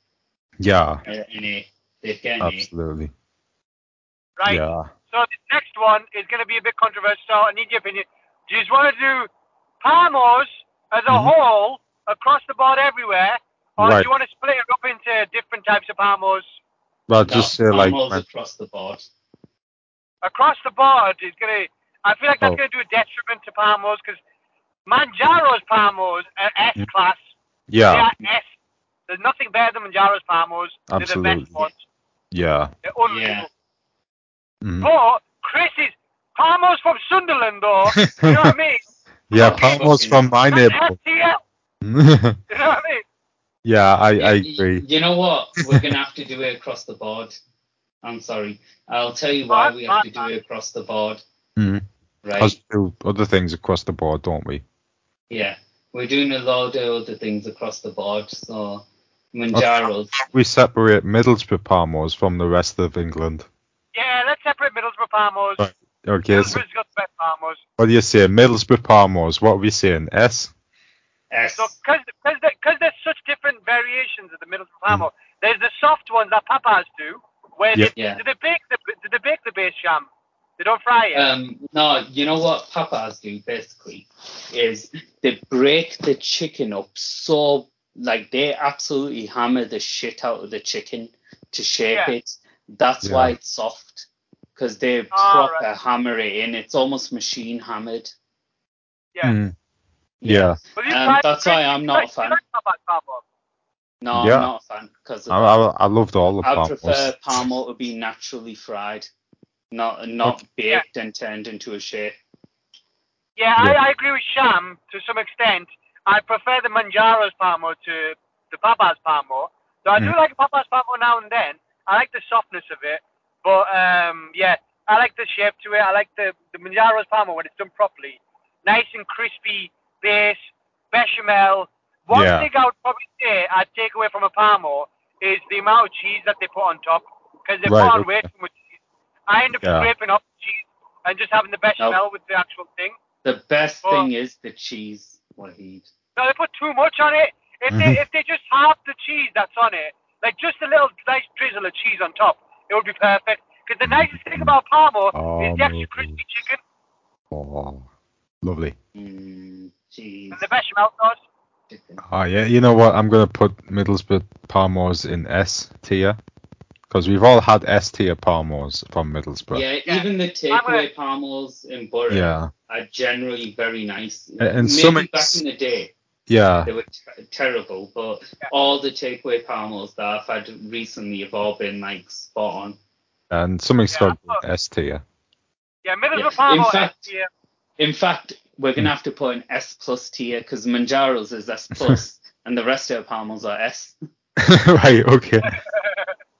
[SPEAKER 2] Yeah.
[SPEAKER 4] uh, an A. They'd get an
[SPEAKER 2] Absolutely.
[SPEAKER 3] Right.
[SPEAKER 2] Yeah.
[SPEAKER 3] So this next one is going to be a bit controversial. I need your opinion. Do you want to do Palmos as a
[SPEAKER 2] Mhm.
[SPEAKER 3] whole across the board everywhere, or
[SPEAKER 2] Right.
[SPEAKER 3] do you want to split it up into different types of Palmos?
[SPEAKER 2] Well,
[SPEAKER 4] A.
[SPEAKER 2] just say
[SPEAKER 4] Not
[SPEAKER 2] like
[SPEAKER 4] almost
[SPEAKER 2] my-
[SPEAKER 4] across the board.
[SPEAKER 3] Across the board is going to. I feel like that's
[SPEAKER 2] Oh.
[SPEAKER 3] going to do a detriment to Palmos because Manjaro's Palmos are S
[SPEAKER 2] Mm.
[SPEAKER 3] class.
[SPEAKER 2] yeah,
[SPEAKER 3] They are S. There's nothing better than Manjaro's Palmos. They're the
[SPEAKER 2] Absolutely.
[SPEAKER 3] best ones.
[SPEAKER 2] yeah.
[SPEAKER 3] They're unreal.
[SPEAKER 4] Yeah.
[SPEAKER 2] Mhm.
[SPEAKER 3] But Chris is Palmos from Sunderland, though. you know what I mean?
[SPEAKER 2] Yeah,
[SPEAKER 4] Okay,
[SPEAKER 2] Palmo's
[SPEAKER 4] okay.
[SPEAKER 2] from my
[SPEAKER 3] That's
[SPEAKER 2] neighborhood.
[SPEAKER 3] STL. You know what I mean?
[SPEAKER 2] yeah, I, I
[SPEAKER 4] Y-
[SPEAKER 2] agree.
[SPEAKER 4] You know what? We're gonna have to do it across the board. I'm sorry. I'll tell you why we have to do it across the board.
[SPEAKER 2] Mhm. Because
[SPEAKER 4] Right?
[SPEAKER 2] we do other things across the board, don't we?
[SPEAKER 4] Yeah. We're doing a lot of other things across the board. So Manjaro's
[SPEAKER 2] We separate Middlesbrough Palmos from the rest of England.
[SPEAKER 3] Yeah, let's separate Middlesbrough Palmos.
[SPEAKER 2] Right. Okay, so
[SPEAKER 3] Middlesbrough's got the best Palmos.
[SPEAKER 2] what do you say? Middlesbrough Palmos, what are we saying? S?
[SPEAKER 4] S.
[SPEAKER 3] So, because there's such different variations of the Middlesbrough Palmos, there's the soft ones that Papas do, where
[SPEAKER 2] Yeah.
[SPEAKER 4] Yeah.
[SPEAKER 3] they, do they bake the do they bake the base jam? They don't fry it.
[SPEAKER 4] Um no, you know what papas do basically is they break the chicken up so like they absolutely hammer the shit out of the chicken to shape
[SPEAKER 3] Yeah.
[SPEAKER 4] it. That's
[SPEAKER 2] Yeah.
[SPEAKER 4] why it's soft. Because they
[SPEAKER 3] Ah,
[SPEAKER 4] proper hammer it in. It's almost machine hammered.
[SPEAKER 3] yeah.
[SPEAKER 2] Mm. Yeah.
[SPEAKER 3] But you
[SPEAKER 4] um,
[SPEAKER 3] like-
[SPEAKER 4] that's why I'm
[SPEAKER 3] you
[SPEAKER 4] not a
[SPEAKER 3] like- you
[SPEAKER 4] fan.
[SPEAKER 3] like Papas Palmos.
[SPEAKER 4] No,
[SPEAKER 2] Yeah.
[SPEAKER 4] I'm not a fan because
[SPEAKER 2] I, I, I loved all of
[SPEAKER 4] I,
[SPEAKER 2] Palmos.
[SPEAKER 4] prefer palmo to be naturally fried, not not
[SPEAKER 3] Yeah.
[SPEAKER 4] baked and turned into a shape.
[SPEAKER 3] Yeah,
[SPEAKER 2] Yeah.
[SPEAKER 3] I, I agree with Sham to some extent. I prefer the Manjaro's Palmo to the Papa's Palmo. So I do
[SPEAKER 2] Mm.
[SPEAKER 3] like Papa's Palmo now and then. I like the softness of it. But um, yeah, I like the shape to it. I like the, the Manjaro's Palmo when it's done properly. Nice and crispy base, bechamel. One
[SPEAKER 2] Yeah.
[SPEAKER 3] thing I would probably say I'd take away from a Palmo is the amount of cheese that they put on top. Because they
[SPEAKER 2] Right,
[SPEAKER 3] put on
[SPEAKER 2] okay.
[SPEAKER 3] way too much cheese. I end up
[SPEAKER 2] Yeah.
[SPEAKER 3] scraping off the cheese and just having the bechamel with the actual thing.
[SPEAKER 4] The best
[SPEAKER 3] Well-
[SPEAKER 4] thing is the cheese, Wahid.
[SPEAKER 3] No, they put too much on it. If they
[SPEAKER 2] Mm-hmm.
[SPEAKER 3] if they just half the cheese that's on it, like just a little nice drizzle of cheese on top, it would be perfect. Because the nicest thing about Parmo
[SPEAKER 2] Oh,
[SPEAKER 3] is the
[SPEAKER 2] Parmo.
[SPEAKER 3] extra crispy chicken
[SPEAKER 2] Oh, lovely.
[SPEAKER 4] Mm, cheese.
[SPEAKER 3] and the bechamel sauce.
[SPEAKER 4] chicken.
[SPEAKER 2] Oh, yeah, you know what? I'm going to put Middlesbrough Palmos in S tier. Because we've all had S tier Palmos from Middlesbrough.
[SPEAKER 4] Yeah,
[SPEAKER 3] Yeah.
[SPEAKER 4] even the
[SPEAKER 3] I'm gonna-
[SPEAKER 4] takeaway palmos in Borough
[SPEAKER 2] Yeah,
[SPEAKER 4] are generally very nice.
[SPEAKER 2] and
[SPEAKER 4] Maybe
[SPEAKER 2] some
[SPEAKER 4] back
[SPEAKER 2] ex-
[SPEAKER 4] in the day
[SPEAKER 2] yeah,
[SPEAKER 4] they were ter- terrible, but
[SPEAKER 3] Yeah.
[SPEAKER 4] all the takeaway palmos that I've had recently have all been like spot on.
[SPEAKER 2] and something's
[SPEAKER 3] Yeah,
[SPEAKER 2] got
[SPEAKER 3] but-
[SPEAKER 2] S tier.
[SPEAKER 3] Yeah, middle
[SPEAKER 4] Yeah,
[SPEAKER 3] of Parmo.
[SPEAKER 4] in fact-
[SPEAKER 3] yeah,
[SPEAKER 4] In fact, we're gonna have to put an S plus tier because Manjaro's is S plus, and the rest of Palmos are S.
[SPEAKER 2] right, okay.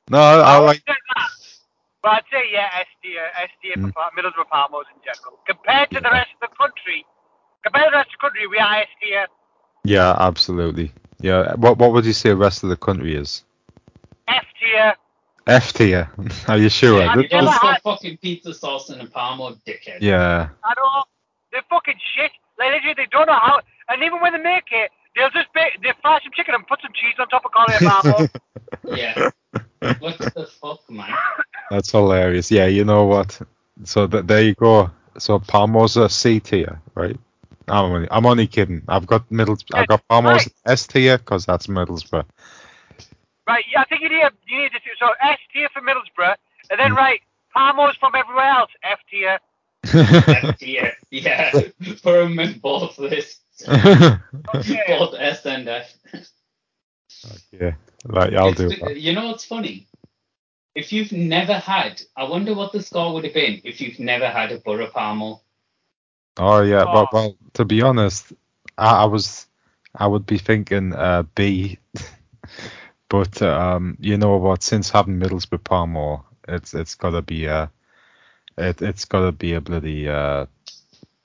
[SPEAKER 2] No, I, I like
[SPEAKER 3] But I'd say yeah, S tier, S tier for
[SPEAKER 2] Mm.
[SPEAKER 3] Par- Middlesbrough Palmos in general. Compared to the
[SPEAKER 2] Yeah.
[SPEAKER 3] rest of the country, compared to the rest of the country, we are S tier.
[SPEAKER 2] yeah, absolutely. Yeah, what what would you say the rest of the country is?
[SPEAKER 3] F tier.
[SPEAKER 2] F tier. Are you sure?
[SPEAKER 3] Yeah,
[SPEAKER 2] This-
[SPEAKER 4] You
[SPEAKER 3] never
[SPEAKER 4] don't
[SPEAKER 2] this-
[SPEAKER 4] put
[SPEAKER 3] had-
[SPEAKER 4] fucking pizza sauce in a Palmo, dickhead.
[SPEAKER 2] yeah,
[SPEAKER 3] I know. They're fucking shit. Like literally, they don't know how. And even when they make it, they'll just bake, they fry some chicken and put some cheese on top of call it a marble.
[SPEAKER 4] Yeah. What the fuck, man?
[SPEAKER 2] that's hilarious. Yeah, you know what? So th- there you go. So Palmos are C tier, right? I'm only, I'm only kidding. I've got Middles. I've got Palmos
[SPEAKER 3] Right.
[SPEAKER 2] S tier because that's Middlesbrough.
[SPEAKER 3] right? Yeah, I think you need a, you need to so S tier for Middlesbrough, and
[SPEAKER 2] Mm.
[SPEAKER 3] then right Palmos from everywhere else F tier.
[SPEAKER 4] F tier. Yeah. For him in both lists.
[SPEAKER 2] yeah.
[SPEAKER 3] Okay.
[SPEAKER 4] Both S and F.
[SPEAKER 2] Like, I'll
[SPEAKER 4] It's
[SPEAKER 2] do
[SPEAKER 4] be-
[SPEAKER 2] that.
[SPEAKER 4] You know what's funny? If you've never had, I wonder what the score would have been if you've never had a Borough Palmel.
[SPEAKER 2] Oh yeah,
[SPEAKER 3] Oh.
[SPEAKER 2] well, well, to be honest, I, I was, I would be thinking uh, B, but um, you know what? Since having Middlesbrough Palmore, it's it's gotta be a, it it's gotta be a bloody uh,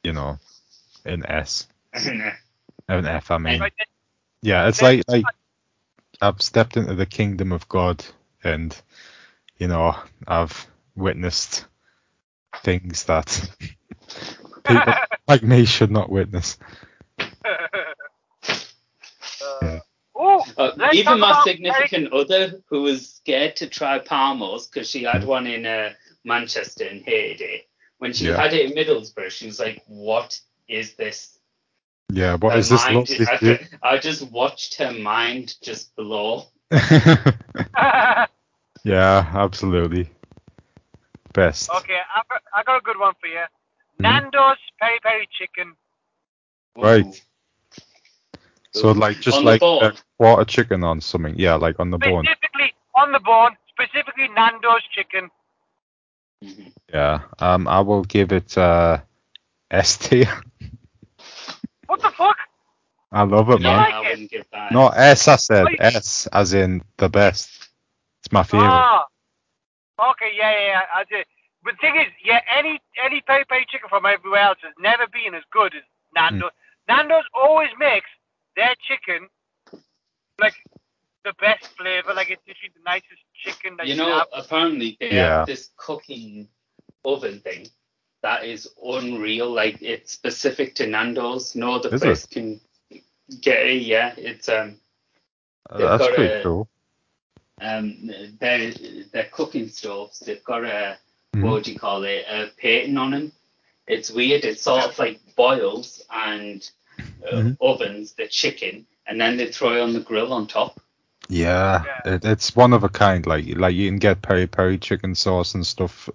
[SPEAKER 2] you know, an S, an F. I mean,
[SPEAKER 3] Right, then,
[SPEAKER 2] yeah, it's like like I've stepped into the kingdom of God, and you know, I've witnessed things that people like me should not witness.
[SPEAKER 3] uh, oh,
[SPEAKER 4] Uh,
[SPEAKER 3] Let's talk
[SPEAKER 4] even my
[SPEAKER 3] about
[SPEAKER 4] significant other, who was scared to try Palmos because she had one in uh, Manchester and hated it. When she
[SPEAKER 2] Yeah.
[SPEAKER 4] had it in Middlesbrough, she was like, "What is this?"
[SPEAKER 2] Yeah, what
[SPEAKER 4] Her
[SPEAKER 2] is this?
[SPEAKER 4] mind-
[SPEAKER 2] lovely
[SPEAKER 4] I,
[SPEAKER 2] thing?
[SPEAKER 4] ju- I just watched her mind just blow.
[SPEAKER 2] yeah,
[SPEAKER 3] okay,
[SPEAKER 2] absolutely. Best.
[SPEAKER 3] I got, I got a good one for you.
[SPEAKER 2] Mm.
[SPEAKER 3] Nando's peri peri chicken.
[SPEAKER 2] Right.
[SPEAKER 4] Ooh.
[SPEAKER 2] So like just
[SPEAKER 4] On the
[SPEAKER 2] like
[SPEAKER 4] bone.
[SPEAKER 2] a quarter chicken on something. Yeah, like on the bone.
[SPEAKER 3] Specifically on the bone, specifically Nando's chicken.
[SPEAKER 4] Mhm.
[SPEAKER 2] Yeah. Um, I will give it uh S tier.
[SPEAKER 3] What the fuck?
[SPEAKER 2] I love it,
[SPEAKER 4] No,
[SPEAKER 2] man.
[SPEAKER 3] like
[SPEAKER 4] I
[SPEAKER 3] it?
[SPEAKER 4] wouldn't give that.
[SPEAKER 2] No S. I said
[SPEAKER 3] Like-
[SPEAKER 2] S as in the best. It's my favorite.
[SPEAKER 3] Ah. Okay, yeah, yeah, yeah. I did. But the thing is, yeah, any any peri peri chicken from everywhere else has never been as good as Nando's. Nando's always makes their chicken like the best flavor. Like it's literally the nicest chicken that
[SPEAKER 4] you
[SPEAKER 3] you,
[SPEAKER 4] know,
[SPEAKER 3] have.
[SPEAKER 4] apparently they
[SPEAKER 2] Yeah.
[SPEAKER 4] have this cooking oven thing that is unreal. Like it's specific to Nando's. No other
[SPEAKER 2] Is
[SPEAKER 4] place can get it. Yeah, it's um
[SPEAKER 2] Uh,
[SPEAKER 4] they've
[SPEAKER 2] That's
[SPEAKER 4] got
[SPEAKER 2] pretty
[SPEAKER 4] a-
[SPEAKER 2] cool.
[SPEAKER 4] um their their cooking stoves. They've got a
[SPEAKER 2] Mhm.
[SPEAKER 4] what do you call it? A patent on them. It's weird. It sort of like boils and uh,
[SPEAKER 2] Mhm.
[SPEAKER 4] ovens the chicken, and then they throw it on the grill on top.
[SPEAKER 2] Yeah,
[SPEAKER 3] Yeah.
[SPEAKER 2] it, it's one of a kind. Like like you can get peri peri chicken sauce and stuff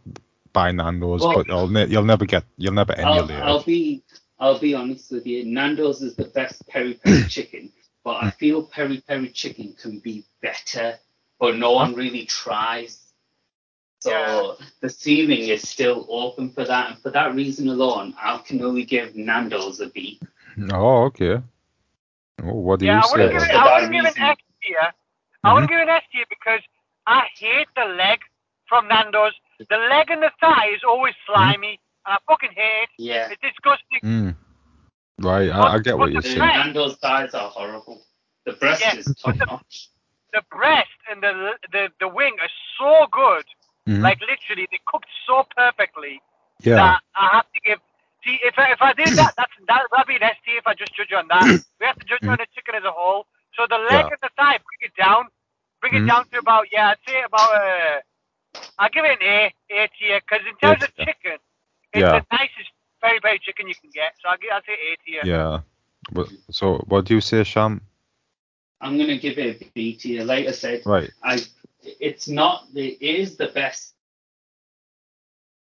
[SPEAKER 2] by Nando's,
[SPEAKER 4] Well-
[SPEAKER 2] but you'll ne- you'll never get you'll never
[SPEAKER 4] I'll,
[SPEAKER 2] emulate.
[SPEAKER 4] I'll
[SPEAKER 2] it.
[SPEAKER 4] be I'll be honest with you. Nando's is the best peri peri chicken, but I feel peri peri chicken can be better, but no one really tries. So
[SPEAKER 3] Yeah.
[SPEAKER 4] the ceiling is still open for that, and for that reason alone, I can only give Nando's a B.
[SPEAKER 2] Oh, okay. Oh, what do
[SPEAKER 3] Yeah,
[SPEAKER 2] you
[SPEAKER 3] I wouldn't
[SPEAKER 2] say?
[SPEAKER 3] give it.
[SPEAKER 4] For
[SPEAKER 3] I
[SPEAKER 4] that
[SPEAKER 3] wouldn't give it
[SPEAKER 4] reason.
[SPEAKER 3] an S tier. I
[SPEAKER 2] Mm-hmm.
[SPEAKER 3] wouldn't give it an S tier because I hate the leg from Nando's. The leg and the thigh is always slimy. I fucking hate
[SPEAKER 4] Yeah,
[SPEAKER 3] it. It's disgusting.
[SPEAKER 2] Mm. Right, I, I get what you're
[SPEAKER 4] the
[SPEAKER 2] saying.
[SPEAKER 4] Nando's thighs are horrible. The breast
[SPEAKER 3] Yeah.
[SPEAKER 4] is top notch.
[SPEAKER 3] the breast and the the, the wing are so good.
[SPEAKER 2] Mhm.
[SPEAKER 3] Like literally, they cooked so perfectly
[SPEAKER 2] yeah,
[SPEAKER 3] that I have to give. See, if I, if I did that, that's that that'd be an S tier if I just judge you on that. we have to judge you on the chicken as a whole. So the leg
[SPEAKER 2] Hmm. Yeah.
[SPEAKER 3] and the thigh, bring it down, bring
[SPEAKER 2] Mhm.
[SPEAKER 3] it down to about yeah, I'd say about uh, I give it an A A tier because in terms
[SPEAKER 2] A
[SPEAKER 3] of
[SPEAKER 2] tier.
[SPEAKER 3] chicken, it's
[SPEAKER 2] Yeah.
[SPEAKER 3] the nicest very very chicken you can get. So I give I'd say A tier.
[SPEAKER 2] yeah. But, so, what do you say, Sham?
[SPEAKER 4] I'm gonna give it a B tier. Like I said,
[SPEAKER 2] Right,
[SPEAKER 4] I it's not the it is the best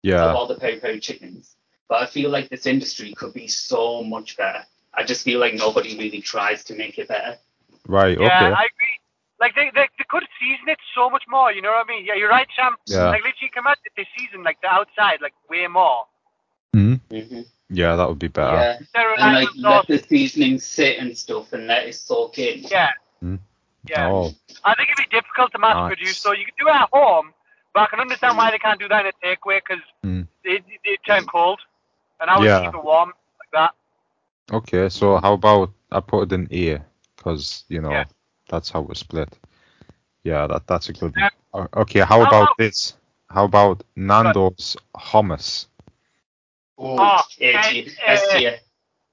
[SPEAKER 2] yeah.
[SPEAKER 4] of all the peri peri chickens. But I feel like this industry could be so much better. I just feel like nobody really tries to make it better.
[SPEAKER 2] Right,
[SPEAKER 3] Yeah,
[SPEAKER 2] okay.
[SPEAKER 3] I agree. Like they, they they could season it so much more. You know what I mean? Yeah, you're right, Sam.
[SPEAKER 2] Yeah.
[SPEAKER 3] Like literally, come out they season like the outside like way more.
[SPEAKER 2] Mhm. Yeah, that would be better.
[SPEAKER 4] Yeah, and like let the seasoning sit and stuff and let it soak in.
[SPEAKER 3] yeah.
[SPEAKER 2] Mm.
[SPEAKER 3] Yeah.
[SPEAKER 2] Oh,
[SPEAKER 3] I think it'd be difficult to mass
[SPEAKER 2] Nice.
[SPEAKER 3] produce, so you can do it at home. But I can understand why they can't do that in a takeaway because
[SPEAKER 2] Mm.
[SPEAKER 3] they they turn cold, and I would
[SPEAKER 2] Yeah.
[SPEAKER 3] keep it warm like that.
[SPEAKER 2] okay. So, how about I put it in A? Because, you know,
[SPEAKER 3] Yeah.
[SPEAKER 2] that's how we split. Yeah, that that's a good
[SPEAKER 3] Yeah.
[SPEAKER 2] one. O- Okay, how
[SPEAKER 3] How
[SPEAKER 2] about
[SPEAKER 3] about-
[SPEAKER 2] this? How about Nando's hummus?
[SPEAKER 4] Oh,
[SPEAKER 3] Oh,
[SPEAKER 4] S
[SPEAKER 3] and,
[SPEAKER 4] tier, S
[SPEAKER 3] uh,
[SPEAKER 4] tier,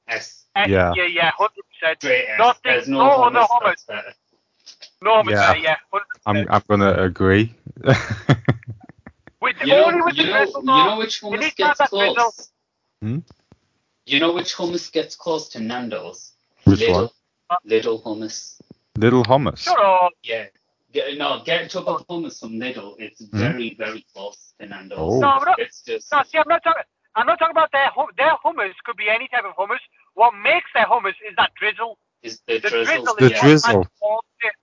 [SPEAKER 4] S
[SPEAKER 3] Eh,
[SPEAKER 2] Yeah.
[SPEAKER 3] Yeah, yeah, hundred percent.
[SPEAKER 4] straight S.
[SPEAKER 3] Nothing-
[SPEAKER 4] There's no,
[SPEAKER 3] no
[SPEAKER 4] hummus
[SPEAKER 3] other hummus.
[SPEAKER 4] that's better.
[SPEAKER 3] No, but
[SPEAKER 2] Yeah.
[SPEAKER 3] yeah, yeah, 100%.
[SPEAKER 2] I'm, I'm going to agree.
[SPEAKER 3] with
[SPEAKER 4] You know,
[SPEAKER 3] only with
[SPEAKER 4] you
[SPEAKER 3] the
[SPEAKER 4] know,
[SPEAKER 3] drizzle,
[SPEAKER 4] you
[SPEAKER 3] though.
[SPEAKER 4] know which
[SPEAKER 3] It is
[SPEAKER 4] hummus
[SPEAKER 3] not
[SPEAKER 4] gets
[SPEAKER 3] that
[SPEAKER 4] close.
[SPEAKER 2] Hmm?
[SPEAKER 4] You know which hummus gets close to Nando's?
[SPEAKER 2] Which one?
[SPEAKER 4] little,
[SPEAKER 3] Uh,
[SPEAKER 4] little hummus.
[SPEAKER 2] Little hummus.
[SPEAKER 3] Sure, all.
[SPEAKER 4] Yeah. Get, no, get to a hummus from Lidl. It's very, very close to Nando's.
[SPEAKER 2] Hmm? Oh.
[SPEAKER 3] No, but-
[SPEAKER 4] It's just
[SPEAKER 3] No, see, I'm not talking. I'm not talking about their hum- their hummus. Could be any type of hummus. What makes their hummus is that drizzle.
[SPEAKER 4] it's the,
[SPEAKER 3] The
[SPEAKER 4] drizzle.
[SPEAKER 3] drizzle
[SPEAKER 2] The
[SPEAKER 3] is
[SPEAKER 4] yeah.
[SPEAKER 2] drizzle.
[SPEAKER 3] what adds all to it.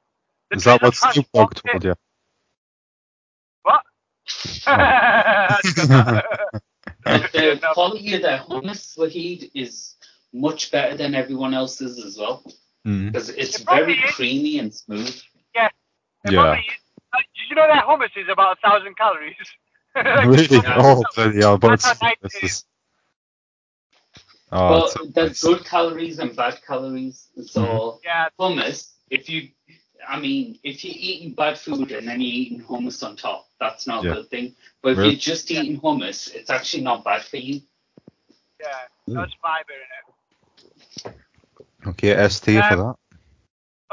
[SPEAKER 3] The
[SPEAKER 2] Is that
[SPEAKER 3] trailer
[SPEAKER 2] what
[SPEAKER 3] trash
[SPEAKER 2] Snoop Dogg
[SPEAKER 3] talked it.
[SPEAKER 2] told you?
[SPEAKER 3] What?
[SPEAKER 4] the quality of their harness for heat is much better than everyone else's as well
[SPEAKER 2] Mm.
[SPEAKER 4] because it's
[SPEAKER 3] It probably
[SPEAKER 4] very
[SPEAKER 3] is.
[SPEAKER 4] creamy and smooth.
[SPEAKER 3] It
[SPEAKER 2] Yeah.
[SPEAKER 3] probably is. Like, Did you know that hummus is about a thousand calories? Like,
[SPEAKER 2] Really?
[SPEAKER 4] Yeah.
[SPEAKER 2] Oh, bloody hell, but
[SPEAKER 3] That's how
[SPEAKER 2] it's-
[SPEAKER 3] nice
[SPEAKER 2] this
[SPEAKER 3] it
[SPEAKER 2] is. Oh,
[SPEAKER 4] well,
[SPEAKER 2] it's so
[SPEAKER 4] there's
[SPEAKER 2] nice. Mm-hmm.
[SPEAKER 4] good calories and bad calories. So
[SPEAKER 3] Yeah,
[SPEAKER 4] hummus, if you, I mean, if you're eating bad food and then you're eating hummus on top, that's not
[SPEAKER 2] Yeah.
[SPEAKER 4] a good thing. But if
[SPEAKER 2] Really?
[SPEAKER 4] you're just eating hummus, it's actually not bad for you.
[SPEAKER 3] yeah.
[SPEAKER 2] Mm.
[SPEAKER 3] That's fiber in it.
[SPEAKER 2] Okay, ST for
[SPEAKER 3] Um,
[SPEAKER 2] that.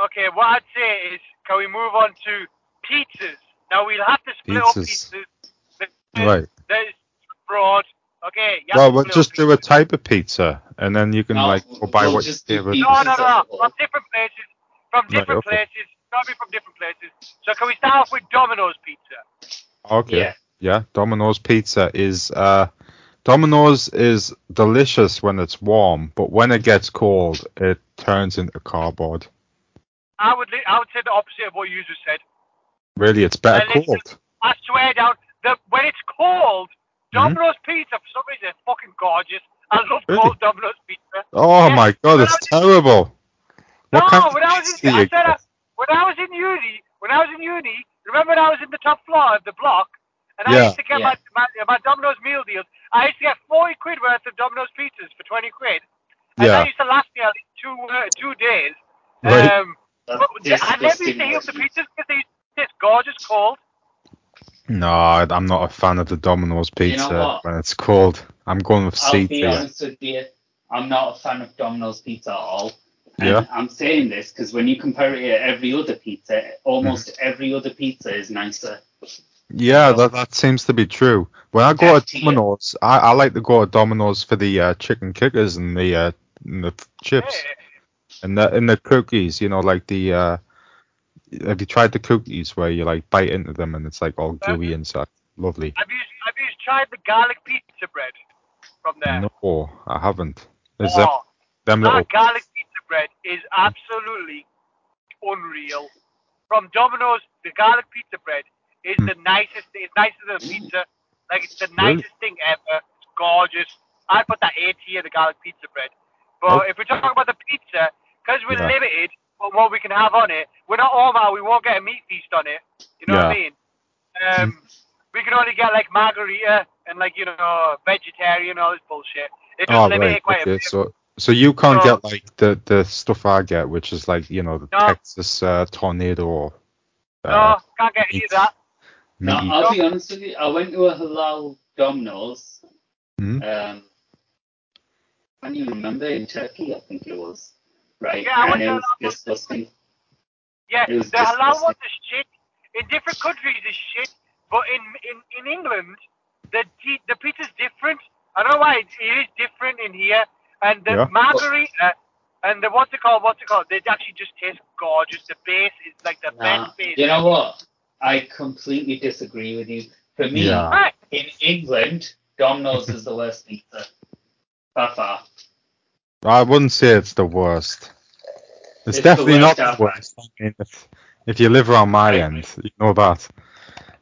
[SPEAKER 3] Okay, what I'd say is, can we move on to pizzas? Now we'll have to split up
[SPEAKER 2] Pizzas.
[SPEAKER 3] pizzas.
[SPEAKER 2] Right.
[SPEAKER 3] There's broad. Okay. you have
[SPEAKER 2] Well,
[SPEAKER 3] to
[SPEAKER 2] we'll
[SPEAKER 3] split
[SPEAKER 2] just
[SPEAKER 3] up
[SPEAKER 2] do a type of pizza, and then you can
[SPEAKER 4] No,
[SPEAKER 2] like go by
[SPEAKER 4] we'll
[SPEAKER 2] what your
[SPEAKER 4] just do
[SPEAKER 2] favorite.
[SPEAKER 4] pizza.
[SPEAKER 3] No, no, no. From different places. From
[SPEAKER 2] Right,
[SPEAKER 3] different
[SPEAKER 2] okay.
[SPEAKER 3] places. Got to be from different places. So can we start off with Domino's pizza?
[SPEAKER 2] Okay. Yeah.
[SPEAKER 4] Yeah.
[SPEAKER 2] Domino's pizza is uh, Domino's is delicious when it's warm, but when it gets cold, it turns into cardboard.
[SPEAKER 3] I would li- I would say the opposite of what you just said.
[SPEAKER 2] Really, it's better
[SPEAKER 3] Delicious.
[SPEAKER 2] cold.
[SPEAKER 3] I swear down that when it's cold, Domino's pizza for some reason is fucking gorgeous. I love
[SPEAKER 2] Mm-hmm. Really?
[SPEAKER 3] cold Domino's pizza.
[SPEAKER 2] Oh
[SPEAKER 3] Yeah,
[SPEAKER 2] my god,
[SPEAKER 3] when
[SPEAKER 2] it's
[SPEAKER 3] I was-
[SPEAKER 2] terrible. What
[SPEAKER 3] no,
[SPEAKER 2] kind of
[SPEAKER 3] when I was
[SPEAKER 2] pizza
[SPEAKER 3] in,
[SPEAKER 2] do
[SPEAKER 3] I
[SPEAKER 2] you
[SPEAKER 3] said I,
[SPEAKER 2] get?
[SPEAKER 3] when I was in uni, when I was in uni, remember when I was in the top floor of the block, and I
[SPEAKER 2] Yeah.
[SPEAKER 3] used to get
[SPEAKER 4] Yeah.
[SPEAKER 3] my, my my Domino's meal deals. I used to get forty quid worth of Domino's pizzas for twenty quid, and
[SPEAKER 2] Yeah.
[SPEAKER 3] that used to last me like two uh, two days.
[SPEAKER 2] Right.
[SPEAKER 3] Um,
[SPEAKER 4] That's
[SPEAKER 3] but I never used
[SPEAKER 4] disgusting,
[SPEAKER 3] to heat up the
[SPEAKER 4] wasn't it?
[SPEAKER 3] pizzas because they used to taste gorgeous cold.
[SPEAKER 2] No, I- I'm not a fan of the Domino's
[SPEAKER 4] You know
[SPEAKER 2] pizza
[SPEAKER 4] what?
[SPEAKER 2] when it's cold. I'm going with
[SPEAKER 4] I'll
[SPEAKER 2] C
[SPEAKER 4] be
[SPEAKER 2] tier.
[SPEAKER 4] honest with you. I'm not a fan of Domino's pizza at all. And
[SPEAKER 2] Yeah.
[SPEAKER 4] I'm saying this because when you compare it to every other pizza, almost
[SPEAKER 2] Mm-hmm.
[SPEAKER 4] every other pizza is nicer.
[SPEAKER 2] Yeah, that, that seems to be true. When I go
[SPEAKER 4] F
[SPEAKER 2] to
[SPEAKER 4] tier.
[SPEAKER 2] Domino's, I, I like to go to Domino's for the uh, chicken kickers and the uh, and the chips
[SPEAKER 3] Hey,
[SPEAKER 2] and the and the cookies. You know, like the uh, have you tried the cookies where you like bite into them and it's like all gooey inside? Lovely.
[SPEAKER 3] have you have you tried the garlic pizza bread from there?
[SPEAKER 2] No, I haven't. Is
[SPEAKER 3] Oh.
[SPEAKER 2] them, them little?
[SPEAKER 3] That garlic pizza bread is absolutely unreal. From Domino's, the garlic pizza bread is the nicest. It's nicer than a pizza. Like it's the
[SPEAKER 2] Hmm. Really?
[SPEAKER 3] nicest thing ever. It's gorgeous. I put that A tier, the garlic pizza bread. But
[SPEAKER 2] Oh.
[SPEAKER 3] if we're talking about the pizza, because we're
[SPEAKER 2] Yeah.
[SPEAKER 3] limited on what we can have on it, we're not all out. We won't get a meat feast on it. You know what I mean? Um, we can only get like margarita and like you know vegetarian all this bullshit. It does
[SPEAKER 2] Oh
[SPEAKER 3] limit
[SPEAKER 2] right,
[SPEAKER 3] it quite a
[SPEAKER 2] okay.
[SPEAKER 3] bit.
[SPEAKER 2] So so you can't
[SPEAKER 3] So-
[SPEAKER 2] get like the the stuff I get, which is like you know the
[SPEAKER 3] No.
[SPEAKER 2] Texas uh, tornado. Uh,
[SPEAKER 3] No, can't get any of that.
[SPEAKER 4] No,
[SPEAKER 2] meaty-
[SPEAKER 4] I'll be honest with you. I went to a halal Domino's.
[SPEAKER 2] Hmm?
[SPEAKER 4] Um, I don't even remember in Turkey, I think it was. Right,
[SPEAKER 3] Yeah, I went
[SPEAKER 4] and it
[SPEAKER 3] to
[SPEAKER 4] was
[SPEAKER 3] halal one.
[SPEAKER 4] disgusting.
[SPEAKER 3] Yeah,
[SPEAKER 4] It was
[SPEAKER 3] the halal
[SPEAKER 4] disgusting.
[SPEAKER 3] ones are shit. In different countries, is shit. But in in, in England, the di- the pizza's different. I don't know why it, it is different in here. And the
[SPEAKER 2] Yeah.
[SPEAKER 3] margarita and the what's it called? What's it called? They actually just taste gorgeous. The base is like the
[SPEAKER 4] Nah,
[SPEAKER 3] best base.
[SPEAKER 4] you know what? I completely disagree with you. For me,
[SPEAKER 2] Yeah.
[SPEAKER 3] Right.
[SPEAKER 4] in England, Domino's is the worst pizza. By far.
[SPEAKER 2] I wouldn't say it's the worst. It's,
[SPEAKER 4] It's the
[SPEAKER 2] definitely
[SPEAKER 4] worst
[SPEAKER 2] not
[SPEAKER 4] out
[SPEAKER 2] the worst. I mean, if, if you live around my
[SPEAKER 4] Right.
[SPEAKER 2] end, you know that.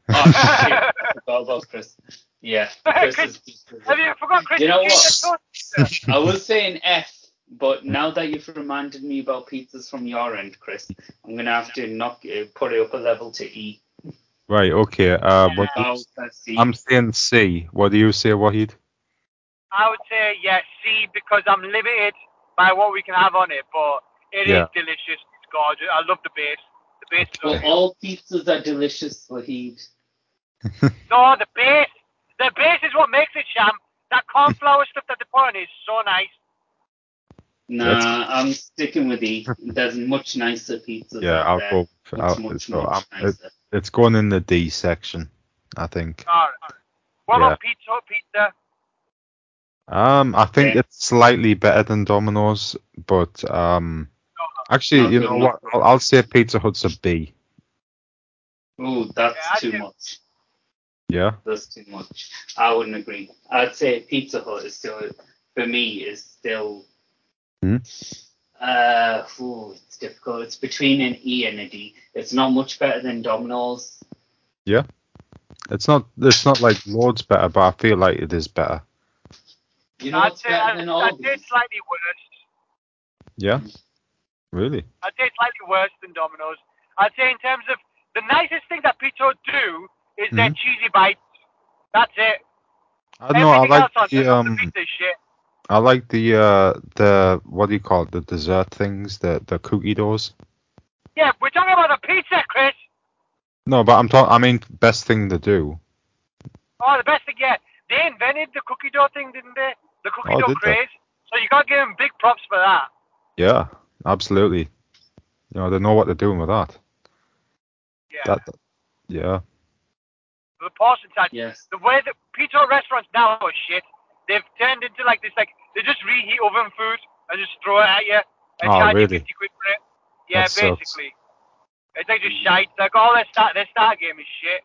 [SPEAKER 4] Oh, shit. I forgot about Chris. Yeah. Chris
[SPEAKER 3] Chris,
[SPEAKER 4] is just-
[SPEAKER 3] Have you forgot Chris?
[SPEAKER 4] You know what?
[SPEAKER 3] Toast?
[SPEAKER 4] I was saying F, but now that you've reminded me about pizzas from your end, Chris, I'm going to have to knock uh, put it up a level to E.
[SPEAKER 2] Right, okay. Uh, what do you-
[SPEAKER 4] Now, let's see.
[SPEAKER 2] I'm saying C. What do you say, Wahid?
[SPEAKER 3] I would say yes, C, because I'm limited by what we can have on it. But it is
[SPEAKER 2] Yeah.
[SPEAKER 3] delicious. It's gorgeous. I love the base. The base is
[SPEAKER 4] Well,
[SPEAKER 3] unreal.
[SPEAKER 4] all pizzas are delicious, Wahid.
[SPEAKER 3] No, the base. The base is what makes it, Sham. That cornflower stuff that they put on it is so nice.
[SPEAKER 4] Nah, I'm sticking with E. There's much nicer pizzas.
[SPEAKER 2] Yeah,
[SPEAKER 4] out
[SPEAKER 2] I'll
[SPEAKER 4] there.
[SPEAKER 2] go.
[SPEAKER 4] Much,
[SPEAKER 2] I'll,
[SPEAKER 4] much,
[SPEAKER 2] so
[SPEAKER 4] much
[SPEAKER 2] I'm- it,
[SPEAKER 4] nicer.
[SPEAKER 2] it's going in the D section, I think.
[SPEAKER 3] All right. What about pizza? Hut Pizza.
[SPEAKER 2] Um, I think
[SPEAKER 4] Yeah.
[SPEAKER 2] it's slightly better than Domino's, but um,
[SPEAKER 4] Not
[SPEAKER 2] actually, you
[SPEAKER 4] good
[SPEAKER 2] know
[SPEAKER 4] enough.
[SPEAKER 2] what? I'll, I'll say Pizza Hut's a B.
[SPEAKER 4] Ooh,
[SPEAKER 3] Yeah, I
[SPEAKER 4] that's too
[SPEAKER 3] do.
[SPEAKER 4] much.
[SPEAKER 2] Yeah.
[SPEAKER 4] That's too much. I wouldn't agree. I'd say Pizza Hut is still, for me, is still.
[SPEAKER 2] Hmm?
[SPEAKER 4] Uh, Uh, ooh, it's difficult. It's between an E and a D. It's not much better than Domino's.
[SPEAKER 2] It's not it's not like loads better, but I feel like it is better.
[SPEAKER 4] You know,
[SPEAKER 3] I'd
[SPEAKER 4] what's
[SPEAKER 3] say,
[SPEAKER 4] better
[SPEAKER 3] I'd,
[SPEAKER 4] than
[SPEAKER 3] I'd say
[SPEAKER 4] Aldi's.
[SPEAKER 3] it's slightly worse.
[SPEAKER 2] Yeah. Really?
[SPEAKER 3] I'd say it's slightly worse than Domino's. I'd say in terms of the nicest thing that Pizza Hut do is their
[SPEAKER 2] Mhm.
[SPEAKER 3] cheesy bites. That's it.
[SPEAKER 2] I don't know. I
[SPEAKER 3] Everything else on
[SPEAKER 2] like the
[SPEAKER 3] the, on the
[SPEAKER 2] um.
[SPEAKER 3] pizza is shit.
[SPEAKER 2] I like the uh the what do you call it? The dessert things, the the cookie doughs.
[SPEAKER 3] Yeah, we're talking about the pizza, Chris.
[SPEAKER 2] No, but I'm talking. I mean, best thing to do.
[SPEAKER 3] Oh, the best thing yet. They invented the cookie dough thing, didn't they? The cookie
[SPEAKER 2] Oh,
[SPEAKER 3] dough
[SPEAKER 2] did they?
[SPEAKER 3] craze. So you gotta give them big props for that.
[SPEAKER 2] Yeah, absolutely. You know, they know what they're doing with that.
[SPEAKER 3] Yeah.
[SPEAKER 2] That. Yeah.
[SPEAKER 3] the portion size.
[SPEAKER 4] Yes.
[SPEAKER 3] The way that pizza Hut restaurants now are shit. They've turned into like this, like they just reheat oven food and just throw it at you and
[SPEAKER 2] Oh,
[SPEAKER 3] charge
[SPEAKER 2] really?
[SPEAKER 3] you 50 quid for it. Yeah,
[SPEAKER 2] That sucks.
[SPEAKER 3] basically. It's like just shite. Like all their start, their start game is shit.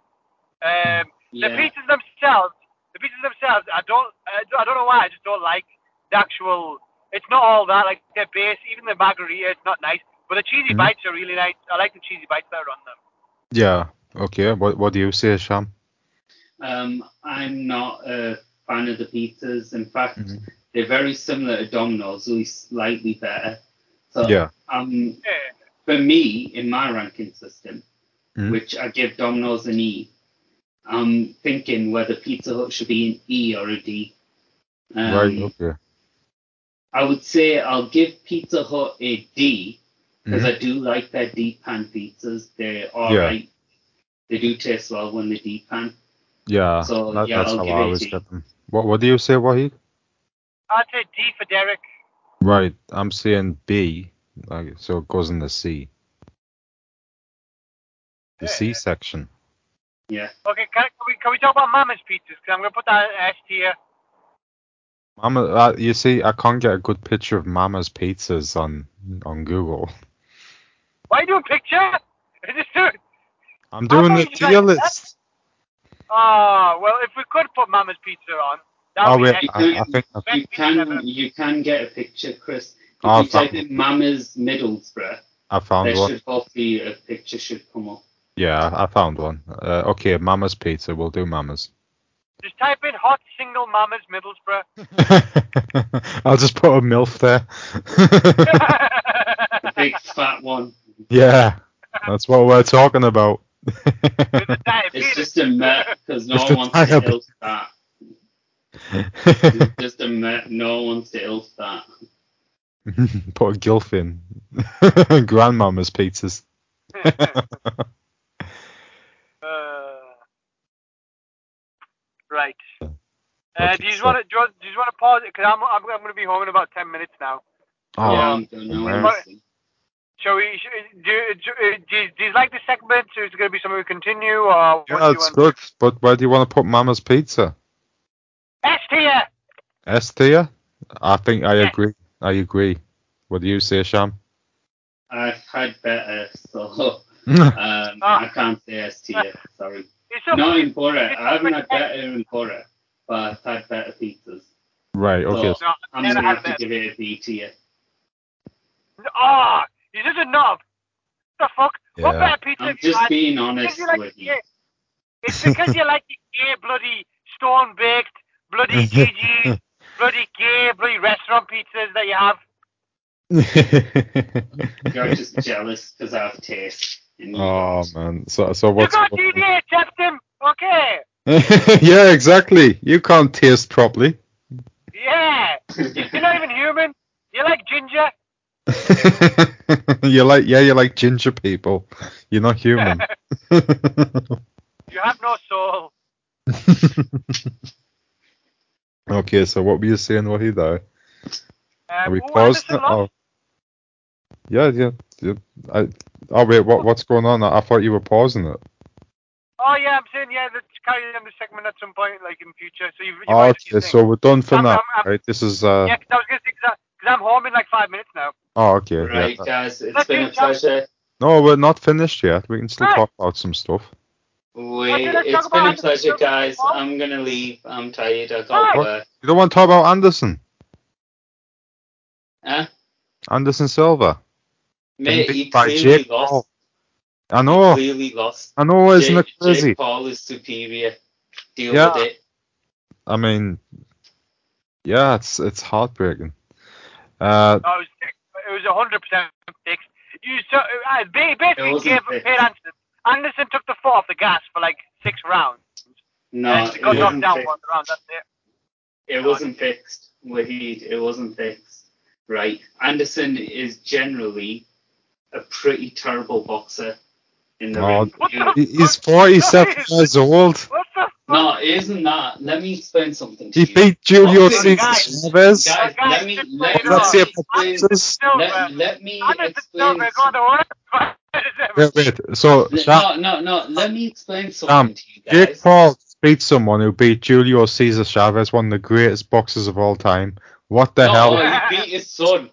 [SPEAKER 3] Um, the
[SPEAKER 4] Yeah.
[SPEAKER 3] pizzas themselves, the pizzas themselves, I don't, I don't- I don't know why, I just don't like the actual. It's not all that like their base, even the margarita, it's not nice. But the cheesy
[SPEAKER 2] Mhm.
[SPEAKER 3] bites are really nice. I like the cheesy bites that are on them.
[SPEAKER 2] Yeah. Okay. What What do you say, Sham?
[SPEAKER 4] Um, I'm not a fan of the pizzas. In fact,
[SPEAKER 2] Mhm.
[SPEAKER 4] they're very similar to Domino's, only slightly better. So
[SPEAKER 2] Yeah.
[SPEAKER 4] um,
[SPEAKER 3] Yeah.
[SPEAKER 4] for me, in my ranking system,
[SPEAKER 2] Mhm.
[SPEAKER 4] which I give Domino's an E, I'm thinking whether Pizza Hut should be an E or a D. Um,
[SPEAKER 2] right. Okay.
[SPEAKER 4] I would say I'll give Pizza Hut a D because
[SPEAKER 2] Mhm.
[SPEAKER 4] I do like their deep pan pizzas. They're all right.
[SPEAKER 2] Yeah.
[SPEAKER 4] They do taste well when they're deep pan.
[SPEAKER 2] Yeah.
[SPEAKER 4] so,
[SPEAKER 2] that,
[SPEAKER 4] yeah,
[SPEAKER 2] that's
[SPEAKER 4] I'll
[SPEAKER 2] how
[SPEAKER 4] give
[SPEAKER 2] I
[SPEAKER 4] it a
[SPEAKER 2] always
[SPEAKER 4] D.
[SPEAKER 2] get them. What What do you say, Wahid?
[SPEAKER 3] I'd say D for Derek.
[SPEAKER 2] Right. I'm saying B. Like, so it goes in the C. The C section.
[SPEAKER 4] Yeah.
[SPEAKER 3] Okay, can, can, we, can we talk about Mama's pizzas? Because I'm going to put that in S tier.
[SPEAKER 2] Mama, uh, you see, I can't get a good picture of Mama's pizzas on on Google.
[SPEAKER 3] Why are you doing picture? Is this doing...
[SPEAKER 2] I'm doing
[SPEAKER 3] Mama's
[SPEAKER 2] the tier
[SPEAKER 3] like-
[SPEAKER 2] list.
[SPEAKER 3] Oh, well, if we could put Mama's pizza on, that would
[SPEAKER 2] Oh
[SPEAKER 3] be
[SPEAKER 2] wait,
[SPEAKER 3] excellent.
[SPEAKER 2] I, I think I,
[SPEAKER 3] Best
[SPEAKER 4] You
[SPEAKER 3] pizza ever.
[SPEAKER 4] can you can get a picture, Chris. If
[SPEAKER 2] Oh,
[SPEAKER 4] you type
[SPEAKER 2] fuck.
[SPEAKER 4] in Mama's Middlesbrough,
[SPEAKER 2] I
[SPEAKER 4] there
[SPEAKER 2] found one.
[SPEAKER 4] should hopefully a picture should come up.
[SPEAKER 2] Yeah, I found one. Uh, okay, Mama's pizza. We'll do Mama's.
[SPEAKER 3] Just type in hot single Mama's Middlesbrough.
[SPEAKER 2] I'll just put a milf there.
[SPEAKER 4] A big fat one.
[SPEAKER 2] yeah, that's what we're talking about.
[SPEAKER 3] With the
[SPEAKER 4] It's
[SPEAKER 3] diabetes.
[SPEAKER 4] just a myth because no
[SPEAKER 2] It's
[SPEAKER 4] one
[SPEAKER 2] a
[SPEAKER 4] wants to
[SPEAKER 2] tire.
[SPEAKER 4] ill that. It's just a myth. No one wants to ill that.
[SPEAKER 2] put a gilf in. Grandmama's pizzas.
[SPEAKER 3] uh, right. Uh,
[SPEAKER 2] Okay,
[SPEAKER 3] do you
[SPEAKER 2] so-
[SPEAKER 3] want to do you, do you want to pause it? Because I'm, I'm, I'm going to be home in about 10 minutes now.
[SPEAKER 2] Oh,
[SPEAKER 4] yeah, I'm done now,
[SPEAKER 2] man.
[SPEAKER 4] honestly.
[SPEAKER 3] Shall we, sh- do, do, uh, do, you- do you like the segment? Is it going to be something we continue? Or what
[SPEAKER 2] yeah,
[SPEAKER 3] do you
[SPEAKER 2] it's
[SPEAKER 3] want?
[SPEAKER 2] good. But where do you want to put Mama's pizza?
[SPEAKER 3] S tier!
[SPEAKER 2] S tier? I think I
[SPEAKER 3] Yeah.
[SPEAKER 2] agree. I agree. What do you say, Sham?
[SPEAKER 4] I've had better, so um,
[SPEAKER 3] Ah.
[SPEAKER 4] I can't say S tier. Sorry.
[SPEAKER 3] It's so
[SPEAKER 4] Not in Bora. I haven't had better in Bora, but I've had better pizzas.
[SPEAKER 2] right. Okay.
[SPEAKER 4] So-
[SPEAKER 3] No,
[SPEAKER 4] I'm
[SPEAKER 3] Never
[SPEAKER 4] gonna
[SPEAKER 3] had
[SPEAKER 4] have to
[SPEAKER 3] that.
[SPEAKER 4] give it a B tier.
[SPEAKER 3] Ah, you're just a knob. What the fuck? What
[SPEAKER 2] Yeah.
[SPEAKER 3] better pizza
[SPEAKER 4] I'm
[SPEAKER 3] have you
[SPEAKER 4] just
[SPEAKER 3] had?
[SPEAKER 4] being
[SPEAKER 3] Because
[SPEAKER 4] honest
[SPEAKER 3] you like
[SPEAKER 4] with you.
[SPEAKER 3] gay- It's because you like the gay, bloody stone baked, bloody GG, bloody gay, bloody restaurant pizzas that you have.
[SPEAKER 4] You're just jealous because I have taste. And you
[SPEAKER 2] oh
[SPEAKER 4] don't.
[SPEAKER 2] man. So so
[SPEAKER 3] You
[SPEAKER 2] what's?
[SPEAKER 3] got GG, accept him. Okay.
[SPEAKER 2] yeah, exactly. You can't taste properly.
[SPEAKER 3] Yeah. You're not even human. You like ginger.
[SPEAKER 2] you're like yeah, you're like ginger people. You're not human.
[SPEAKER 3] You have no soul.
[SPEAKER 2] okay, so what were you saying, Wahid? Though? Are
[SPEAKER 3] Um,
[SPEAKER 2] we
[SPEAKER 3] ooh,
[SPEAKER 2] paused?
[SPEAKER 3] Anderson
[SPEAKER 2] now?
[SPEAKER 3] lost.
[SPEAKER 2] Oh. Yeah, yeah, yeah. I, oh wait, what what's going on? I, I thought you were pausing it.
[SPEAKER 3] Oh, yeah, I'm saying, yeah, let's carry on the segment at some point, like in future. So you've, you
[SPEAKER 2] Oh, okay, so we're done for
[SPEAKER 3] I'm-
[SPEAKER 2] now.
[SPEAKER 3] I'm- I'm-
[SPEAKER 2] right, this is uh.
[SPEAKER 3] Yeah, 'cause I was going to say, because I'm home in like five minutes now.
[SPEAKER 2] Oh, okay.
[SPEAKER 4] Right,
[SPEAKER 2] Yeah.
[SPEAKER 4] guys, it's
[SPEAKER 3] Let's
[SPEAKER 4] been a
[SPEAKER 3] do it,
[SPEAKER 4] pleasure.
[SPEAKER 2] No, we're not finished yet. We can still
[SPEAKER 3] Right.
[SPEAKER 2] talk about some stuff.
[SPEAKER 4] Wait,
[SPEAKER 3] let's talk
[SPEAKER 4] it's been a
[SPEAKER 3] about-
[SPEAKER 4] pleasure, guys. I'm gonna leave. I'm tired. I got
[SPEAKER 3] Right.
[SPEAKER 4] work.
[SPEAKER 2] You don't want to talk about Anderson.
[SPEAKER 4] Huh?
[SPEAKER 2] Anderson Silva.
[SPEAKER 4] Mate,
[SPEAKER 2] beat
[SPEAKER 4] he
[SPEAKER 2] by
[SPEAKER 4] clearly
[SPEAKER 2] Jake
[SPEAKER 4] lost.
[SPEAKER 2] Paul. I know.
[SPEAKER 4] Clearly lost.
[SPEAKER 2] I know. Oh. Isn't
[SPEAKER 4] Jake,
[SPEAKER 2] it crazy?
[SPEAKER 4] Jake Paul is superior. Deal
[SPEAKER 2] Yeah.
[SPEAKER 4] with it.
[SPEAKER 2] I mean, yeah, it's it's heartbreaking. Uh,
[SPEAKER 3] No, it was fixed. It was 100 percent fixed. You so uh, they basically
[SPEAKER 4] It wasn't
[SPEAKER 3] gave
[SPEAKER 4] fixed.
[SPEAKER 3] paid Anderson. Anderson took the foot off the gas for like six rounds.
[SPEAKER 4] No,
[SPEAKER 3] and he got knocked
[SPEAKER 4] it wasn't,
[SPEAKER 3] down
[SPEAKER 4] fixed.
[SPEAKER 3] one round. That's it.
[SPEAKER 4] it wasn't fixed. Wahid, it wasn't fixed. Right. Anderson is generally a pretty terrible boxer in the
[SPEAKER 2] Oh,
[SPEAKER 4] ring.
[SPEAKER 3] What
[SPEAKER 4] You-
[SPEAKER 3] the
[SPEAKER 2] he- he's 47 years old.
[SPEAKER 3] What the
[SPEAKER 4] No, it isn't that. Let me explain something to
[SPEAKER 2] He
[SPEAKER 4] you.
[SPEAKER 2] beat Julio
[SPEAKER 4] Guys,
[SPEAKER 2] Cesar
[SPEAKER 3] guys,
[SPEAKER 2] Chavez.
[SPEAKER 4] Guys,
[SPEAKER 3] Guys,
[SPEAKER 4] let me
[SPEAKER 3] just
[SPEAKER 4] let,
[SPEAKER 3] wait on.
[SPEAKER 2] Let's
[SPEAKER 4] let
[SPEAKER 2] see
[SPEAKER 4] me
[SPEAKER 2] if
[SPEAKER 4] explain.
[SPEAKER 2] boxes.
[SPEAKER 4] Let,
[SPEAKER 3] Silva?
[SPEAKER 4] let me
[SPEAKER 3] uh, Anderson
[SPEAKER 4] explain.
[SPEAKER 3] Silva got the worst.
[SPEAKER 2] Wait, wait. So,
[SPEAKER 4] Let-
[SPEAKER 2] Shaq,
[SPEAKER 4] No, no, no. Let me explain
[SPEAKER 2] Um,
[SPEAKER 4] something to you guys.
[SPEAKER 2] Jake Paul beat someone who beat Julio Cesar Chavez, one of the greatest boxers of all time. What the
[SPEAKER 4] no,
[SPEAKER 2] hell?
[SPEAKER 4] he beat his son.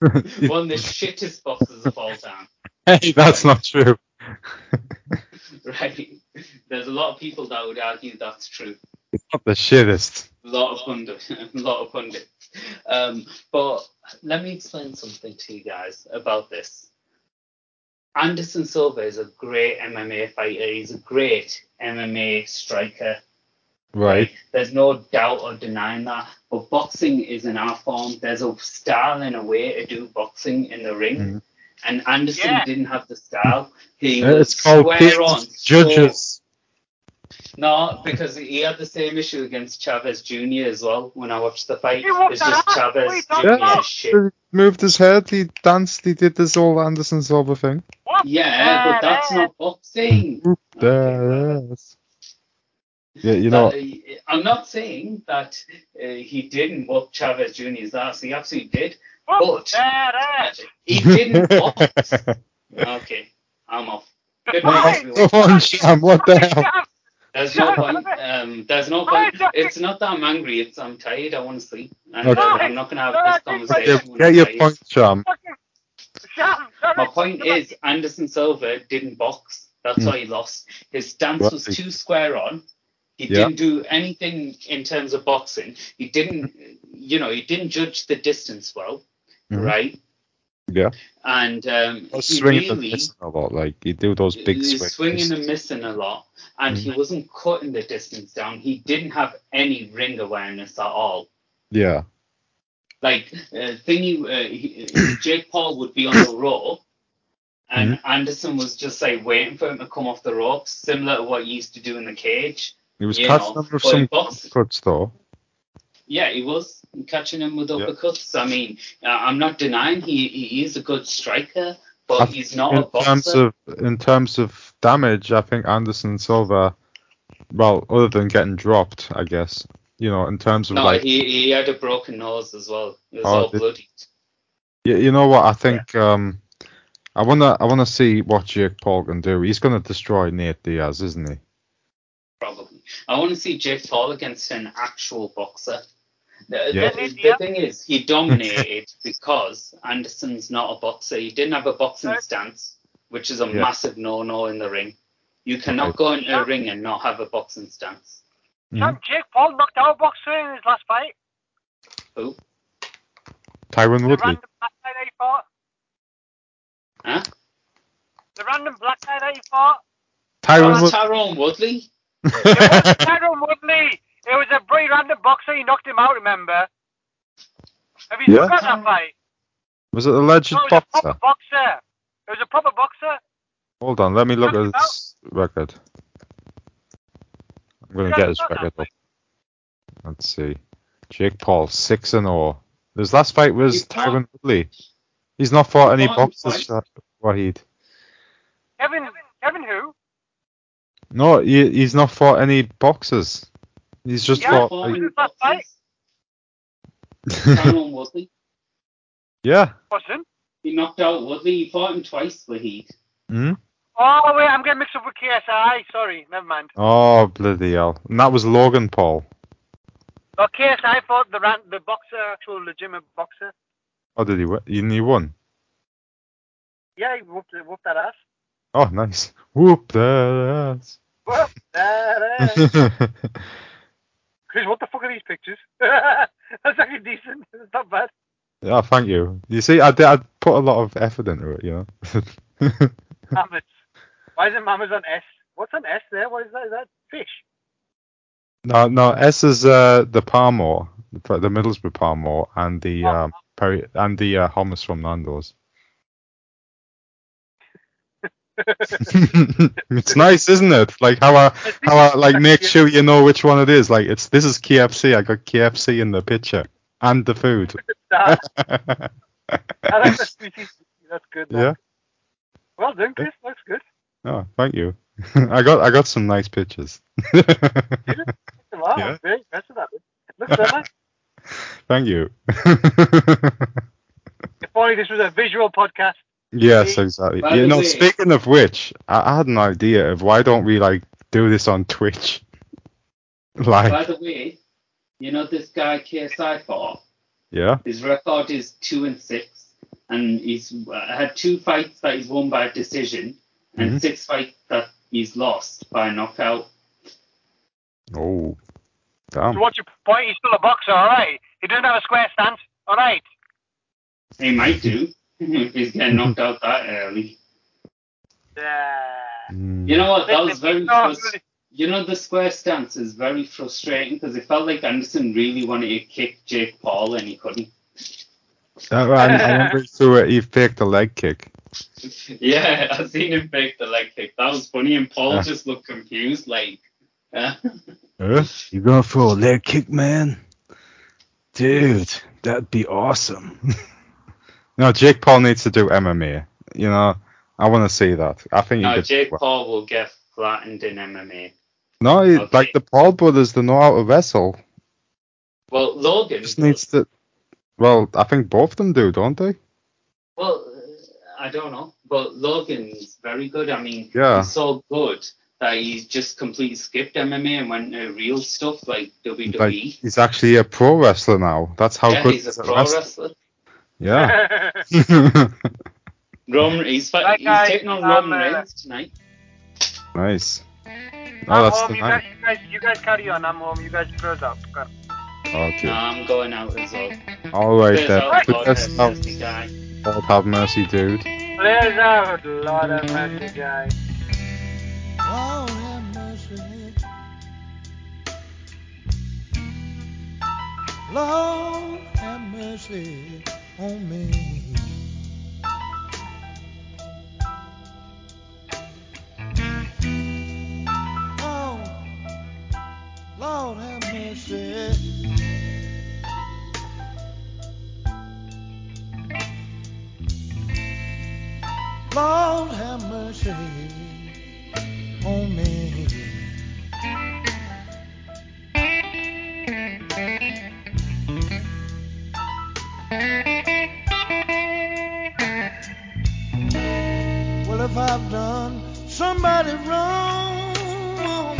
[SPEAKER 4] One of the shittest boxers of all time.
[SPEAKER 2] Hey, that's not true.
[SPEAKER 4] Right? There's a lot of people that would argue that's true.
[SPEAKER 2] It's not the shittest.
[SPEAKER 4] A lot of pundits. A lot of pundits. Um, but let me explain something to you guys about this. Anderson Silva is a great MMA fighter. He's a great MMA striker.
[SPEAKER 2] Right.
[SPEAKER 4] There's no doubt or denying that. But boxing is an art form. There's a style and a way to do boxing in the ring.
[SPEAKER 2] Mhm.
[SPEAKER 4] And Anderson
[SPEAKER 3] Yeah.
[SPEAKER 4] didn't have the style. He
[SPEAKER 2] Uh,
[SPEAKER 4] was
[SPEAKER 2] It's called
[SPEAKER 4] square on.
[SPEAKER 2] Peyton's Judges.
[SPEAKER 4] So, no, because he had the same issue against Chavez Jr. as well when I watched the fight.
[SPEAKER 3] He walked
[SPEAKER 4] It's
[SPEAKER 3] that
[SPEAKER 4] just
[SPEAKER 3] out. What are you
[SPEAKER 4] Chavez
[SPEAKER 3] talking
[SPEAKER 4] Jr.
[SPEAKER 2] about?
[SPEAKER 4] is shit.
[SPEAKER 2] Moved his head, he danced, he did this whole Anderson Silva thing.
[SPEAKER 3] What?
[SPEAKER 4] Yeah,
[SPEAKER 3] Ah,
[SPEAKER 4] but that's not boxing.
[SPEAKER 2] Whoop,
[SPEAKER 4] Okay,
[SPEAKER 2] there it is. Yeah, you know,
[SPEAKER 4] That, uh, I'm not saying that uh, he didn't whoop Chavez Jr.'s ass. He absolutely did. But- He didn't box. Okay, I'm off. Good night,
[SPEAKER 3] Why?
[SPEAKER 4] everyone.
[SPEAKER 2] Come on, Sham, what the hell?
[SPEAKER 4] There's no point. Um, there's no
[SPEAKER 3] Why
[SPEAKER 4] point.
[SPEAKER 3] is that-
[SPEAKER 4] It's not that I'm angry. It's I'm tired. I want to sleep. And
[SPEAKER 2] Okay.
[SPEAKER 4] uh, I'm not going to have this
[SPEAKER 3] Why?
[SPEAKER 2] Yeah,
[SPEAKER 4] conversation. when
[SPEAKER 2] get
[SPEAKER 4] I'm
[SPEAKER 2] your
[SPEAKER 4] tired.
[SPEAKER 2] point, Sham.
[SPEAKER 4] My point is Anderson Silva didn't box. That's
[SPEAKER 2] Hmm.
[SPEAKER 4] why he lost. His stance
[SPEAKER 2] Right.
[SPEAKER 4] was too square on. He
[SPEAKER 2] Yeah.
[SPEAKER 4] didn't do anything in terms of boxing. He didn't, you know, he didn't judge the distance well,
[SPEAKER 2] Mhm.
[SPEAKER 4] right?
[SPEAKER 2] Yeah.
[SPEAKER 4] And um,
[SPEAKER 2] was
[SPEAKER 4] he
[SPEAKER 2] swinging and
[SPEAKER 4] really,
[SPEAKER 2] missing a lot. Like you do those big Mm.
[SPEAKER 4] He was
[SPEAKER 2] swings.
[SPEAKER 4] swinging and missing a lot, and he wasn't cutting the distance down. He didn't have any ring awareness at all.
[SPEAKER 2] yeah,
[SPEAKER 4] Like uh, thingy, uh, he, Jake Paul would be on the rope, and
[SPEAKER 2] Mm-hmm.
[SPEAKER 4] Anderson was just like waiting for him to come off the ropes, similar to what he used to do in the cage.
[SPEAKER 2] he was
[SPEAKER 4] You
[SPEAKER 2] catching
[SPEAKER 4] know,
[SPEAKER 2] them with
[SPEAKER 4] but
[SPEAKER 2] some
[SPEAKER 4] box-
[SPEAKER 2] cuts though.
[SPEAKER 4] Yeah, he was catching him with
[SPEAKER 2] Yeah.
[SPEAKER 4] uppercuts. I mean, uh, I'm not denying he, he is a good striker,
[SPEAKER 2] I
[SPEAKER 4] but
[SPEAKER 2] think
[SPEAKER 4] he's not a
[SPEAKER 2] In terms
[SPEAKER 4] boxer.
[SPEAKER 2] of in terms of damage, I think Anderson Silva. Well, other than getting dropped, I guess you know. In terms of
[SPEAKER 4] No,
[SPEAKER 2] like,
[SPEAKER 4] he, he had a broken nose as well. It was
[SPEAKER 2] Oh,
[SPEAKER 4] all
[SPEAKER 2] did-
[SPEAKER 4] bloody.
[SPEAKER 2] you, you know what? I think um, I wanna I wanna see what Jake Paul can do. He's gonna destroy Nate Diaz, isn't he?
[SPEAKER 4] Probably. I want to see Jake Paul against an actual boxer. The,
[SPEAKER 2] Yeah.
[SPEAKER 4] the- the thing is, he dominated because Anderson's not a boxer. He didn't have a boxing
[SPEAKER 3] Right.
[SPEAKER 4] stance, which is a
[SPEAKER 2] Yeah.
[SPEAKER 4] massive no-no in the ring. You cannot
[SPEAKER 2] Right.
[SPEAKER 4] go into
[SPEAKER 3] Yeah.
[SPEAKER 4] a ring and not have a boxing stance.
[SPEAKER 2] Mhm.
[SPEAKER 3] Jake Paul knocked out a boxer in his last fight.
[SPEAKER 4] Who?
[SPEAKER 2] Tyron
[SPEAKER 3] The
[SPEAKER 2] Woodley.
[SPEAKER 3] random black guy that he fought.
[SPEAKER 4] Huh?
[SPEAKER 3] The random black guy that he fought.
[SPEAKER 2] Tyron
[SPEAKER 4] Oh,
[SPEAKER 2] Woodley.
[SPEAKER 4] Tyrone Woodley?
[SPEAKER 3] It was Tyrone Woodley. It was a pretty random boxer. He knocked him out. Remember? Have you
[SPEAKER 2] Yeah.
[SPEAKER 3] looked at that fight?
[SPEAKER 2] was it a legend
[SPEAKER 3] No, it was a
[SPEAKER 2] boxer?
[SPEAKER 3] proper boxer. It was a proper boxer.
[SPEAKER 2] Hold on, let me look
[SPEAKER 3] Talking
[SPEAKER 2] at his record. I'm gonna
[SPEAKER 3] Yeah,
[SPEAKER 2] get his
[SPEAKER 3] it's not
[SPEAKER 2] record
[SPEAKER 3] that
[SPEAKER 2] up. Let's see. Jake Paul, six and all. His last fight was
[SPEAKER 4] He's not-
[SPEAKER 2] Tyron Woodley. He's not fought any
[SPEAKER 4] He's not in
[SPEAKER 2] boxers, uh,
[SPEAKER 4] fight.
[SPEAKER 2] Wahid.
[SPEAKER 3] Kevin, Kevin who?
[SPEAKER 2] No, he, he's not fought any boxers. He's just
[SPEAKER 3] Yeah,
[SPEAKER 2] fought.
[SPEAKER 4] Former
[SPEAKER 2] Like,
[SPEAKER 3] Who's that fight?
[SPEAKER 4] boxers. Tyrone Woodley.
[SPEAKER 2] yeah.
[SPEAKER 3] Wasn't.
[SPEAKER 4] He knocked out Woodley. He fought him twice, Wahid.
[SPEAKER 2] hmm
[SPEAKER 3] Oh wait, I'm getting mixed up with KSI. Sorry, never mind.
[SPEAKER 2] Oh bloody hell! And that was Logan Paul.
[SPEAKER 3] Oh, KSI fought the ran- the boxer, actual legitimate boxer.
[SPEAKER 2] Oh, did he win? He, he won.
[SPEAKER 3] Yeah, he whooped, whooped that ass.
[SPEAKER 2] Oh, nice. Whoop that ass.
[SPEAKER 3] Whoop that ass. Chris, what the fuck are these pictures? That's actually decent. It's not bad.
[SPEAKER 2] Oh, thank you. You see, I did. I put a lot of effort into it. You know.
[SPEAKER 3] Mammoth. Why isn't mammoth on S? What's on S there? What is that? Is that fish?
[SPEAKER 2] no, no. S is uh, the Palmore, the the Middlesbrough Palmore, and the
[SPEAKER 3] Oh.
[SPEAKER 2] um, peri- and the uh, hummus from Nando's. it's nice, isn't it? Like how I how I like make sure you know which one it is. Like it's this is KFC. I got KFC in the picture and the food.
[SPEAKER 3] That, I like the sweetie. sweetie. That's good. man.
[SPEAKER 2] yeah.
[SPEAKER 3] Well done, Chris. Looks good.
[SPEAKER 2] Oh, thank you. I got I got some nice pictures.
[SPEAKER 3] Wow.
[SPEAKER 2] Yeah.
[SPEAKER 3] I'm very impressed with that. Looks so nice.
[SPEAKER 2] thank you.
[SPEAKER 3] If only this was a visual podcast.
[SPEAKER 2] yes,
[SPEAKER 3] See,
[SPEAKER 2] exactly.
[SPEAKER 4] by
[SPEAKER 2] You
[SPEAKER 4] the
[SPEAKER 2] know,
[SPEAKER 4] way-
[SPEAKER 2] speaking of which, I, I had an idea of why don't we like do this on Twitch?
[SPEAKER 4] By
[SPEAKER 2] Like,
[SPEAKER 4] the way, you know this guy KSI fought.
[SPEAKER 2] yeah.
[SPEAKER 4] His record is two and six, and he's uh, had two fights that he's won by decision, and
[SPEAKER 2] Mhm.
[SPEAKER 4] six fights that he's lost by knockout.
[SPEAKER 2] Oh,
[SPEAKER 3] So
[SPEAKER 2] damn.
[SPEAKER 3] what's your point? He's still a boxer, all right. He doesn't have a square stance, all right.
[SPEAKER 4] He might do if he's getting knocked out that early.
[SPEAKER 3] Yeah.
[SPEAKER 2] Mm.
[SPEAKER 4] You know what? That
[SPEAKER 3] Listen,
[SPEAKER 4] was very.
[SPEAKER 3] he's not
[SPEAKER 4] frus-
[SPEAKER 3] really-
[SPEAKER 4] you know the square stance is very frustrating because it felt like Anderson really wanted to kick Jake Paul and he couldn't.
[SPEAKER 2] That, I, I remember through it, he faked a leg kick.
[SPEAKER 4] Yeah, I seen him make the leg kick. That was funny, and Paul
[SPEAKER 2] Yeah.
[SPEAKER 4] just looked confused, like. uh,
[SPEAKER 2] You going for a leg kick, man? Dude, that'd be awesome. no, Jake Paul needs to do MMA. You know, I want to see that. I think he
[SPEAKER 4] no,
[SPEAKER 2] could.
[SPEAKER 4] Jake Paul will get flattened in MMA.
[SPEAKER 2] No, he-
[SPEAKER 4] Okay.
[SPEAKER 2] like the Paul brothers, they know how to wrestle.
[SPEAKER 4] Well, Logan.
[SPEAKER 2] Just needs to. Well, I think both of them do, don't they?
[SPEAKER 4] Well, uh, I don't know, but Logan's very good. I mean,
[SPEAKER 2] Yeah.
[SPEAKER 4] he's so good that he just completely skipped MMA and went to real stuff like WWE.
[SPEAKER 2] Like he's actually a pro wrestler now. That's how
[SPEAKER 4] yeah,
[SPEAKER 2] good
[SPEAKER 4] he's a
[SPEAKER 2] at
[SPEAKER 4] pro
[SPEAKER 2] wrestling.
[SPEAKER 4] wrestler.
[SPEAKER 2] Yeah.
[SPEAKER 4] Roman, he's, fi-
[SPEAKER 3] Right,
[SPEAKER 4] he's
[SPEAKER 3] guys,
[SPEAKER 4] taking on
[SPEAKER 3] um,
[SPEAKER 4] Roman
[SPEAKER 3] uh,
[SPEAKER 4] Reigns tonight.
[SPEAKER 2] nice. Oh,
[SPEAKER 3] I'm
[SPEAKER 2] that's
[SPEAKER 3] home. You guys,
[SPEAKER 2] tonight.
[SPEAKER 3] you guys, you guys carry on. I'm home. You guys close out. Go on.
[SPEAKER 4] No,
[SPEAKER 2] Okay.
[SPEAKER 4] I'm going out as well.
[SPEAKER 2] All right
[SPEAKER 4] There's
[SPEAKER 2] then.
[SPEAKER 4] our
[SPEAKER 2] Put
[SPEAKER 4] podcast,
[SPEAKER 2] this out.
[SPEAKER 4] nasty guy.
[SPEAKER 2] Lord have mercy, dude.
[SPEAKER 3] There's a lot of mercy, guys.
[SPEAKER 5] Lord have mercy. Lord have mercy on me. Oh, Lord have mercy. Lord have mercy on me. Well, if I've done somebody wrong,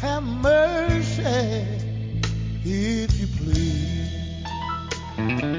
[SPEAKER 5] have mercy, if you please.